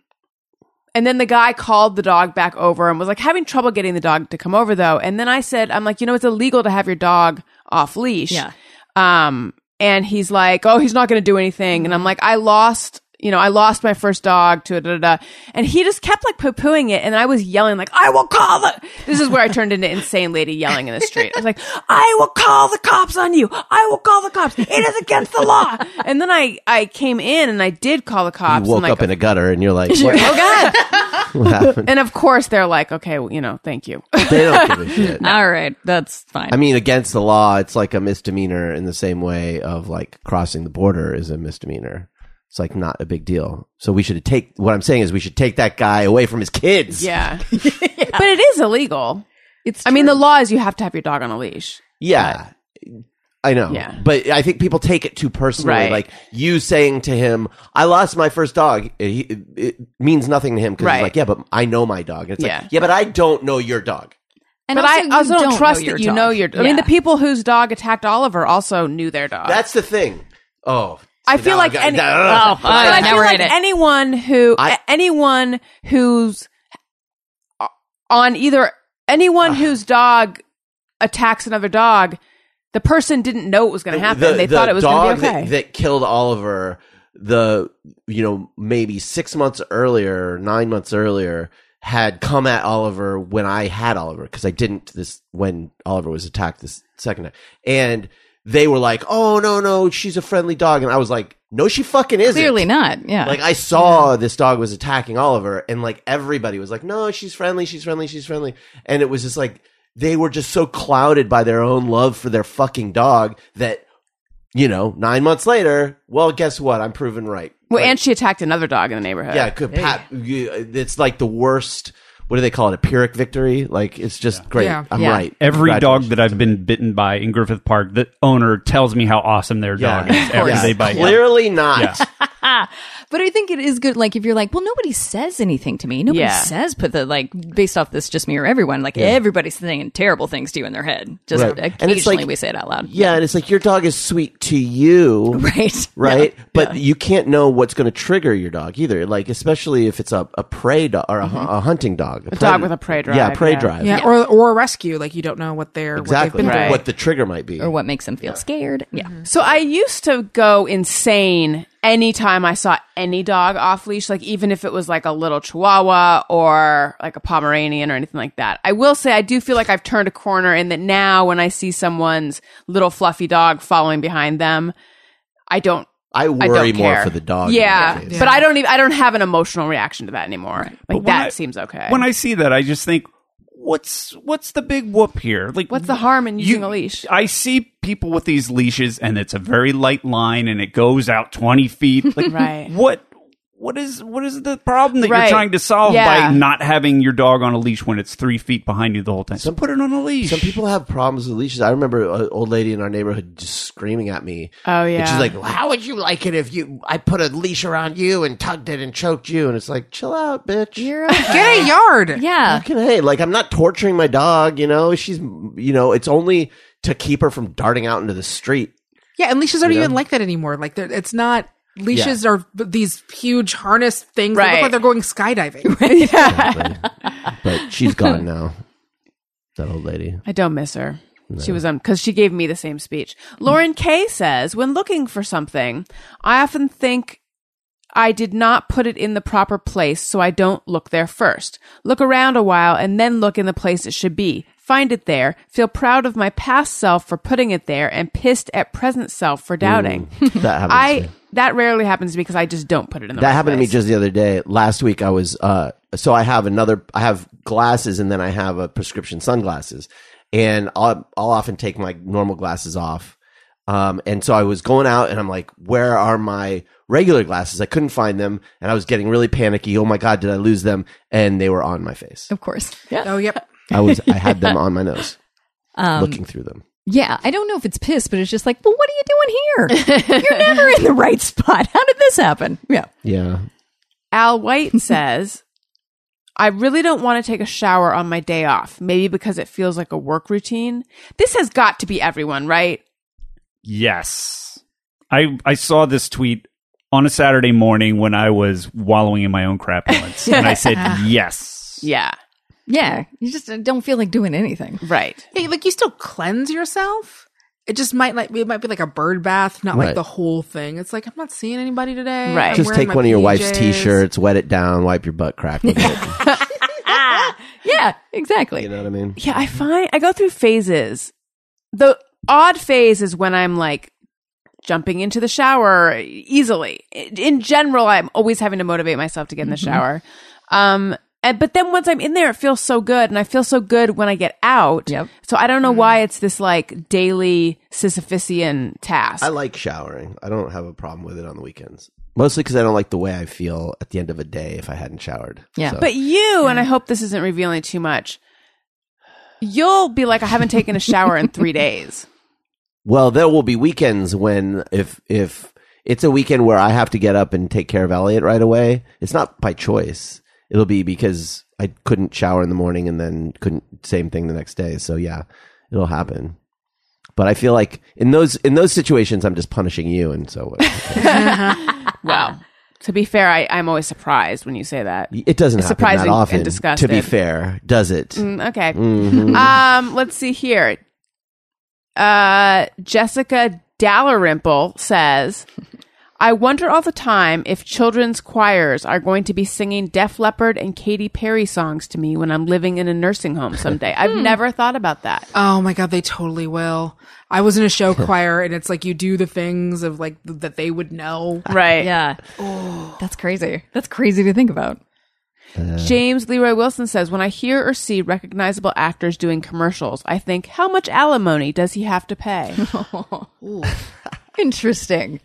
[SPEAKER 2] and then the guy called the dog back over and was like having trouble getting the dog to come over though. And then I said, I'm like, you know, it's illegal to have your dog off leash.
[SPEAKER 3] Yeah.
[SPEAKER 2] Um, and he's like, oh, he's not going to do anything. And I'm like, I lost. You know, I lost my first dog to a da da da. And he just kept like poo pooing it. And I was yelling, like, I will call the. This is where I turned into insane lady yelling in the street. I was like, I will call the cops on you. I will call the cops. It is against the law. And then I, I came in and I did call the cops.
[SPEAKER 1] You woke
[SPEAKER 2] and, like,
[SPEAKER 1] up in a gutter and you're like, what,
[SPEAKER 2] Oh, God.
[SPEAKER 1] what happened?
[SPEAKER 2] And of course, they're like, okay, well, you know, thank you.
[SPEAKER 1] They don't give a shit.
[SPEAKER 3] All right, that's fine.
[SPEAKER 1] I mean, against the law, it's like a misdemeanor in the same way of like crossing the border is a misdemeanor. It's like not a big deal. So we should take what I'm saying is we should take that guy away from his kids.
[SPEAKER 2] yeah. But it is illegal.
[SPEAKER 3] it's.
[SPEAKER 2] I mean, the law is you have to have your dog on a leash.
[SPEAKER 1] Yeah. I know.
[SPEAKER 2] Yeah.
[SPEAKER 1] But I think people take it too personally.
[SPEAKER 2] Right.
[SPEAKER 1] Like you saying to him, I lost my first dog. It, he- it, it means nothing to him because
[SPEAKER 2] Right.
[SPEAKER 1] he's like, yeah, but I know my dog. And it's
[SPEAKER 2] Yeah.
[SPEAKER 1] like, yeah, but I don't know your dog.
[SPEAKER 3] and
[SPEAKER 2] But
[SPEAKER 3] you
[SPEAKER 2] I also don't,
[SPEAKER 3] know
[SPEAKER 2] trust
[SPEAKER 3] your
[SPEAKER 2] that you
[SPEAKER 3] dog.
[SPEAKER 2] know your. I mean,
[SPEAKER 3] Yeah.
[SPEAKER 2] the people whose dog attacked Oliver also knew their dog.
[SPEAKER 1] That's the thing. Oh.
[SPEAKER 2] I
[SPEAKER 1] see,
[SPEAKER 2] feel
[SPEAKER 1] now
[SPEAKER 2] like
[SPEAKER 1] got-
[SPEAKER 2] any-
[SPEAKER 1] Ugh.
[SPEAKER 3] Oh, all
[SPEAKER 2] But
[SPEAKER 3] right,
[SPEAKER 2] I
[SPEAKER 3] now
[SPEAKER 2] feel
[SPEAKER 3] we're
[SPEAKER 2] like
[SPEAKER 3] in it.
[SPEAKER 2] anyone who
[SPEAKER 1] I-
[SPEAKER 2] anyone who's on either anyone whose dog attacks another dog, the person didn't know it was going to happen. they thought it was going
[SPEAKER 1] dog
[SPEAKER 2] to be okay.
[SPEAKER 1] That, that killed Oliver. The you know maybe six months earlier, nine months earlier, had come at Oliver when I had Oliver because I didn't this when Oliver was attacked this second time, and they were like, "Oh no, no, she's a friendly dog," and I was like, "No, she fucking isn't."
[SPEAKER 3] Clearly not. Yeah.
[SPEAKER 1] Like I saw this dog was attacking Oliver, and like everybody was like, "No, she's friendly, she's friendly, she's friendly," and it was just like they were just so clouded by their own love for their fucking dog that you know nine months later, well, guess what? I'm proven right.
[SPEAKER 2] well, and she attacked another dog in the neighborhood.
[SPEAKER 1] Yeah, it could pat, you- it's like the worst. What do they call it? A pyrrhic victory? Like it's just great.
[SPEAKER 4] Yeah.
[SPEAKER 1] I'm
[SPEAKER 3] Yeah.
[SPEAKER 1] right.
[SPEAKER 6] Every dog
[SPEAKER 1] Congratulations.
[SPEAKER 6] that I've been bitten by in Griffith Park, the owner tells me how awesome their dog is after
[SPEAKER 1] Yeah.
[SPEAKER 6] they bite. you.
[SPEAKER 1] Clearly not.
[SPEAKER 6] Yeah.
[SPEAKER 3] But I think it is good. Like if you're like, well, nobody says anything to me. Nobody
[SPEAKER 2] Yeah.
[SPEAKER 3] says, but the like based off this, just me or everyone. Like everybody's saying terrible things to you in their head. Just
[SPEAKER 1] Right. And it's
[SPEAKER 3] occasionally
[SPEAKER 1] like-
[SPEAKER 3] we say it out loud.
[SPEAKER 1] Yeah, and it's like your dog is sweet to you.
[SPEAKER 3] Right.
[SPEAKER 1] right? But you can't know what's going to trigger your dog either. Like especially if it's a, a prey dog or a, hu- a hunting dog, a, predator-
[SPEAKER 2] with Mm-hmm. a prey drive,
[SPEAKER 1] Yeah, a prey
[SPEAKER 2] yeah.
[SPEAKER 1] drive.
[SPEAKER 4] Yeah, or or a rescue. Like you don't know what they're
[SPEAKER 1] exactly.
[SPEAKER 4] What they've been
[SPEAKER 2] Right.
[SPEAKER 1] What the trigger might be.
[SPEAKER 3] Or what makes them feel scared. Yeah. Mm-hmm.
[SPEAKER 2] So I used to go insane anytime I saw any dog off leash, like even if it was like a little chihuahua or like a Pomeranian or anything like that. I will say I do feel like I've turned a corner in that now when I see someone's little fluffy dog following behind them, I don't
[SPEAKER 1] I
[SPEAKER 2] I
[SPEAKER 1] worry
[SPEAKER 2] don't
[SPEAKER 1] more
[SPEAKER 2] care.
[SPEAKER 1] for the dog. in
[SPEAKER 2] Yeah,
[SPEAKER 1] that case.
[SPEAKER 2] but I don't even I don't have an emotional reaction to that anymore. Like
[SPEAKER 6] when
[SPEAKER 2] that
[SPEAKER 6] I-
[SPEAKER 2] seems okay.
[SPEAKER 6] When I see that, I just think, what's what's the big whoop here? Like,
[SPEAKER 2] What's the harm in using a leash?
[SPEAKER 6] I see people with these leashes, and it's a very light line, and it goes out twenty feet. Like,
[SPEAKER 2] Right.
[SPEAKER 6] What? What is what is the problem that
[SPEAKER 2] Right.
[SPEAKER 6] you're trying to solve
[SPEAKER 2] Yeah.
[SPEAKER 6] by not having your dog on a leash when it's three feet behind you the whole time? So put it on a leash.
[SPEAKER 1] Some people have problems with leashes. I remember an old lady in our neighborhood just screaming at me.
[SPEAKER 2] Oh, yeah.
[SPEAKER 1] And she's like, "How would you like it if you I put a leash around you and tugged it and choked you?" And it's like, "Chill out, bitch."
[SPEAKER 3] You're
[SPEAKER 4] Get a yard.
[SPEAKER 3] yeah.
[SPEAKER 1] Fucking hey, like I'm not torturing my dog. You know, she's you know, it's only to keep her from darting out into the street.
[SPEAKER 4] Yeah, and leashes aren't
[SPEAKER 1] You know?
[SPEAKER 4] even like that anymore. Like they're, it's not leashes are b- these huge harness things. They
[SPEAKER 2] Right.
[SPEAKER 4] look like they're going skydiving.
[SPEAKER 1] but she's gone now. that old lady.
[SPEAKER 2] I don't miss her. She was on because she gave me the same speech. Lauren Kay says, when looking for something, I often think I did not put it in the proper place, so I don't look there first. Look around a while and then look in the place it should be. Find it there, feel proud of my past self for putting it there, and pissed at present self for doubting.
[SPEAKER 1] That happens. to me.
[SPEAKER 2] I that rarely happens to me because I just don't put it in the
[SPEAKER 1] that
[SPEAKER 2] right
[SPEAKER 1] happened
[SPEAKER 2] place.
[SPEAKER 1] to me just the other day last week i was uh so i have another i have glasses and then i have a prescription sunglasses and i'll i'll often take my normal glasses off um and so i was going out and i'm like where are my regular glasses i couldn't find them and i was getting really panicky oh my god did i lose them and they were on my face
[SPEAKER 3] of course.
[SPEAKER 4] Oh, yep.
[SPEAKER 1] i was i had them on my nose
[SPEAKER 3] Um,
[SPEAKER 1] looking through them
[SPEAKER 3] Yeah, I don't know if it's piss, but it's just like, well, what are you doing here? You're never in the right spot. How did this happen? Yeah.
[SPEAKER 1] yeah
[SPEAKER 2] Al White says, I really don't want to take a shower on my day off, maybe because it feels like a work routine. This has got to be everyone, right?
[SPEAKER 6] Yes. I I saw this tweet on a Saturday morning when I was wallowing in my own crap once. and I said yes.
[SPEAKER 2] Yeah,
[SPEAKER 3] Yeah. You just uh, don't feel like doing anything.
[SPEAKER 2] right.
[SPEAKER 4] Hey, like you still cleanse yourself. It just might like it might be like a bird bath, not
[SPEAKER 1] Right.
[SPEAKER 4] like the whole thing. It's like I'm not seeing anybody today.
[SPEAKER 2] Right.
[SPEAKER 4] I'm
[SPEAKER 1] just
[SPEAKER 4] wearing
[SPEAKER 1] take
[SPEAKER 4] my
[SPEAKER 1] one of your wife's
[SPEAKER 4] PJs.
[SPEAKER 1] t-shirts wet it down wipe your butt crack with it
[SPEAKER 3] Yeah, exactly.
[SPEAKER 1] you know what i mean
[SPEAKER 2] Yeah, I find I go through phases. The odd phase is when I'm like jumping into the shower easily. In general, I'm always having to motivate myself to get in
[SPEAKER 3] Mm-hmm.
[SPEAKER 2] the shower. Um, and, but then once I'm in there, it feels so good, and I feel so good when I get out.
[SPEAKER 3] Yep.
[SPEAKER 2] So I don't know why it's this like daily Sisyphusian task.
[SPEAKER 1] I like showering. I don't have a problem with it on the weekends. Mostly because I don't like the way I feel at the end of a day if I hadn't showered.
[SPEAKER 3] Yeah.
[SPEAKER 2] But you, and I hope this isn't revealing too much, you'll be like, I haven't taken a shower in three days.
[SPEAKER 1] Well, there will be weekends when if if it's a weekend where I have to get up and take care of Elliot right away. It's not by choice. It'll be because I couldn't shower in the morning and then couldn't same thing the next day. So yeah, it'll happen. But I feel like in those in those situations, I'm just punishing you, and so
[SPEAKER 2] Wow. To be fair, I, I'm always surprised when you say that.
[SPEAKER 1] it doesn't
[SPEAKER 2] It's
[SPEAKER 1] happen that
[SPEAKER 2] surprising and
[SPEAKER 1] often. to be
[SPEAKER 2] disgusting.
[SPEAKER 1] fair, does it?
[SPEAKER 2] Mm, Okay. Um, let's see here. Uh, Jessica Dalrymple says, I wonder all the time if children's choirs are going to be singing Def Leppard and Katy Perry songs to me when I'm living in a nursing home someday. I've never thought about that.
[SPEAKER 4] Oh my god, they totally will. I was in a show choir, and it's like you do the things of like th- that they would know.
[SPEAKER 2] Right.
[SPEAKER 3] Yeah.
[SPEAKER 2] Oh.
[SPEAKER 3] That's crazy. That's crazy to think about.
[SPEAKER 2] James Leroy Wilson says, When I hear or see recognizable actors doing commercials, I think, how much alimony does he have to pay?
[SPEAKER 3] Interesting.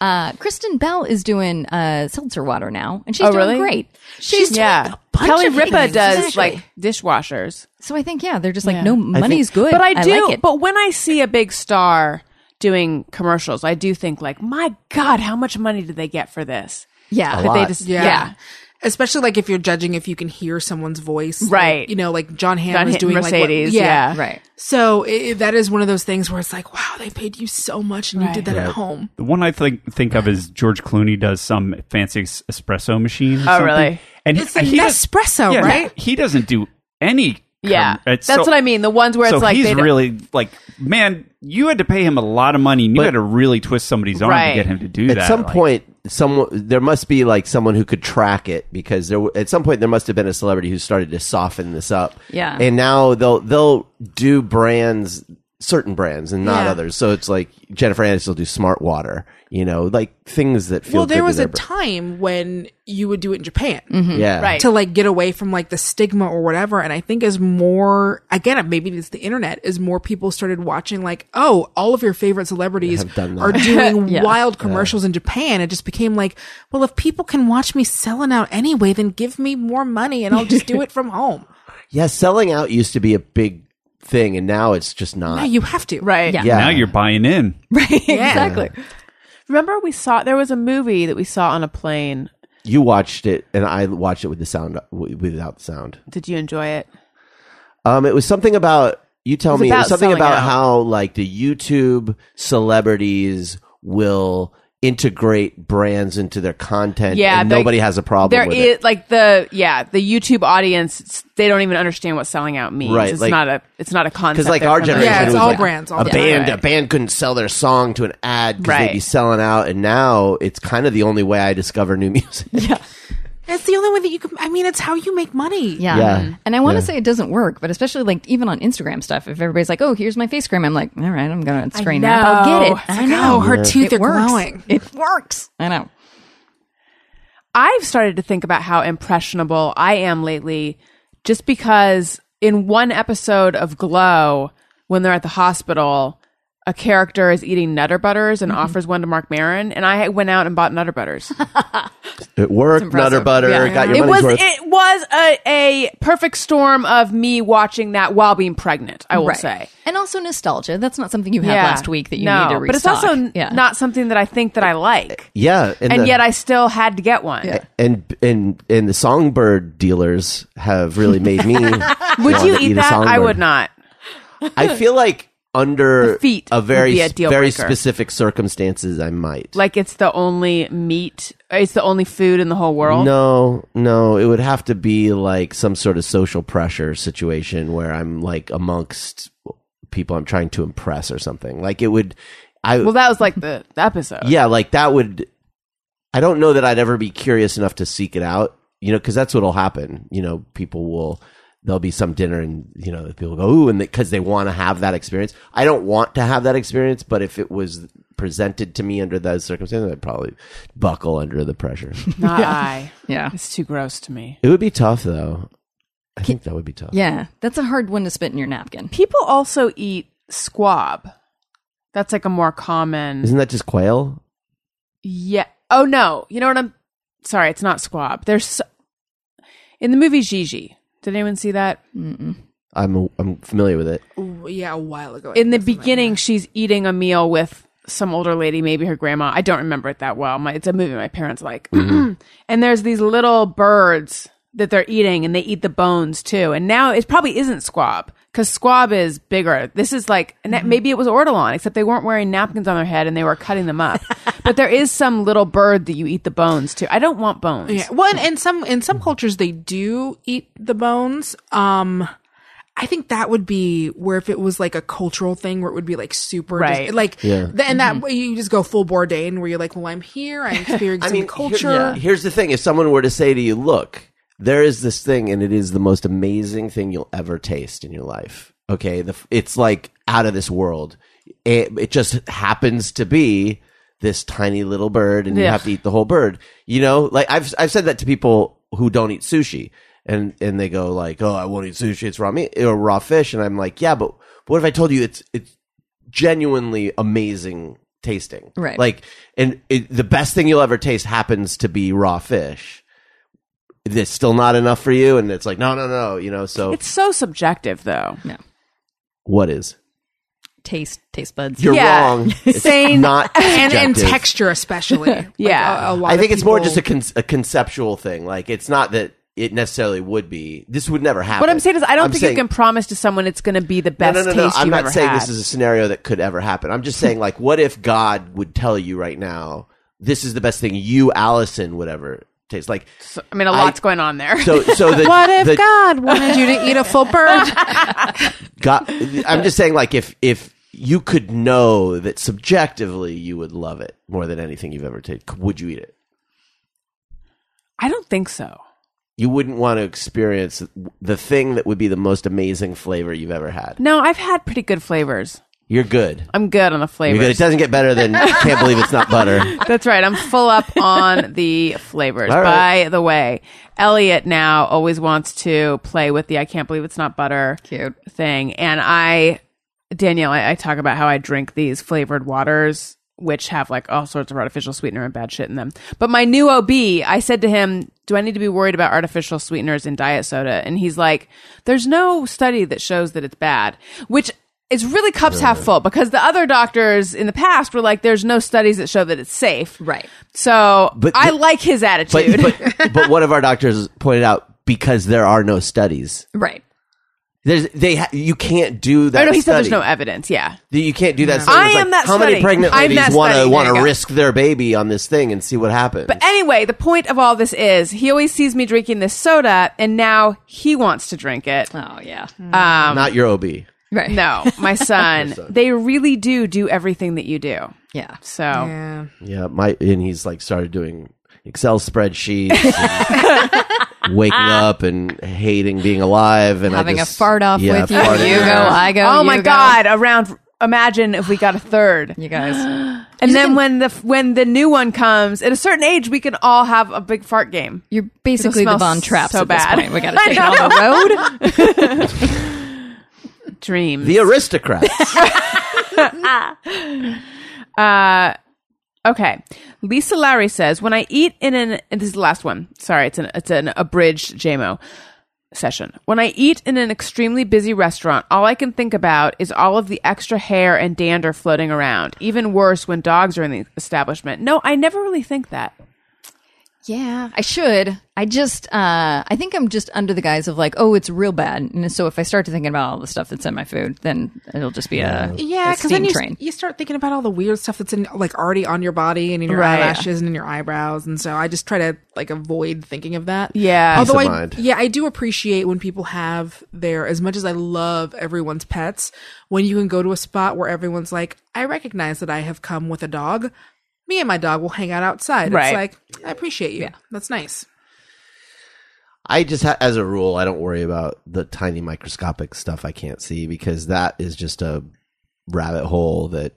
[SPEAKER 3] Uh, Kristen Bell is doing uh, seltzer water now, and she's
[SPEAKER 2] Oh,
[SPEAKER 3] doing
[SPEAKER 2] really?
[SPEAKER 3] great. She's
[SPEAKER 2] yeah.
[SPEAKER 3] bunch
[SPEAKER 2] Kelly
[SPEAKER 3] of
[SPEAKER 2] Ripa
[SPEAKER 3] things.
[SPEAKER 2] does
[SPEAKER 3] Exactly.
[SPEAKER 2] like dishwashers.
[SPEAKER 3] so I think yeah, they're just like no money's good,
[SPEAKER 2] But I do.
[SPEAKER 3] like it.
[SPEAKER 2] But when I see a big star doing commercials, I do think, like, my God, how much money did they get for this?
[SPEAKER 3] yeah,
[SPEAKER 2] Could they just,
[SPEAKER 4] Yeah.
[SPEAKER 2] yeah.
[SPEAKER 4] Especially like if you're judging if you can hear someone's voice, like,
[SPEAKER 2] Right.
[SPEAKER 4] you know, like John Hamm
[SPEAKER 2] John
[SPEAKER 4] is
[SPEAKER 2] Hamm,
[SPEAKER 4] doing
[SPEAKER 2] Mercedes,
[SPEAKER 4] Like, what-
[SPEAKER 2] yeah.
[SPEAKER 3] right.
[SPEAKER 4] So it, it- that is one of those things where it's like, wow, they paid you so much, and you did that at
[SPEAKER 1] Right.
[SPEAKER 4] home.
[SPEAKER 6] The one I think think of is George Clooney does some fancy es- espresso machine. Or
[SPEAKER 2] Oh,
[SPEAKER 6] something.
[SPEAKER 2] really?
[SPEAKER 6] And
[SPEAKER 4] It's
[SPEAKER 6] he,
[SPEAKER 4] an
[SPEAKER 6] he does-
[SPEAKER 4] espresso,
[SPEAKER 6] yeah,
[SPEAKER 4] right?
[SPEAKER 6] He doesn't do any. com-
[SPEAKER 2] Yeah.
[SPEAKER 6] it's
[SPEAKER 2] That's
[SPEAKER 6] so-
[SPEAKER 2] what I mean. The ones where it's
[SPEAKER 6] so
[SPEAKER 2] like,
[SPEAKER 6] he's
[SPEAKER 2] they don't-
[SPEAKER 6] really like, man, you had to pay him a lot of money. And you had to really twist somebody's arm
[SPEAKER 2] Right.
[SPEAKER 6] to get him to do
[SPEAKER 1] at
[SPEAKER 6] that.
[SPEAKER 1] some
[SPEAKER 6] like-
[SPEAKER 1] point someone there must be like someone who could track it because there w- at some point there must have been a celebrity who started to soften this up
[SPEAKER 3] Yeah.
[SPEAKER 1] and now they'll they'll do brands certain brands and not
[SPEAKER 4] Yeah.
[SPEAKER 1] others so it's like jennifer aniston will do smart water you know like things that feel
[SPEAKER 4] Well,
[SPEAKER 1] good Mm-hmm.
[SPEAKER 4] there
[SPEAKER 1] to
[SPEAKER 4] was
[SPEAKER 1] their
[SPEAKER 4] a
[SPEAKER 1] br-
[SPEAKER 4] time when you would do it in Japan.
[SPEAKER 1] yeah
[SPEAKER 2] Right.
[SPEAKER 4] to like get away from like the stigma or whatever. And I think as more, again, maybe it's the internet, as more people started watching, like, oh, all of your favorite celebrities
[SPEAKER 1] Have done that.
[SPEAKER 4] are doing
[SPEAKER 3] Yeah.
[SPEAKER 4] wild commercials in Japan. It just became like, well, if people can watch me selling out anyway, then give me more money and I'll just do it from home.
[SPEAKER 1] yeah selling out used to be a big thing and now it's just not
[SPEAKER 4] No, you have to.
[SPEAKER 2] Right.
[SPEAKER 3] Yeah.
[SPEAKER 1] yeah
[SPEAKER 6] Now you're buying in.
[SPEAKER 3] exactly.
[SPEAKER 2] Remember, we saw, there was a movie that we saw on a plane.
[SPEAKER 1] you watched it and i watched it with the sound w- without the sound
[SPEAKER 2] Did you enjoy it?
[SPEAKER 1] Um, it was something about you tell
[SPEAKER 2] was
[SPEAKER 1] me it was
[SPEAKER 2] about
[SPEAKER 1] something
[SPEAKER 2] selling
[SPEAKER 1] about
[SPEAKER 2] out.
[SPEAKER 1] how like the YouTube celebrities will integrate brands into their content.
[SPEAKER 2] Yeah,
[SPEAKER 1] and
[SPEAKER 2] they-
[SPEAKER 1] nobody has a problem
[SPEAKER 2] There
[SPEAKER 1] with
[SPEAKER 2] is
[SPEAKER 1] it.
[SPEAKER 2] like the yeah the YouTube audience s- they don't even understand what selling out means.
[SPEAKER 1] Right,
[SPEAKER 2] it's
[SPEAKER 1] like-
[SPEAKER 2] not a it's not a concept.
[SPEAKER 1] Because like
[SPEAKER 2] they're
[SPEAKER 1] our
[SPEAKER 2] familiar
[SPEAKER 1] generation,
[SPEAKER 4] Yeah, it's
[SPEAKER 1] was
[SPEAKER 4] all
[SPEAKER 1] like,
[SPEAKER 4] brands, all
[SPEAKER 1] a
[SPEAKER 4] brands.
[SPEAKER 1] band,
[SPEAKER 2] Right.
[SPEAKER 1] a band couldn't sell their song to an ad because
[SPEAKER 2] Right.
[SPEAKER 1] they'd be selling out. And now it's kind of the only way I discover new music.
[SPEAKER 4] It's the only way that you can. I mean, it's how you make money.
[SPEAKER 3] Yeah.
[SPEAKER 1] Yeah.
[SPEAKER 3] And I want to
[SPEAKER 1] Yeah.
[SPEAKER 3] say it doesn't work, but especially like even on Instagram stuff, if everybody's like, oh, here's my face cream, I'm like, all right, I'm going to screen up. I'll get it.
[SPEAKER 4] I know. her teeth are
[SPEAKER 3] works.
[SPEAKER 4] glowing.
[SPEAKER 3] It works. I know.
[SPEAKER 2] I've started to think about how impressionable I am lately just because in one episode of Glow, when they're at the hospital, a character is eating Nutter Butters
[SPEAKER 3] Mm-hmm.
[SPEAKER 2] and offers one to Mark Maron, and I went out and bought Nutter Butters.
[SPEAKER 1] It worked, Nutter Butter, got your
[SPEAKER 2] it
[SPEAKER 1] money's
[SPEAKER 2] was
[SPEAKER 1] worth.
[SPEAKER 2] it was a, a perfect storm of me watching that while being pregnant. I will
[SPEAKER 3] Right.
[SPEAKER 2] say,
[SPEAKER 3] And also nostalgia. That's not something you had last week that you
[SPEAKER 2] no,
[SPEAKER 3] need to restock.
[SPEAKER 2] But it's also n-
[SPEAKER 3] Yeah.
[SPEAKER 2] not something that I think that I like,
[SPEAKER 1] yeah,
[SPEAKER 2] and
[SPEAKER 1] the-
[SPEAKER 2] yet I still had to get one.
[SPEAKER 1] and and and the songbird dealers have really made me.
[SPEAKER 2] Would you eat
[SPEAKER 1] a
[SPEAKER 2] that? I
[SPEAKER 1] songbird.
[SPEAKER 2] would not.
[SPEAKER 1] I feel like under
[SPEAKER 2] The feet
[SPEAKER 1] a very
[SPEAKER 2] would be a
[SPEAKER 1] s-
[SPEAKER 2] deal
[SPEAKER 1] very
[SPEAKER 2] breaker.
[SPEAKER 1] specific circumstances, I might.
[SPEAKER 2] Like it's the only meat. It's the only food in the whole world.
[SPEAKER 1] No, no, it would have to be like some sort of social pressure situation where I'm like amongst people I'm trying to impress or something. Like it would, I
[SPEAKER 2] Well, that was like the the episode.
[SPEAKER 1] yeah, like that would. I don't know that I'd ever be curious enough to seek it out, you know, because that's what'll happen. You know, people will there'll be some dinner and you know people go ooh and because they want to have that experience. I don't want to have that experience, but if it was presented to me under those circumstances, I'd probably buckle under the pressure.
[SPEAKER 2] Not I.
[SPEAKER 3] Yeah.
[SPEAKER 2] It's too gross to me.
[SPEAKER 1] It would be tough though. I think that would be tough.
[SPEAKER 3] Yeah. That's a hard one to spit in your napkin.
[SPEAKER 2] People also eat squab. That's like a more common.
[SPEAKER 1] Isn't that just quail?
[SPEAKER 2] Yeah. Oh no. You know what I'm sorry, it's not squab. There's so- in the movie Gigi. Did anyone see that?
[SPEAKER 1] I'm I'm familiar with it.
[SPEAKER 4] Ooh, yeah, a while ago. I
[SPEAKER 2] In the
[SPEAKER 4] think that's
[SPEAKER 2] beginning, she's eating a meal with some older lady, maybe her grandma. I don't remember it that well. My, it's a movie my parents like.
[SPEAKER 1] Mm-hmm.
[SPEAKER 2] and there's these little birds that they're eating and they eat the bones too. And now it probably isn't squab because squab is bigger. This is like, and that, maybe it was ortolan, except they weren't wearing napkins on their head and they were cutting them up. but there is some little bird that you eat the bones to. I don't want bones.
[SPEAKER 4] Yeah. Well, and, and some in some cultures they do eat the bones. Um I think that would be where if it was like a cultural thing where it would be like super
[SPEAKER 2] Right.
[SPEAKER 4] just- like th- and that way you just go full Bourdain where you're like, well, I'm here, I'm experiencing
[SPEAKER 1] here-
[SPEAKER 4] culture.
[SPEAKER 1] Here's the thing: if someone were to say to you, "Look, there is this thing, and it is the most amazing thing you'll ever taste in your life," okay, the, f- it's like out of this world. It, it just happens to be this tiny little bird, and you
[SPEAKER 2] Yeah.
[SPEAKER 1] have to eat the whole bird. You know, like I've I've said that to people who don't eat sushi, and and they go like, "Oh, I won't eat sushi; it's raw meat or raw fish," and I'm like, "Yeah, but what if I told you it's it's genuinely amazing tasting.
[SPEAKER 3] Right.
[SPEAKER 1] Like, and it, the best thing you'll ever taste happens to be raw fish. It's still not enough for you, and it's like, no, no, no, you know. So
[SPEAKER 2] It's so subjective, though.
[SPEAKER 1] what is?
[SPEAKER 3] Taste, taste buds.
[SPEAKER 1] You're
[SPEAKER 2] Yeah.
[SPEAKER 1] wrong. It's
[SPEAKER 2] Sane
[SPEAKER 1] not
[SPEAKER 4] And and
[SPEAKER 1] subjective.
[SPEAKER 4] texture especially. Like,
[SPEAKER 2] Yeah.
[SPEAKER 4] a- a lot
[SPEAKER 1] I
[SPEAKER 4] of
[SPEAKER 1] think it's more
[SPEAKER 4] people-
[SPEAKER 1] just a, con- a conceptual thing. Like, it's not that it necessarily would be. This would never happen.
[SPEAKER 2] What I'm saying is, I don't
[SPEAKER 1] I'm
[SPEAKER 2] think
[SPEAKER 1] saying-
[SPEAKER 2] you can promise to someone it's going to be the
[SPEAKER 1] No,
[SPEAKER 2] best
[SPEAKER 1] no, no, no.
[SPEAKER 2] taste
[SPEAKER 1] I'm
[SPEAKER 2] you've
[SPEAKER 1] not
[SPEAKER 2] ever
[SPEAKER 1] saying
[SPEAKER 2] had.
[SPEAKER 1] this is a scenario that could ever happen. I'm just saying, like, what if God would tell you right now, this is the best thing you, Allison, would ever taste? Like,
[SPEAKER 2] So- I mean, a lot's going on there.
[SPEAKER 1] So, so the,
[SPEAKER 4] What if
[SPEAKER 1] the,
[SPEAKER 4] God wanted you to eat a full bird?
[SPEAKER 1] God? I'm just saying, like, if if you could know that subjectively you would love it more than anything you've ever tasted, would you eat it?
[SPEAKER 2] I don't think so.
[SPEAKER 1] You wouldn't want to experience the thing that would be the most amazing flavor you've ever had.
[SPEAKER 2] No, I've had pretty good flavors.
[SPEAKER 1] You're good.
[SPEAKER 2] I'm good on
[SPEAKER 1] You're good.
[SPEAKER 2] the
[SPEAKER 1] It
[SPEAKER 2] flavors.
[SPEAKER 1] doesn't get better than can't believe it's not butter.
[SPEAKER 2] That's right. I'm full up on the flavors.
[SPEAKER 1] All right.
[SPEAKER 2] By the way, Elliot now always wants to play with the I can't believe it's not butter
[SPEAKER 3] Cute.
[SPEAKER 2] thing. And I, Danielle, I, I talk about how I drink these flavored waters, which have like all sorts of artificial sweetener and bad shit in them. But my new OB, I said to him, Do I need to be worried about artificial sweeteners in diet soda? And he's like, There's no study that shows that it's bad, which is really cups half full because the other doctors in the past were like, There's no studies that show that it's safe.
[SPEAKER 3] Right.
[SPEAKER 2] So
[SPEAKER 1] But
[SPEAKER 2] I
[SPEAKER 1] the-
[SPEAKER 2] like his
[SPEAKER 1] But,
[SPEAKER 2] attitude.
[SPEAKER 1] but but one of our doctors pointed out because there are no studies.
[SPEAKER 3] Right.
[SPEAKER 1] There's, they ha- you can't do that.
[SPEAKER 2] Oh no, he said
[SPEAKER 1] study.
[SPEAKER 2] there's no evidence. Yeah.
[SPEAKER 1] That You can't do that.
[SPEAKER 2] I
[SPEAKER 1] It's
[SPEAKER 2] am that
[SPEAKER 1] How many
[SPEAKER 2] study.
[SPEAKER 1] pregnant
[SPEAKER 2] I'm
[SPEAKER 1] ladies
[SPEAKER 2] that
[SPEAKER 1] want to
[SPEAKER 2] study.
[SPEAKER 1] want
[SPEAKER 2] There you
[SPEAKER 1] to
[SPEAKER 2] go.
[SPEAKER 1] risk their baby on this thing and see what happens?
[SPEAKER 2] But anyway, the point of all this is he always sees me drinking this soda, and now he wants to drink it.
[SPEAKER 3] Oh yeah,
[SPEAKER 2] Um,
[SPEAKER 1] Not your OB.
[SPEAKER 3] right.
[SPEAKER 2] no, my son. They really do do everything that you do.
[SPEAKER 3] yeah.
[SPEAKER 2] So
[SPEAKER 4] Yeah.
[SPEAKER 1] Yeah, my and he's like started doing Excel spreadsheets, and waking up and hating being alive, and I
[SPEAKER 3] Having
[SPEAKER 1] just-
[SPEAKER 3] a fart off
[SPEAKER 1] yeah,
[SPEAKER 3] with you.
[SPEAKER 1] farting.
[SPEAKER 3] You go, I go.
[SPEAKER 2] oh
[SPEAKER 3] you
[SPEAKER 2] my
[SPEAKER 3] go.
[SPEAKER 2] god, around. Imagine if we got a third.
[SPEAKER 3] you guys.
[SPEAKER 2] And then when the when the new one comes, at a certain age, we can all have a big fart game.
[SPEAKER 3] You're basically the
[SPEAKER 2] smells
[SPEAKER 3] Von Traps
[SPEAKER 2] so
[SPEAKER 3] at this
[SPEAKER 2] bad.
[SPEAKER 3] point. We got to take it on the road.
[SPEAKER 2] Dream.
[SPEAKER 1] The aristocrats.
[SPEAKER 2] Okay. Lisa Lowry says, when I eat in an, and this is the last one. Sorry, it's an, it's an abridged JMO session. When I eat in an extremely busy restaurant, all I can think about is all of the extra hair and dander floating around. Even worse when dogs are in the establishment. No, I never really think that.
[SPEAKER 3] Yeah, I should. I just, uh, I think I'm just under the guise of like, oh, it's real bad. And so if I start to thinking about all the stuff that's in my food, then it'll just be a
[SPEAKER 4] Yeah,
[SPEAKER 3] a
[SPEAKER 4] because
[SPEAKER 3] steam
[SPEAKER 4] then you,
[SPEAKER 3] train.
[SPEAKER 4] you start thinking about all the weird stuff that's in like already on your body and in your
[SPEAKER 2] Right.
[SPEAKER 4] eyelashes and in your eyebrows, and so I just try to like avoid thinking of that.
[SPEAKER 2] Yeah. Peace
[SPEAKER 4] although
[SPEAKER 1] of
[SPEAKER 4] I
[SPEAKER 1] mind.
[SPEAKER 4] yeah I do appreciate when people have their as much as I love everyone's pets when you can go to a spot where everyone's like I recognize that I have come with a dog. Me and my dog will hang out outside.
[SPEAKER 2] Right.
[SPEAKER 4] It's like I appreciate you. That's nice.
[SPEAKER 1] I just, ha- as a rule, I don't worry about the tiny microscopic stuff I can't see because that is just a rabbit hole that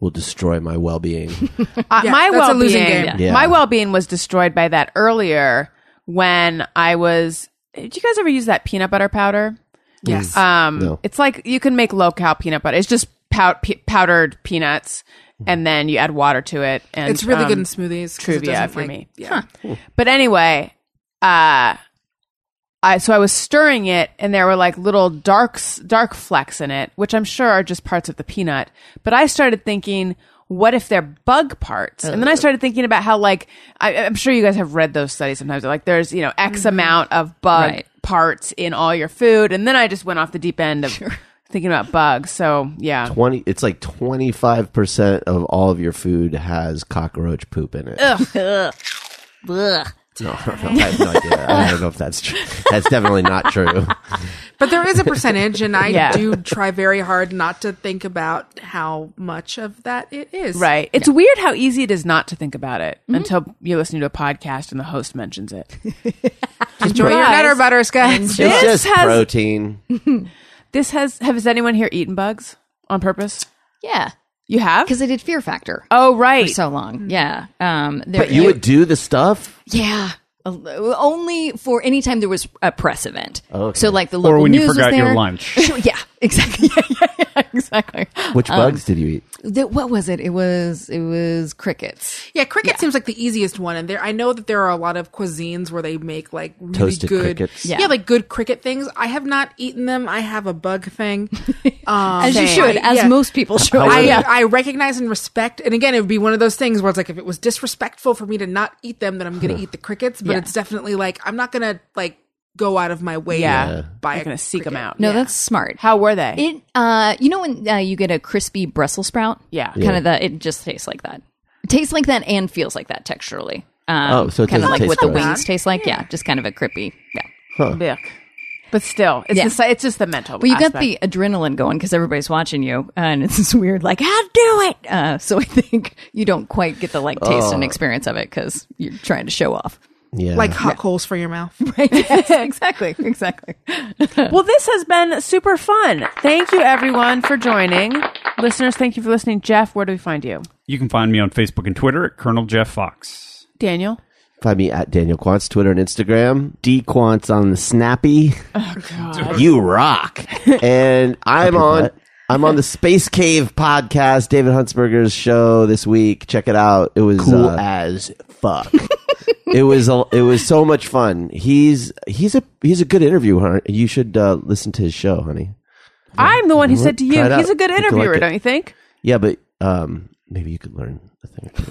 [SPEAKER 1] will destroy my well-being.
[SPEAKER 2] Uh,
[SPEAKER 4] Yeah,
[SPEAKER 2] my
[SPEAKER 4] that's a
[SPEAKER 2] well
[SPEAKER 4] losing
[SPEAKER 2] being,
[SPEAKER 4] game.
[SPEAKER 1] Yeah.
[SPEAKER 2] my well being was destroyed by that earlier when I was. Did you guys ever use that peanut butter powder?
[SPEAKER 4] Yes.
[SPEAKER 2] Um,
[SPEAKER 1] Mm. No.
[SPEAKER 2] it's like you can make low cal peanut butter. It's just pow- pe- powdered peanuts, and then you add water to it. And
[SPEAKER 4] it's really
[SPEAKER 2] um,
[SPEAKER 4] good in smoothies. 'cause it
[SPEAKER 2] Truvia
[SPEAKER 4] doesn't,
[SPEAKER 2] for
[SPEAKER 4] like-
[SPEAKER 2] me.
[SPEAKER 4] Yeah.
[SPEAKER 2] But anyway, uh, I so I was stirring it, and there were like little dark s- dark flecks in it, which I'm sure are just parts of the peanut. But I started thinking. What if they're bug parts? And then I started thinking about how, like, I, I'm sure you guys have read those studies sometimes. Like, there's, you know, X amount of bug
[SPEAKER 3] Right.
[SPEAKER 2] parts in all your food. And then I just went off the deep end of thinking about bugs. So, yeah.
[SPEAKER 1] Twenty, it's like twenty-five percent of all of your food has cockroach poop in it. No, I don't know. I have no idea. I don't know if that's true. That's definitely not true.
[SPEAKER 4] But there is a percentage, and I
[SPEAKER 2] Yeah.
[SPEAKER 4] do try very hard not to think about how much of that it is.
[SPEAKER 2] Right. It's weird how easy it is not to think about it
[SPEAKER 3] Mm-hmm.
[SPEAKER 2] until you're listening to a podcast and the host mentions it.
[SPEAKER 4] Enjoy your
[SPEAKER 2] Surprise.
[SPEAKER 4] nutter butters, guys.
[SPEAKER 1] It's
[SPEAKER 2] This
[SPEAKER 1] just
[SPEAKER 2] has-
[SPEAKER 1] protein.
[SPEAKER 2] This has has anyone here eaten bugs on purpose?
[SPEAKER 3] Yeah,
[SPEAKER 2] You have?
[SPEAKER 3] because I did Fear Factor
[SPEAKER 2] Oh right.
[SPEAKER 3] for so long. Yeah, um, there,
[SPEAKER 1] But you would do the stuff?
[SPEAKER 3] yeah. A- Only for any time there was a press event. So like the
[SPEAKER 6] Or
[SPEAKER 3] local
[SPEAKER 6] when you
[SPEAKER 3] news was
[SPEAKER 6] forgot your
[SPEAKER 3] there.
[SPEAKER 6] lunch.
[SPEAKER 3] Sure, yeah, exactly. Yeah, yeah, yeah, exactly. Um,
[SPEAKER 1] Which
[SPEAKER 2] Uh-uh.
[SPEAKER 1] bugs did you eat?
[SPEAKER 3] The- what was it? It was it was crickets.
[SPEAKER 4] Yeah, cricket seems like the easiest one, and there I know that there are a lot of cuisines where they make like really
[SPEAKER 1] Toasted
[SPEAKER 4] good,
[SPEAKER 1] crickets.
[SPEAKER 4] Yeah.
[SPEAKER 3] Yeah.
[SPEAKER 4] like good cricket things. I have not eaten them. I have a bug thing. Um,
[SPEAKER 3] As you should, as
[SPEAKER 4] yeah.
[SPEAKER 3] most people should.
[SPEAKER 4] I, I recognize and respect, and again, it would be one of those things where it's like if it was disrespectful for me to not eat them, then I'm going to eat the crickets. But
[SPEAKER 3] Yeah.
[SPEAKER 4] it's definitely like I'm not going to like go out of my way.
[SPEAKER 2] Yeah.
[SPEAKER 4] to
[SPEAKER 2] Yeah.
[SPEAKER 4] buy
[SPEAKER 2] I'm gonna seek them out.
[SPEAKER 3] no, that's smart.
[SPEAKER 2] How were they?
[SPEAKER 3] It, uh, you know, when uh, you get a crispy Brussels sprout,
[SPEAKER 2] Yeah.
[SPEAKER 3] kind of that. It just tastes like that. It tastes like that and feels like that texturally. Um,
[SPEAKER 1] Oh, so it
[SPEAKER 3] kind
[SPEAKER 1] doesn't
[SPEAKER 3] of like
[SPEAKER 1] taste
[SPEAKER 3] what the
[SPEAKER 1] bad.
[SPEAKER 3] wings taste like. Yeah. just kind of a crispy. Yeah,
[SPEAKER 2] Yuck. But still, it's
[SPEAKER 3] Yeah.
[SPEAKER 2] the si- it's just the mental.
[SPEAKER 3] well, you got
[SPEAKER 2] aspect.
[SPEAKER 3] the adrenaline going because everybody's watching you, uh, and it's this weird like how do it. Uh, so I think you don't quite get the like taste
[SPEAKER 1] Oh.
[SPEAKER 3] and experience of it because you're trying to show off.
[SPEAKER 1] Yeah.
[SPEAKER 4] like hot coals for your mouth.
[SPEAKER 3] exactly, exactly.
[SPEAKER 2] Well, this has been super fun. Thank you everyone for joining. Listeners, thank you for listening. Jeff, where do we find you?
[SPEAKER 6] You can find me on Facebook and Twitter at Colonel Jeff Fox.
[SPEAKER 2] Daniel.
[SPEAKER 1] Find me at Daniel Quantz, Twitter and Instagram. D Quantz on the Snappy. You rock. And I'm on I'm on the Space Cave podcast, David Huntsberger's show this week. Check it out. It was cool as fuck. it was a, it was so much fun. He's he's a he's a good interview. hon- You should uh, listen to his show, honey.
[SPEAKER 2] I'm the one who said to you,
[SPEAKER 1] Try it out.
[SPEAKER 2] he's a good
[SPEAKER 1] You can like
[SPEAKER 2] interviewer,
[SPEAKER 1] it.
[SPEAKER 2] don't you think?
[SPEAKER 1] Yeah, but um, maybe you could learn a thing or two.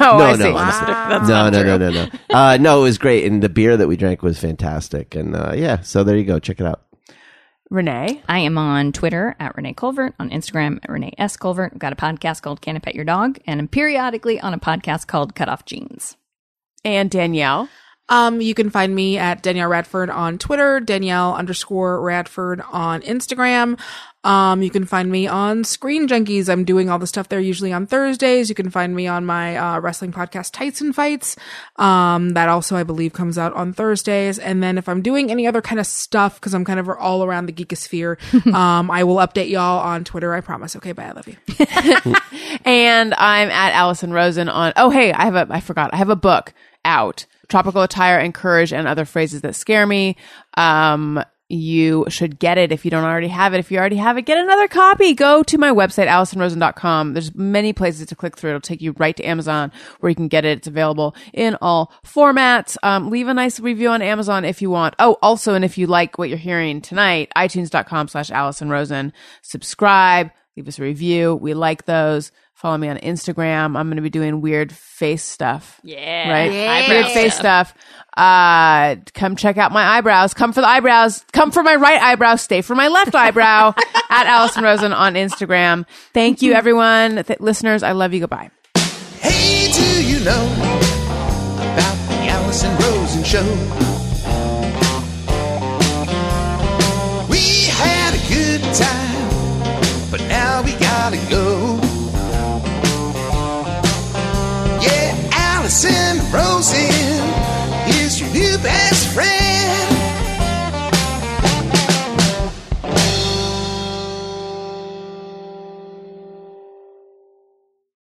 [SPEAKER 2] Oh,
[SPEAKER 1] no,
[SPEAKER 2] I
[SPEAKER 1] no,
[SPEAKER 2] see.
[SPEAKER 1] honestly. no, no, no, no, no, Uh, no, it was great, and the beer that we drank was fantastic. And uh, yeah, so there you go. Check it out.
[SPEAKER 2] Renee.
[SPEAKER 3] I am on Twitter at Renee Colvert, on Instagram at Renee S. Colvert. I've got a podcast called Can I Pet Your Dog? And I'm periodically on a podcast called Cut Off Jeans.
[SPEAKER 2] And Danielle.
[SPEAKER 4] Um, you can find me at Danielle Radford on Twitter, Danielle underscore Radford on Instagram. Um, you can find me on Screen Junkies. I'm doing all the stuff there usually on Thursdays. You can find me on my uh, wrestling podcast, Tights and Fights. Um, that also, I believe, comes out on Thursdays. And then if I'm doing any other kind of stuff, because I'm kind of all around the geekosphere, um, I will update y'all on Twitter. I promise. Okay, bye. I love you.
[SPEAKER 2] And I'm at Allison Rosen on. Oh, hey, I have a. I forgot. I have a book out. Tropical attire and courage and other phrases that scare me. Um, you should get it if you don't already have it. If you already have it, get another copy. Go to my website, AllisonRosen.com. There's many places to click through. It'll take you right to Amazon where you can get it. It's available in all formats. Um, leave a nice review on Amazon if you want. Oh, also, and if you like what you're hearing tonight, iTunes.com slash Allison Rosen. Subscribe leave us a review. We like those. Follow me on Instagram. I'm going to be doing weird face stuff. Yeah. Right? Weird face stuff. Uh, come check out my eyebrows. Come for the eyebrows. Come for my right eyebrow. Stay for my left eyebrow at Allison Rosen on Instagram. Thank you, everyone. Th- listeners, I love you. Goodbye.
[SPEAKER 8] Hey, do you know about the Allison Rosen show? We had a good time